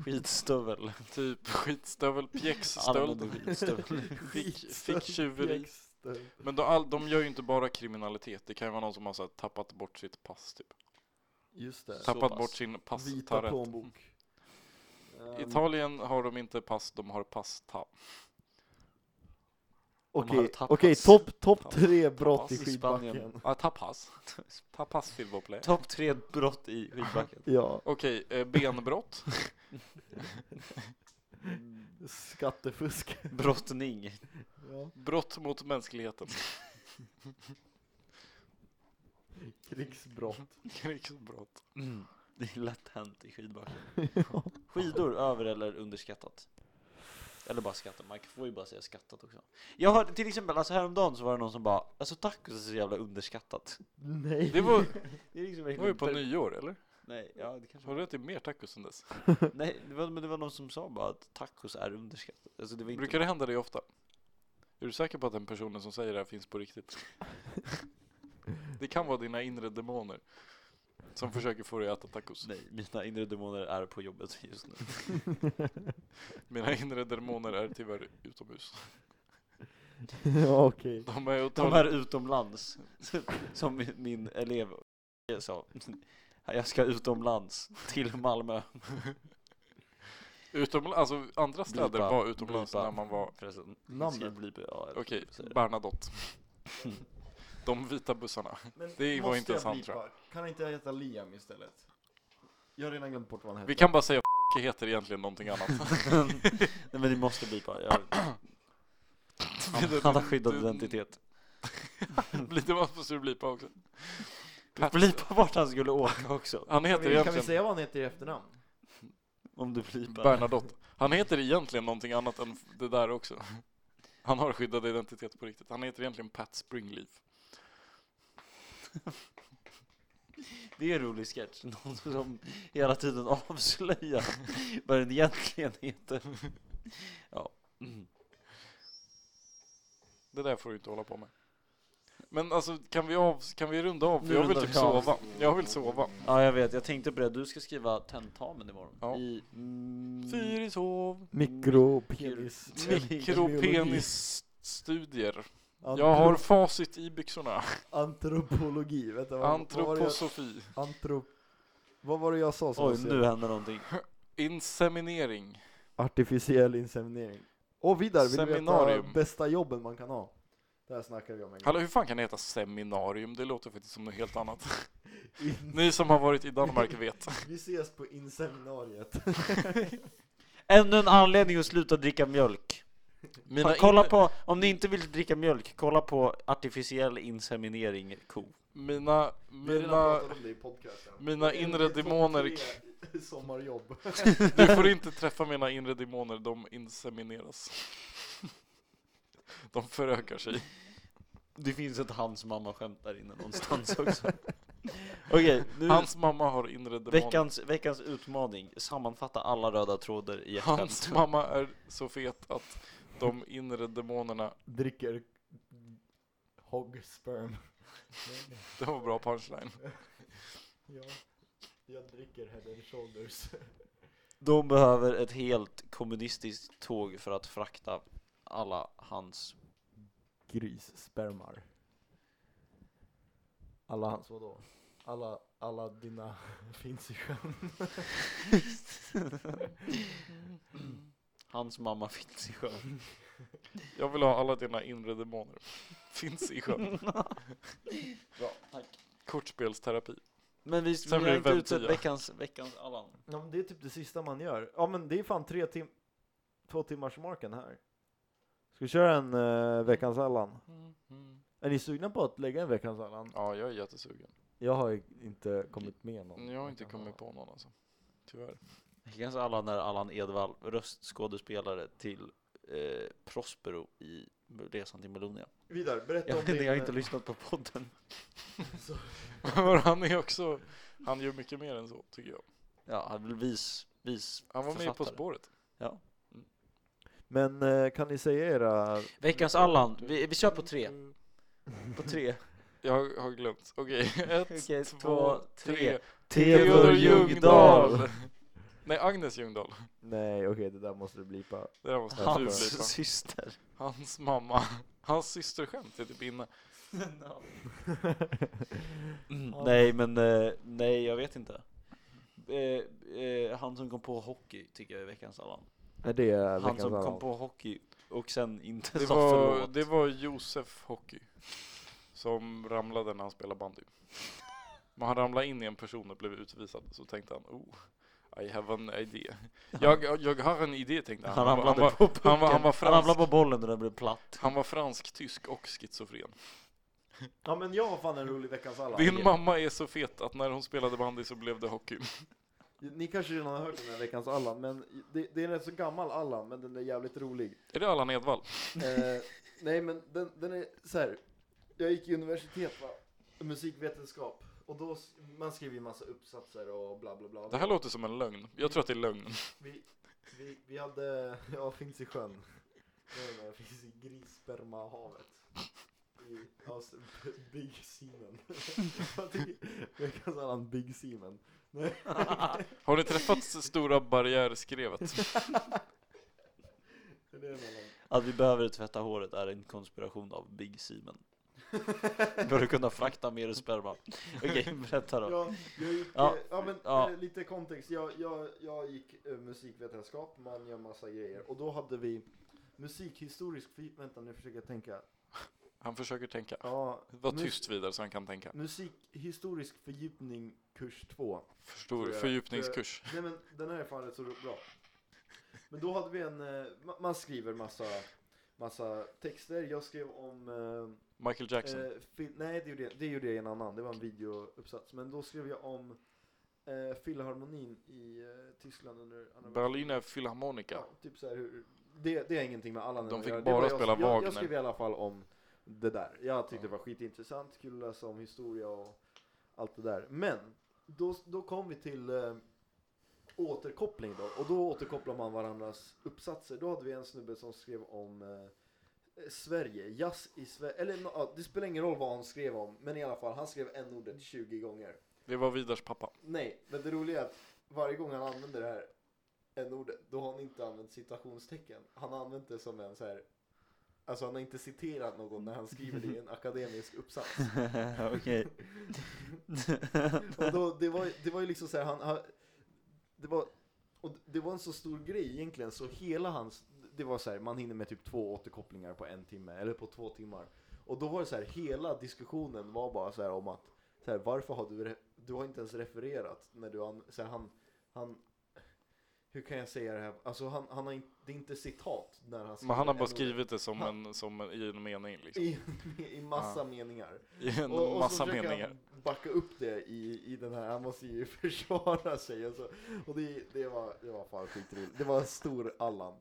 [SPEAKER 3] Skidstövel.
[SPEAKER 1] typ skitstövel,
[SPEAKER 3] Allmän
[SPEAKER 1] pjäxstöld,
[SPEAKER 3] skidstövel.
[SPEAKER 1] fick, ficktjuveri.
[SPEAKER 2] Just det.
[SPEAKER 1] Men de, all, de gör ju inte bara kriminalitet. Det kan ju vara någon som har så här, tappat bort sitt pass typ.
[SPEAKER 2] Just det.
[SPEAKER 3] Så
[SPEAKER 1] Tappat
[SPEAKER 3] pass.
[SPEAKER 1] bort sin
[SPEAKER 2] Vita
[SPEAKER 1] passtaret.
[SPEAKER 2] plånbok. Ehm,
[SPEAKER 1] Italien har de inte pass, de har passtapp.
[SPEAKER 3] De har
[SPEAKER 2] Okej,
[SPEAKER 3] tappat-
[SPEAKER 2] okej, topp top
[SPEAKER 1] tappat-
[SPEAKER 2] tre brott i
[SPEAKER 1] tappat
[SPEAKER 3] i Spanien.
[SPEAKER 2] skidbacken.
[SPEAKER 1] Ja, tappas. Tappas till vår play.
[SPEAKER 3] Topp tre brott i skidbacken.
[SPEAKER 2] Ja,
[SPEAKER 1] Okej, eh, benbrott.
[SPEAKER 2] skattefusk.
[SPEAKER 3] Brottning.
[SPEAKER 2] Ja.
[SPEAKER 1] Brott mot mänskligheten.
[SPEAKER 2] Krigsbrott.
[SPEAKER 1] Krigsbrott.
[SPEAKER 3] Det är lätt hänt i skidbacken. Skidor, över eller underskattat? Eller bara skattat, man får ju bara säga skattat också. Jag hörde till exempel, alltså häromdagen så var det någon som bara, alltså tacos är så jävla underskattat.
[SPEAKER 2] Nej.
[SPEAKER 1] Det var,
[SPEAKER 3] Det är liksom
[SPEAKER 1] det var ju på
[SPEAKER 3] verkligen-
[SPEAKER 1] nyår eller?
[SPEAKER 3] Nej, ja det kanske
[SPEAKER 1] Har
[SPEAKER 3] var.
[SPEAKER 1] du ätit mer tacos sen dess?
[SPEAKER 3] Nej, det var, men det var någon som sa bara att tacos är underskattat. Alltså det var inte...
[SPEAKER 1] Brukar det hända dig ofta? Är du säker på att den personen som säger det här finns på riktigt? Det kan vara dina inre demoner som försöker få dig att äta tacos.
[SPEAKER 3] Nej, mina inre demoner är på jobbet just nu.
[SPEAKER 1] Mina inre demoner är tyvärr utomhus.
[SPEAKER 2] ja, okej.
[SPEAKER 1] De är och
[SPEAKER 3] De
[SPEAKER 1] tar...
[SPEAKER 3] är utomlands. Som min- min elev sa. Jag ska utomlands, till Malmö.
[SPEAKER 1] Utom, alltså andra städer
[SPEAKER 3] Blipa,
[SPEAKER 1] var utomlands
[SPEAKER 3] blipa.
[SPEAKER 1] när man var...
[SPEAKER 3] Förresten.
[SPEAKER 2] Namnet?
[SPEAKER 3] Ska bli, ja, jag
[SPEAKER 1] Okej,
[SPEAKER 3] säger det.
[SPEAKER 1] Bernadotte. De vita bussarna.
[SPEAKER 2] Men
[SPEAKER 1] Det var
[SPEAKER 2] måste
[SPEAKER 1] inte
[SPEAKER 2] jag
[SPEAKER 1] ens han,
[SPEAKER 2] blipa?
[SPEAKER 1] tror
[SPEAKER 2] Kan inte jag heta Liam istället? Jag har redan glömt bort vad han
[SPEAKER 1] Vi
[SPEAKER 2] heter.
[SPEAKER 1] kan bara säga f- heter egentligen någonting annat.
[SPEAKER 3] Nej men det måste bli bara. Jag... Han, han har skyddad
[SPEAKER 1] Du-
[SPEAKER 3] identitet.
[SPEAKER 1] Blir det måste du blipa också. Pat-
[SPEAKER 3] Blipa vart han skulle åka också.
[SPEAKER 1] Han heter
[SPEAKER 2] Men, kan vi
[SPEAKER 1] egentligen
[SPEAKER 2] säga vad han heter i efternamn?
[SPEAKER 3] Om du blipar.
[SPEAKER 1] Bernadotte. Han heter egentligen någonting annat än det där också. Han har skyddad identitet på riktigt. Han heter egentligen Pat Springleaf.
[SPEAKER 3] Det är en rolig sketch. Någon som hela tiden avslöjar vad den egentligen heter. Ja. Mm.
[SPEAKER 1] Det där får du inte hålla på med. Men alltså, kan vi, av, kan vi runda av? För
[SPEAKER 3] Nu
[SPEAKER 1] jag vill
[SPEAKER 3] rundar
[SPEAKER 1] typ
[SPEAKER 3] vi av.
[SPEAKER 1] sova. Jag vill sova.
[SPEAKER 3] Ja jag vet, jag tänkte på det. Du ska skriva tentamen imorgon.
[SPEAKER 1] Ja.
[SPEAKER 3] I... Mm...
[SPEAKER 1] Fyri sov.
[SPEAKER 2] Mikropenis.
[SPEAKER 1] Mikropenisstudier. Jag har facit i byxorna.
[SPEAKER 2] Antropologi, vänta vad, vad, var det
[SPEAKER 1] Antroposofi.
[SPEAKER 2] jag, antrop, vad var det jag sa som var
[SPEAKER 3] Oj,
[SPEAKER 2] så-
[SPEAKER 3] nu händer någonting.
[SPEAKER 1] Inseminering.
[SPEAKER 2] Artificiell inseminering Och vidare, vill du
[SPEAKER 1] Seminarium.
[SPEAKER 2] veta bästa jobben man kan ha? Det här snackar vi om en gång
[SPEAKER 1] Hallå, hur fan kan det heta seminarium? Det låter faktiskt som något helt annat.
[SPEAKER 2] In,
[SPEAKER 1] Ni som har varit i Danmark vet.
[SPEAKER 2] Vi ses på inseminariet
[SPEAKER 3] Ännu en anledning att sluta dricka mjölk.
[SPEAKER 1] Mina
[SPEAKER 3] kolla
[SPEAKER 1] inre-
[SPEAKER 3] på, om ni inte vill dricka mjölk, kolla på artificiell inseminering ko.
[SPEAKER 1] Mina,
[SPEAKER 2] Vi har redan
[SPEAKER 1] mina,
[SPEAKER 2] pratat om det i podcasten
[SPEAKER 1] mina inre demoner,
[SPEAKER 2] Sommarjobb
[SPEAKER 1] du får inte träffa mina inre demoner, de insemineras. De förökar sig.
[SPEAKER 3] Det finns ett hans mamma skämt där inne någonstans också. Okej, nu
[SPEAKER 1] Hans mamma har inre demoner.
[SPEAKER 3] Mm. veckans, veckans utmaning. Sammanfatta alla röda trådar i ett
[SPEAKER 1] Hans
[SPEAKER 3] skämt.
[SPEAKER 1] mamma är så fet att de inre demonerna,
[SPEAKER 2] Dricker Hog sperm
[SPEAKER 1] det var bra punchline.
[SPEAKER 2] ja, Jag dricker head and shoulders
[SPEAKER 3] De behöver ett helt kommunistiskt tåg för att frakta alla hans
[SPEAKER 2] grisspermar. Alla hans vadå? Alla, alla dina finns i sjön.
[SPEAKER 3] Hans mamma finns i sjön.
[SPEAKER 1] Jag vill ha alla dina inre demoner. Finns i sjön.
[SPEAKER 3] Bra, tack.
[SPEAKER 1] Kortspelsterapi.
[SPEAKER 3] Men vi, vi
[SPEAKER 1] Sen
[SPEAKER 3] har
[SPEAKER 1] blir det
[SPEAKER 3] inte
[SPEAKER 1] vem
[SPEAKER 3] utsett
[SPEAKER 1] tia?
[SPEAKER 3] veckans, veckans Allan.
[SPEAKER 2] Ja, men det är typ det sista man gör. Ja men det är fan tre tim två timmars marken här. Ska vi köra en eh, veckans Allan? Är ni sugna på att lägga en veckans Allan?
[SPEAKER 1] Ja, jag är jättesugen.
[SPEAKER 2] Jag har ju inte kommit med någon.
[SPEAKER 1] Jag har inte
[SPEAKER 2] veckans
[SPEAKER 1] kommit
[SPEAKER 2] Allan.
[SPEAKER 1] på någon alltså. Tyvärr.
[SPEAKER 3] Veckans Allan är Allan Edwall, röstskådespelare till eh, Prospero i Resan till Melonia.
[SPEAKER 2] Vidare, berätta
[SPEAKER 3] Jag,
[SPEAKER 2] om
[SPEAKER 3] vet inte,
[SPEAKER 2] din... eh,
[SPEAKER 3] jag har inte lyssnat på podden.
[SPEAKER 1] Men han är också, han gör mycket mer än så tycker jag.
[SPEAKER 3] Ja, han är väl vis, vis
[SPEAKER 1] Han var med På
[SPEAKER 3] författare.
[SPEAKER 1] spåret.
[SPEAKER 3] Ja.
[SPEAKER 2] Men eh, kan ni säga era...
[SPEAKER 3] Veckans Allan, vi, vi kör på tre. På tre.
[SPEAKER 1] Jag har glömt. Okej, ett,
[SPEAKER 3] Okej,
[SPEAKER 1] två,
[SPEAKER 3] två,
[SPEAKER 1] tre.
[SPEAKER 3] tre.
[SPEAKER 1] Theodor
[SPEAKER 3] Theodor
[SPEAKER 1] Ljungdahl! Nej, Agnes Ljungdahl.
[SPEAKER 2] Nej, okej, det där måste du blipa.
[SPEAKER 1] Det där måste du
[SPEAKER 3] Hans
[SPEAKER 1] blipa.
[SPEAKER 3] syster.
[SPEAKER 1] Hans mamma. Hans systerskämt är typ inne.
[SPEAKER 3] Mm, nej, men eh, nej, jag vet inte. Eh, eh, han som kom på hockey tycker jag är veckans Allan.
[SPEAKER 2] Nej, det är
[SPEAKER 3] Han
[SPEAKER 2] veckans
[SPEAKER 3] som kom
[SPEAKER 2] annan.
[SPEAKER 3] på hockey och sen inte
[SPEAKER 1] Det
[SPEAKER 3] sa
[SPEAKER 1] var,
[SPEAKER 3] förlåt.
[SPEAKER 1] det var Josef Hockey. Som ramlade när han spelade bandy. Men han ramlade in i en person och blev utvisad. Så tänkte han, oh, I have an idea. Jag, jag har en idé tänkte han.
[SPEAKER 3] Han
[SPEAKER 1] var-
[SPEAKER 3] ramlade
[SPEAKER 1] var,
[SPEAKER 3] på pucken.
[SPEAKER 1] han var- han var
[SPEAKER 3] han ramlade
[SPEAKER 1] fransk.
[SPEAKER 3] på bollen och den blev platt.
[SPEAKER 1] han var fransk, tysk och schizofren.
[SPEAKER 2] Ja, men jag har fan en rolig veckans alla.
[SPEAKER 1] Din mamma är så fet att när hon spelade bandy så blev det hockey.
[SPEAKER 2] Ni kanske redan har hört den här veckans Allan, men det, det är en rätt så gammal Allan, men den är jävligt rolig.
[SPEAKER 1] Är det Allan Edwall?
[SPEAKER 2] Eh, nej men den, den är så här. Jag gick i universitet va, musikvetenskap. Och då, s- man skriver ju massa uppsatser och bla bla bla.
[SPEAKER 1] Det här låter som en lögn. Jag tror att det är lögn.
[SPEAKER 2] Vi, vi, vi hade, ja finns i sjön. Nej, nej, finns i grisspermahavet. I ja, s- b- Big Seaman. Jag tycker- Jag kallar honom Big Seaman.
[SPEAKER 1] Har ni träffat Stora Barriärskrevet?
[SPEAKER 2] Det är en annan.
[SPEAKER 3] Att vi behöver tvätta håret är en konspiration av Big Seaman. För att kunna frakta mer sperma. Okej, berätta då.
[SPEAKER 2] Ja, jag gick,
[SPEAKER 3] Ja.
[SPEAKER 2] ja. ja men
[SPEAKER 3] Ja.
[SPEAKER 2] eh, lite kontext. Jag, jag, jag gick eh, musikvetenskap, man gör massa grejer. Och då hade vi musikhistorisk, fi- vänta nu försöker jag tänka.
[SPEAKER 1] Han försöker tänka.
[SPEAKER 2] Ja,
[SPEAKER 1] Var
[SPEAKER 2] mus-
[SPEAKER 1] tyst vidare så han kan tänka.
[SPEAKER 2] Musikhistorisk fördjupning kurs 2.
[SPEAKER 1] Förstår,
[SPEAKER 2] Tror jag.
[SPEAKER 1] fördjupningskurs.
[SPEAKER 2] Nej men den här är fan rätt så bra. Men då hade vi en, eh, ma- man skriver massa, massa texter. Jag skrev om eh,
[SPEAKER 1] Michael Jackson.
[SPEAKER 2] Eh, Phil- nej, det gjorde, jag, det gjorde jag i en annan. Det var en videouppsats. Men då skrev jag om eh, filharmonin i eh, Tyskland under andra
[SPEAKER 1] Berliner Philharmonica.
[SPEAKER 2] Ja, typ så här, hur, det, det är ingenting med alla
[SPEAKER 1] De fick
[SPEAKER 2] Det var
[SPEAKER 1] bara
[SPEAKER 2] jag som-
[SPEAKER 1] spela
[SPEAKER 2] jag, jag,
[SPEAKER 1] Wagner.
[SPEAKER 2] skrev i alla fall om det där. Jag tyckte
[SPEAKER 1] Ja.
[SPEAKER 2] det var skitintressant, kul att läsa om historia och allt det där. Men då, då kom vi till eh, återkoppling då. Och då återkopplar man varandras uppsatser. Då hade vi en snubbe som skrev om eh, Sverige, jazz i Sverige, eller nå- ja, det spelar ingen roll vad han skrev om, men i alla fall, han skrev en ordet 20 gånger.
[SPEAKER 1] Det var Vidars pappa.
[SPEAKER 2] Nej, men det roliga är att varje gång han använder det här n-ordet, då har han inte använt citationstecken. Han har använt det som en så här, alltså han har inte citerat någon när han skriver det i en akademisk uppsats.
[SPEAKER 3] Okej.
[SPEAKER 2] Och då, det, var, det var ju liksom så här, han, han det var, och det var en så stor grej egentligen, så hela hans, det var så här, man hinner med typ två återkopplingar på en timme, eller på två timmar. Och då var det så här, hela diskussionen var bara så här om att, så här, varför har du, re- du har inte ens refererat när du, an, så här, han, han, hur kan jag säga det här? Alltså han, han har inte, det är inte citat när han
[SPEAKER 1] Men han har bara
[SPEAKER 2] en-
[SPEAKER 1] skrivit det som en, som en, i en mening liksom.
[SPEAKER 2] i, i massa meningar.
[SPEAKER 1] I en
[SPEAKER 2] Och, och så
[SPEAKER 1] massa
[SPEAKER 2] försöker
[SPEAKER 1] meningar.
[SPEAKER 2] han backa upp det i, i den här, han måste ju försvara sig och, så. och det, det, var, det var fan skitroligt. Det var stor Allan.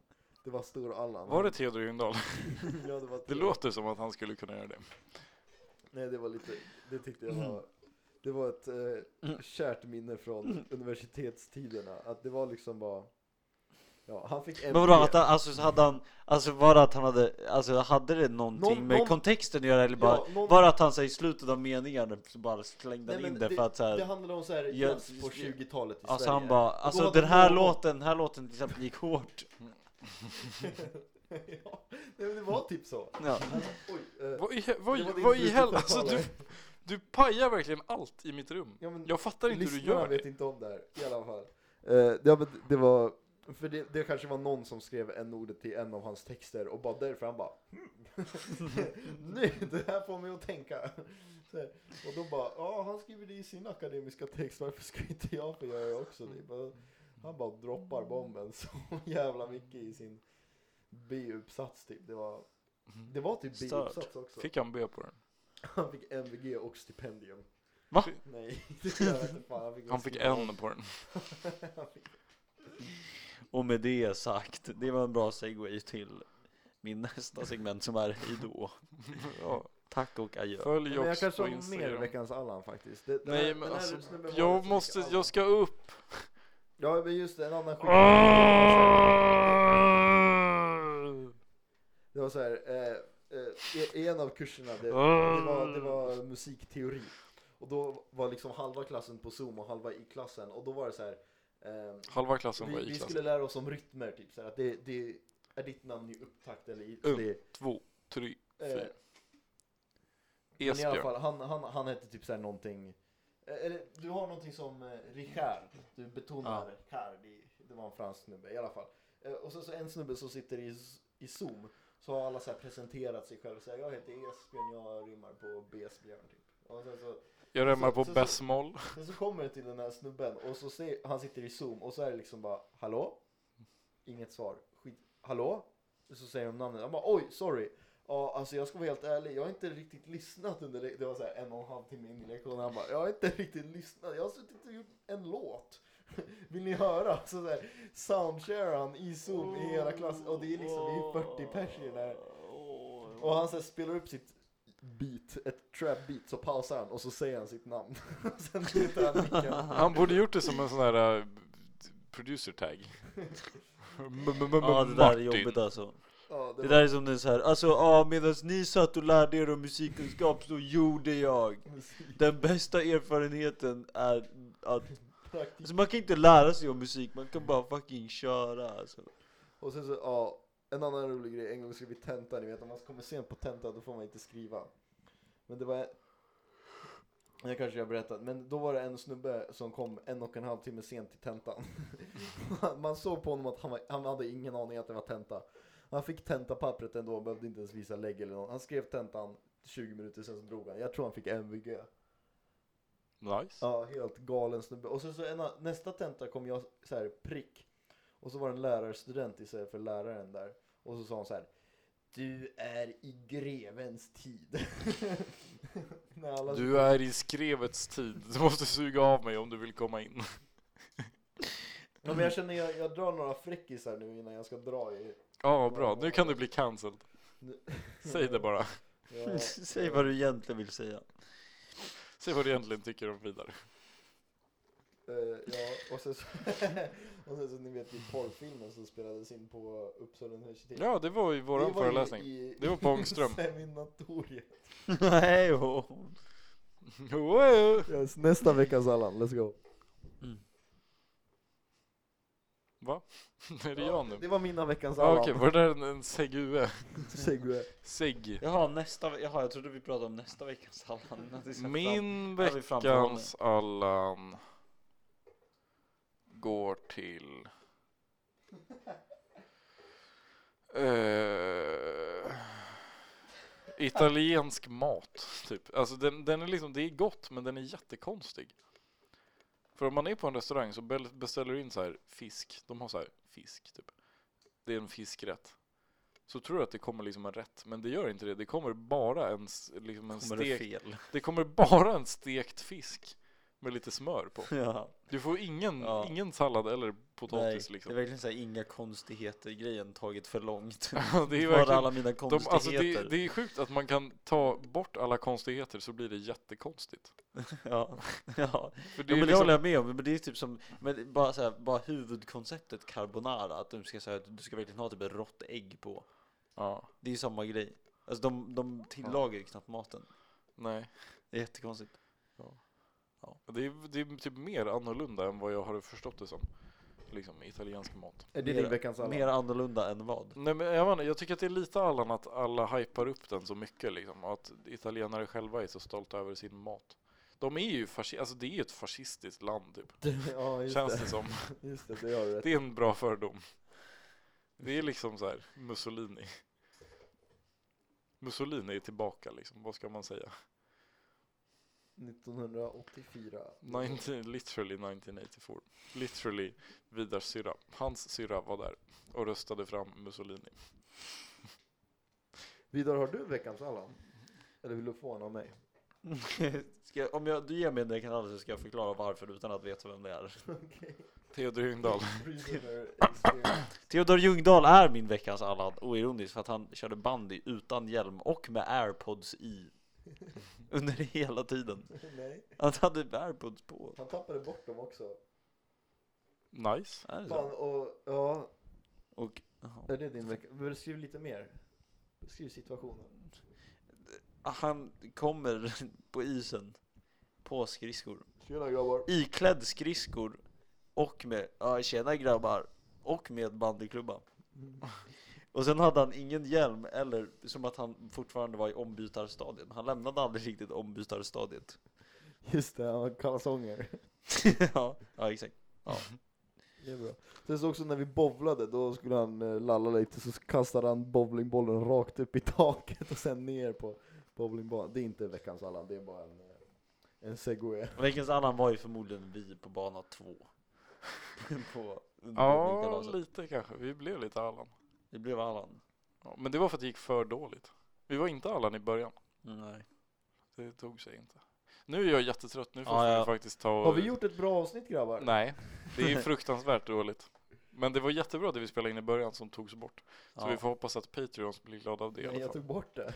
[SPEAKER 2] Det var stor Allan.
[SPEAKER 1] Var det Theodor Ljungdahl?
[SPEAKER 2] ja, det var
[SPEAKER 1] Det låter som att han skulle kunna göra det.
[SPEAKER 2] Nej, det var lite, det tyckte jag var, det var ett
[SPEAKER 3] Mm.
[SPEAKER 2] eh, kärt minne från universitetstiderna. Att det var liksom bara, ja, han fick en...
[SPEAKER 3] Men vadå, att han, alltså så hade han, alltså var det att han hade, alltså hade det någonting
[SPEAKER 2] Någon-
[SPEAKER 3] med
[SPEAKER 2] någon-
[SPEAKER 3] kontexten att göra eller bara,
[SPEAKER 2] Ja, någon-
[SPEAKER 3] var det att han säger i slutet av meningen så bara slängde
[SPEAKER 2] Nej,
[SPEAKER 3] han
[SPEAKER 2] men
[SPEAKER 3] in det, för att så här,
[SPEAKER 2] Det handlade om så här,
[SPEAKER 3] Ja,
[SPEAKER 2] jazz på
[SPEAKER 3] det-
[SPEAKER 2] 20-talet i
[SPEAKER 3] alltså
[SPEAKER 2] Sverige.
[SPEAKER 3] han bara,
[SPEAKER 2] Och då
[SPEAKER 3] alltså
[SPEAKER 2] hade
[SPEAKER 3] den här
[SPEAKER 2] någon-
[SPEAKER 3] låten, den här låten till exempel gick hårt.
[SPEAKER 2] ja, nej, men det var typ så.
[SPEAKER 3] Ja.
[SPEAKER 2] Oj, eh,
[SPEAKER 1] Vad i, he- vad,
[SPEAKER 2] Det var
[SPEAKER 1] i-
[SPEAKER 2] din
[SPEAKER 1] vad i helvete?
[SPEAKER 2] slutförtalare.
[SPEAKER 1] Alltså du, du pajar verkligen allt i mitt rum.
[SPEAKER 2] Ja, men
[SPEAKER 1] Jag fattar inte hur du
[SPEAKER 2] Lyssnarna
[SPEAKER 1] gör
[SPEAKER 2] vet
[SPEAKER 1] det.
[SPEAKER 2] inte om det här i alla fall. Eh, ja, men det var, för det, det kanske var någon som skrev en ordet till en av hans texter och bara därför han bara hmm. Nu, det här får mig att tänka. Så här, och då bara, ja han skriver det i sin akademiska text, varför ska inte jag få göra det också? Det är bara, han bara droppar bomben så jävla mycket i sin B-uppsats typ. Det var, det var typ
[SPEAKER 3] Stört.
[SPEAKER 2] B-uppsats också.
[SPEAKER 1] Fick han B på den?
[SPEAKER 2] Han fick MVG och stipendium.
[SPEAKER 3] Va?
[SPEAKER 2] Nej, det jag vet inte fan. Han fick,
[SPEAKER 1] Han fick en på den.
[SPEAKER 2] Han fick
[SPEAKER 3] Och med det sagt, det var en bra segway till min nästa segment som är hejdå.
[SPEAKER 1] Ja,
[SPEAKER 3] Tack och adjö.
[SPEAKER 1] följ
[SPEAKER 2] Men jag
[SPEAKER 1] oss
[SPEAKER 2] kanske
[SPEAKER 1] på
[SPEAKER 2] har mer
[SPEAKER 1] Instagram.
[SPEAKER 2] veckans Allan faktiskt. Det, den
[SPEAKER 1] Nej,
[SPEAKER 2] här-
[SPEAKER 1] men
[SPEAKER 2] den här
[SPEAKER 1] alltså,
[SPEAKER 2] snubben var
[SPEAKER 1] Jag
[SPEAKER 2] väldigt
[SPEAKER 1] måste,
[SPEAKER 2] lik Allan.
[SPEAKER 1] jag ska upp.
[SPEAKER 2] Ja, men just det, en annan skit.
[SPEAKER 1] Ah!
[SPEAKER 2] Det var så här, eh, eh, i en av kurserna, det, det,
[SPEAKER 1] Ah!
[SPEAKER 2] var, det var musikteori. Och då var liksom halva klassen på zoom och halva i klassen. Och då var det så här, ehm,
[SPEAKER 1] Halva klassen var
[SPEAKER 2] vi,
[SPEAKER 1] i
[SPEAKER 2] vi
[SPEAKER 1] klass
[SPEAKER 2] skulle lära oss om rytmer, typ så här, att det, det är ditt namn i upptakt eller i...
[SPEAKER 1] Mm.
[SPEAKER 2] Det,
[SPEAKER 1] Två, tre,
[SPEAKER 2] eh,
[SPEAKER 1] fyra.
[SPEAKER 2] men i alla
[SPEAKER 1] Esbjörn.
[SPEAKER 2] fall, han, han, han hette typ så här någonting, eh, eller du har någonting som eh, Richard, du betonar Richard, i- det var en fransk snubbe i alla fall. Eh, och så, så en snubbe som sitter i, i Zoom, så har alla så här presenterat sig själva, så här, jag heter Esbjörn, jag rimmar på Besbjörn typ. Och sen så,
[SPEAKER 1] Jag remmar
[SPEAKER 2] så-
[SPEAKER 1] på
[SPEAKER 2] så- så-
[SPEAKER 1] bessmoll.
[SPEAKER 2] sen så kommer det till den här snubben och så ser, han sitter i zoom och så är det liksom bara hallå? Inget svar. Skit, hallå? Och så säger de namnet. Han bara oj, sorry. Ja, alltså jag ska vara helt ärlig, jag har inte riktigt lyssnat under det. Det var så här en och en halv timme in i lektionen. Han bara, jag har inte riktigt lyssnat. Jag har suttit och gjort en låt. Vill ni höra? Så, så här, soundshare han i zoom i hela klassen. Och det är liksom, det är 40 pers i den här. Och han så här, spelar upp sitt beat, ett trap beat, så pausar han och så säger han sitt namn. Sen lutar han micken.
[SPEAKER 1] Han borde gjort det som en sån här eh, producer tag.
[SPEAKER 3] Ja det där är jobbigt alltså.
[SPEAKER 2] Ja, det
[SPEAKER 3] Det
[SPEAKER 2] var
[SPEAKER 3] där är som den så här, alltså ja medan ni satt och lärde er om musikkunskap så gjorde jag.
[SPEAKER 2] musik,
[SPEAKER 3] Den bästa erfarenheten är att,
[SPEAKER 2] praktik.
[SPEAKER 3] alltså man kan inte lära sig om musik, man kan bara fucking köra alltså.
[SPEAKER 2] Och sen så, ja, en annan rolig grej, en gång skrev vi tenta, ni vet om man kommer sent på tenta då får man inte skriva. Men det var, jag kanske jag har berättat, men då var det en snubbe som kom en och en halv timme sent till tentan. Man såg på honom att han, var, han hade ingen aning att det var tenta. Han fick tentapappret ändå, behövde inte ens visa lägg eller något. Han skrev tentan 20 minuter sen så drog han. Jag tror han fick MVG.
[SPEAKER 1] Nice.
[SPEAKER 2] Ja, helt galen snubbe. Och sen så en, a- nästa tenta kom jag så här prick. Och så var det en lärarstudent istället för läraren där. Och så sa hon så här. Du är i grevens tid. När alla-
[SPEAKER 1] Du är i skrevets tid. Du måste suga av mig om du vill komma in.
[SPEAKER 2] ja, men jag känner jag, jag drar några fräckisar nu innan jag ska dra i.
[SPEAKER 1] Ja, bra. Nu kan du bli cancelled. Säg det bara.
[SPEAKER 2] Ja,
[SPEAKER 3] Säg vad du egentligen vill säga.
[SPEAKER 1] Säg vad du egentligen tycker om vidare.
[SPEAKER 2] eh, ja, och sen så, och sen så ni vet i porrfilmen som spelades in på Uppsala universitet.
[SPEAKER 1] Ja, det var ju
[SPEAKER 2] Det
[SPEAKER 1] våran
[SPEAKER 2] var ju
[SPEAKER 1] föreläsning.
[SPEAKER 2] i-
[SPEAKER 1] Det var på Ångström.
[SPEAKER 2] Seminatoriet.
[SPEAKER 3] Nej, åh.
[SPEAKER 1] Wow.
[SPEAKER 2] Yes, nästa veckas Allan, let's go.
[SPEAKER 1] Va? Är det jag nu?
[SPEAKER 2] Det var mina veckans
[SPEAKER 1] Ja,
[SPEAKER 2] Allan.
[SPEAKER 1] Okej, var det där en- en segue?
[SPEAKER 2] Segway.
[SPEAKER 1] Segg.
[SPEAKER 3] Jaha, nästa ve- Jaha, jag trodde vi pratade om nästa veckas Allan. Att vi ska fram-
[SPEAKER 1] Min
[SPEAKER 3] Ja, vi framförhåller.
[SPEAKER 1] veckans Allan går till... Eh, italiensk mat, typ. Alltså den, den är liksom, det är gott men den är jättekonstig. För om man är på en restaurang så bel- beställer du in så här fisk, de har så här fisk typ. Det är en fiskrätt. Så tror du att det kommer liksom en rätt, men det gör inte det. Det kommer bara en, s- liksom en
[SPEAKER 3] Kommer det
[SPEAKER 1] stekt
[SPEAKER 3] fel?
[SPEAKER 1] det kommer bara en stekt fisk med lite smör på.
[SPEAKER 3] Ja,
[SPEAKER 1] Du får ingen,
[SPEAKER 3] Ja.
[SPEAKER 1] ingen sallad eller
[SPEAKER 3] nej,
[SPEAKER 1] potatis
[SPEAKER 3] det är
[SPEAKER 1] liksom.
[SPEAKER 3] verkligen såhär inga konstigheter grejen tagit för långt.
[SPEAKER 1] Ja, det är
[SPEAKER 3] Bara
[SPEAKER 1] verkligen,
[SPEAKER 3] alla mina
[SPEAKER 1] de, alltså
[SPEAKER 3] konstigheter.
[SPEAKER 1] det, det är sjukt att man kan ta bort alla konstigheter så blir det jättekonstigt.
[SPEAKER 3] Ja, ja.
[SPEAKER 1] För det
[SPEAKER 3] Det, ja,
[SPEAKER 1] är
[SPEAKER 3] men det
[SPEAKER 1] liksom,
[SPEAKER 3] håller jag med om, men det är typ som, men bara, så här, bara huvudkonceptet carbonara, att du ska, så här, du ska verkligen ha typ ett rått ägg på.
[SPEAKER 1] ja,
[SPEAKER 3] Det är ju samma grej. Alltså de, de tillagar ju knappt maten.
[SPEAKER 1] nej.
[SPEAKER 3] Det är jättekonstigt.
[SPEAKER 1] Det är, det är typ mer annorlunda än vad jag har förstått det som. Liksom italiensk mat.
[SPEAKER 2] Är det
[SPEAKER 3] Mer-
[SPEAKER 2] din veckans Allan?
[SPEAKER 3] Mer annorlunda än vad?
[SPEAKER 1] Nej men jag, vet inte, jag tycker att det är lite Allan att alla hypar upp den så mycket liksom. Och att italienare själva är så stolta över sin mat. De är ju fasci- alltså det är ju ett fascistiskt land typ.
[SPEAKER 2] ja, just
[SPEAKER 1] Känns
[SPEAKER 2] det.
[SPEAKER 1] det som.
[SPEAKER 2] Just det, det gör du rätt.
[SPEAKER 1] Det är en bra fördom. Det är liksom så här, Mussolini. Mussolini är tillbaka liksom, vad ska man säga?
[SPEAKER 2] 1984.
[SPEAKER 1] 19, literally 1984. Literally Vidars syrra. Hans syrra var där och röstade fram Mussolini.
[SPEAKER 2] Vidar, har du veckans Allan? Eller vill du få en av mig?
[SPEAKER 3] ska jag, om jag, du ger mig en kan så ska jag förklara varför utan att veta vem det är.
[SPEAKER 1] Theodor Ljungdahl.
[SPEAKER 3] Theodor Ljungdahl är min veckans Allan, oironiskt, för att han körde bandy utan hjälm och med airpods i. Under hela tiden.
[SPEAKER 2] Nej,
[SPEAKER 3] Han hade airpods på.
[SPEAKER 2] han tappade bort dem också.
[SPEAKER 1] Nice.
[SPEAKER 3] Är det så?
[SPEAKER 2] Fan, och ja,
[SPEAKER 3] Och, jaha.
[SPEAKER 2] är det din vecka? Beskriv lite mer. Beskriv situationen.
[SPEAKER 3] han kommer på isen på skridskor.
[SPEAKER 2] Tjena grabbar.
[SPEAKER 3] Iklädd skridskor och med, ja tjena grabbar, och med bandyklubba.
[SPEAKER 1] Mm.
[SPEAKER 3] Och sen hade han ingen hjälm, eller som att han fortfarande var i ombytarstadiet. Han lämnade aldrig riktigt ombytarstadiet.
[SPEAKER 2] Just det, han har kalsonger.
[SPEAKER 3] ja, ja, exakt. Ja.
[SPEAKER 2] Det är bra. Sen så också när vi bowlade, då skulle han eh, lalla lite, så kastade han bowlingbollen rakt upp i taket och sen ner på bowlingbanan. Det är inte veckans Allan, det är bara en, eh, en segway.
[SPEAKER 3] Veckans Allan var ju förmodligen vi på bana två. på
[SPEAKER 1] Ja,
[SPEAKER 3] underbyggningkalaset.
[SPEAKER 1] lite kanske. Vi blev lite Allan.
[SPEAKER 3] Det blev Allan.
[SPEAKER 1] Ja, men det var för att det gick för dåligt. Vi var inte Allan i början.
[SPEAKER 3] Nej.
[SPEAKER 1] Det tog sig inte. Nu är jag jättetrött. Nu får
[SPEAKER 3] Ja,
[SPEAKER 1] vi
[SPEAKER 3] ja.
[SPEAKER 1] faktiskt ta och...
[SPEAKER 2] Har vi gjort ett bra avsnitt grabbar?
[SPEAKER 1] Nej, det är fruktansvärt dåligt. Men det var jättebra det vi spelade in i början som togs bort. Så
[SPEAKER 3] Ja.
[SPEAKER 1] vi får hoppas att Patreons blir glada av det i
[SPEAKER 2] Nej,
[SPEAKER 1] alla
[SPEAKER 2] jag
[SPEAKER 1] fall.
[SPEAKER 2] tog bort det.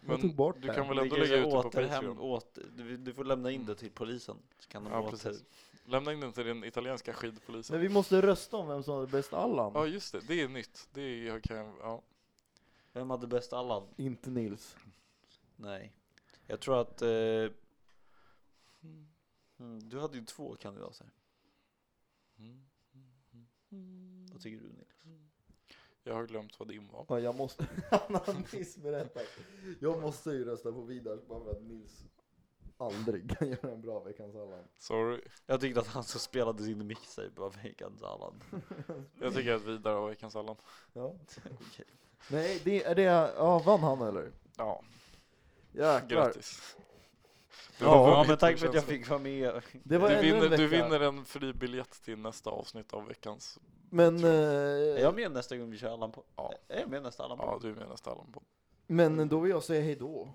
[SPEAKER 1] Men
[SPEAKER 2] jag tog bort
[SPEAKER 1] du
[SPEAKER 2] det.
[SPEAKER 1] kan väl
[SPEAKER 3] Vi
[SPEAKER 1] ändå
[SPEAKER 3] kan
[SPEAKER 1] lägga ut det på
[SPEAKER 3] återhem-
[SPEAKER 1] Patreon?
[SPEAKER 3] åter- du, du får lämna in det till polisen. Så kan de
[SPEAKER 1] Ja,
[SPEAKER 3] åter...
[SPEAKER 1] precis. Lämna in den till den italienska skidpolisen.
[SPEAKER 2] Men vi måste rösta om vem som hade bäst Allan.
[SPEAKER 1] Ja just det, det är nytt. Det är, jag kan, ja.
[SPEAKER 3] Vem hade bäst Allan?
[SPEAKER 2] Inte Nils.
[SPEAKER 3] Nej. Jag tror att... Eh, mm, du hade ju två kandidater. Vad tycker du Nils?
[SPEAKER 1] Jag har glömt vad din var.
[SPEAKER 2] Ja, jag måste. Han har Nils berättat. Jag måste ju rösta på Vidar bara för att Nils aldrig kan göra en bra veckans Allan.
[SPEAKER 1] Sorry.
[SPEAKER 3] Jag tyckte att han som spelade sin mixtape var veckans Allan.
[SPEAKER 1] Jag tycker att Vidar har veckans Allan.
[SPEAKER 2] Ja.
[SPEAKER 3] Okej.
[SPEAKER 2] Nej, det är det, ja vann han eller?
[SPEAKER 1] Ja,
[SPEAKER 2] Jäklar.
[SPEAKER 1] grattis. Du har
[SPEAKER 3] Ja,
[SPEAKER 1] vunnit,
[SPEAKER 3] men tack
[SPEAKER 1] det
[SPEAKER 3] för att jag
[SPEAKER 1] känns
[SPEAKER 3] fick vara med.
[SPEAKER 2] Det var
[SPEAKER 1] Du
[SPEAKER 2] ännu en
[SPEAKER 1] vinner,
[SPEAKER 2] vecka.
[SPEAKER 1] du vinner en fri biljett till nästa avsnitt av veckans...
[SPEAKER 2] Men,
[SPEAKER 3] Är
[SPEAKER 2] eh,
[SPEAKER 3] jag med nästa gång vi kör Allan på?
[SPEAKER 1] Ja.
[SPEAKER 3] Är jag med nästa Allan på?
[SPEAKER 1] Ja, du är med nästa Allan på.
[SPEAKER 2] men då vill jag säga hejdå.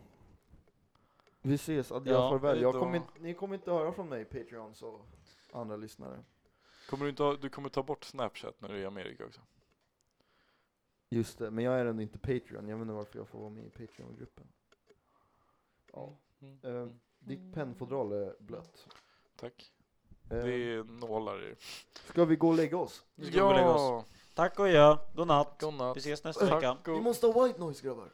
[SPEAKER 2] Vi ses, adjö,
[SPEAKER 3] Ja,
[SPEAKER 2] farväl. Jag
[SPEAKER 1] hejdå.
[SPEAKER 2] kommer, inte- ni kommer inte höra från mig, Patreons och andra lyssnare.
[SPEAKER 1] Kommer du, inte ha, du kommer ta bort Snapchat när du är i Amerika också.
[SPEAKER 2] Just det, men jag är ändå inte Patreon. Jag vet inte varför jag får vara med i Patreon-gruppen. Ja.
[SPEAKER 1] Mm.
[SPEAKER 2] Eh, ditt pennfodral är blött.
[SPEAKER 1] Tack.
[SPEAKER 2] Eh,
[SPEAKER 1] Det är nålar i.
[SPEAKER 2] Ska vi gå och lägga oss?
[SPEAKER 3] Nu ska vi gå och lägga oss. Tack och adjö. Godnatt.
[SPEAKER 1] Godnatt.
[SPEAKER 3] Vi ses nästa vecka.
[SPEAKER 2] Vi måste ha white noise grabbar.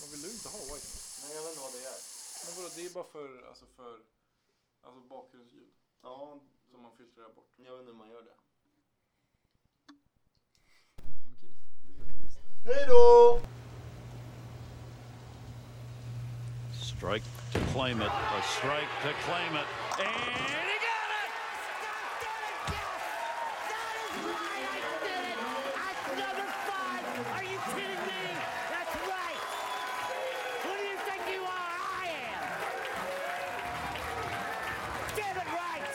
[SPEAKER 1] Men vill du inte ha white noise? Nej, jag vet inte vad det är. Men vadå, det är bara för, alltså för, alltså bakgrundsljud
[SPEAKER 3] Ja,
[SPEAKER 1] som man filtrerar bort.
[SPEAKER 3] jag vet inte hur man gör det.
[SPEAKER 1] Okej, det gör det visst.
[SPEAKER 2] Hejdå!
[SPEAKER 4] Strike to claim it. A strike to claim it. And he got it!
[SPEAKER 5] That is right. I did it. That's number five. Are you kidding me? That's right. Who do you think you are? I am. David Wright.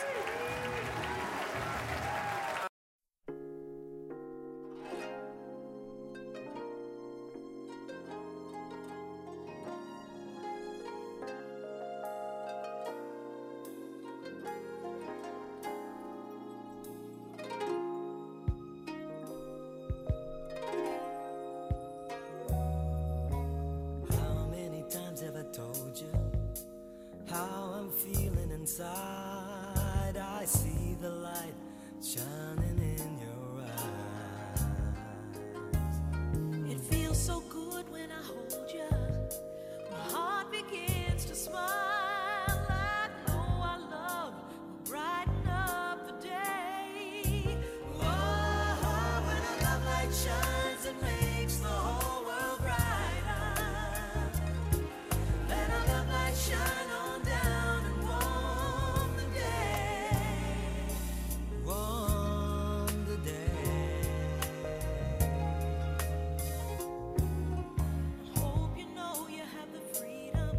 [SPEAKER 6] How many times have I told you how I'm feeling inside? I see the light shining in your eyes.
[SPEAKER 7] It feels so good when I hold you. My heart begins to smile. I know our love will brighten up the day. Oh, when a love light shines, it makes the whole world brighter. Let our love light shine on down and warm the day.
[SPEAKER 6] Warm the day.
[SPEAKER 7] Hope you know you have the freedom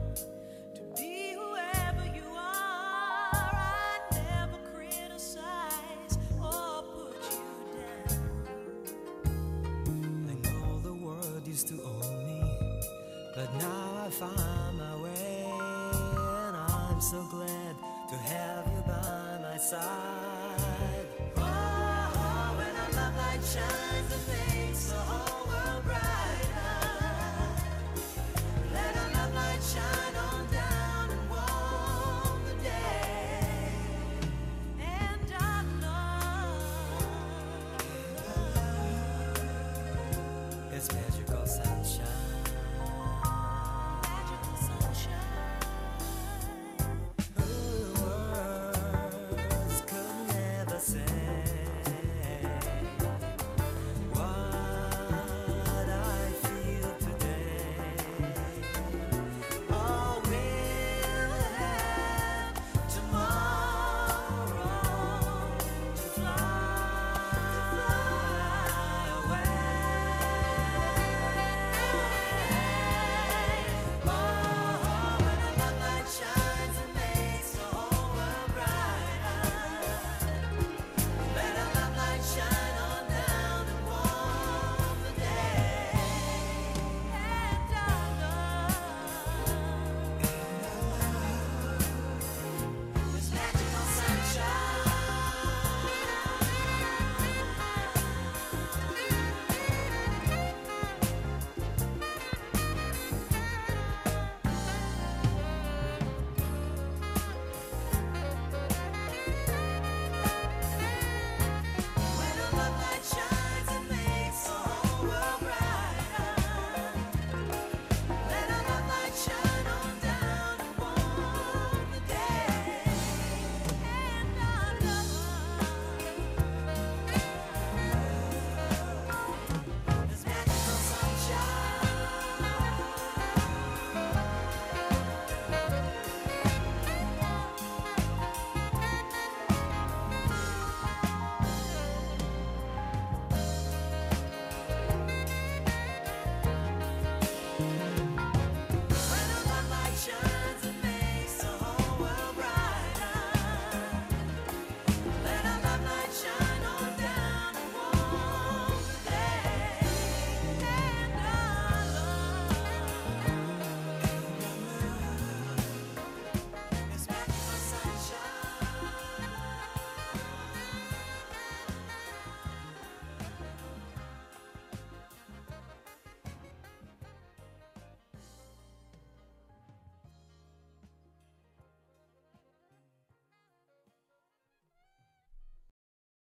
[SPEAKER 7] to be whoever you are. I never criticize or put you down.
[SPEAKER 6] I know the world used to own me, but now I find my way, and I'm so glad to have.
[SPEAKER 7] Oh,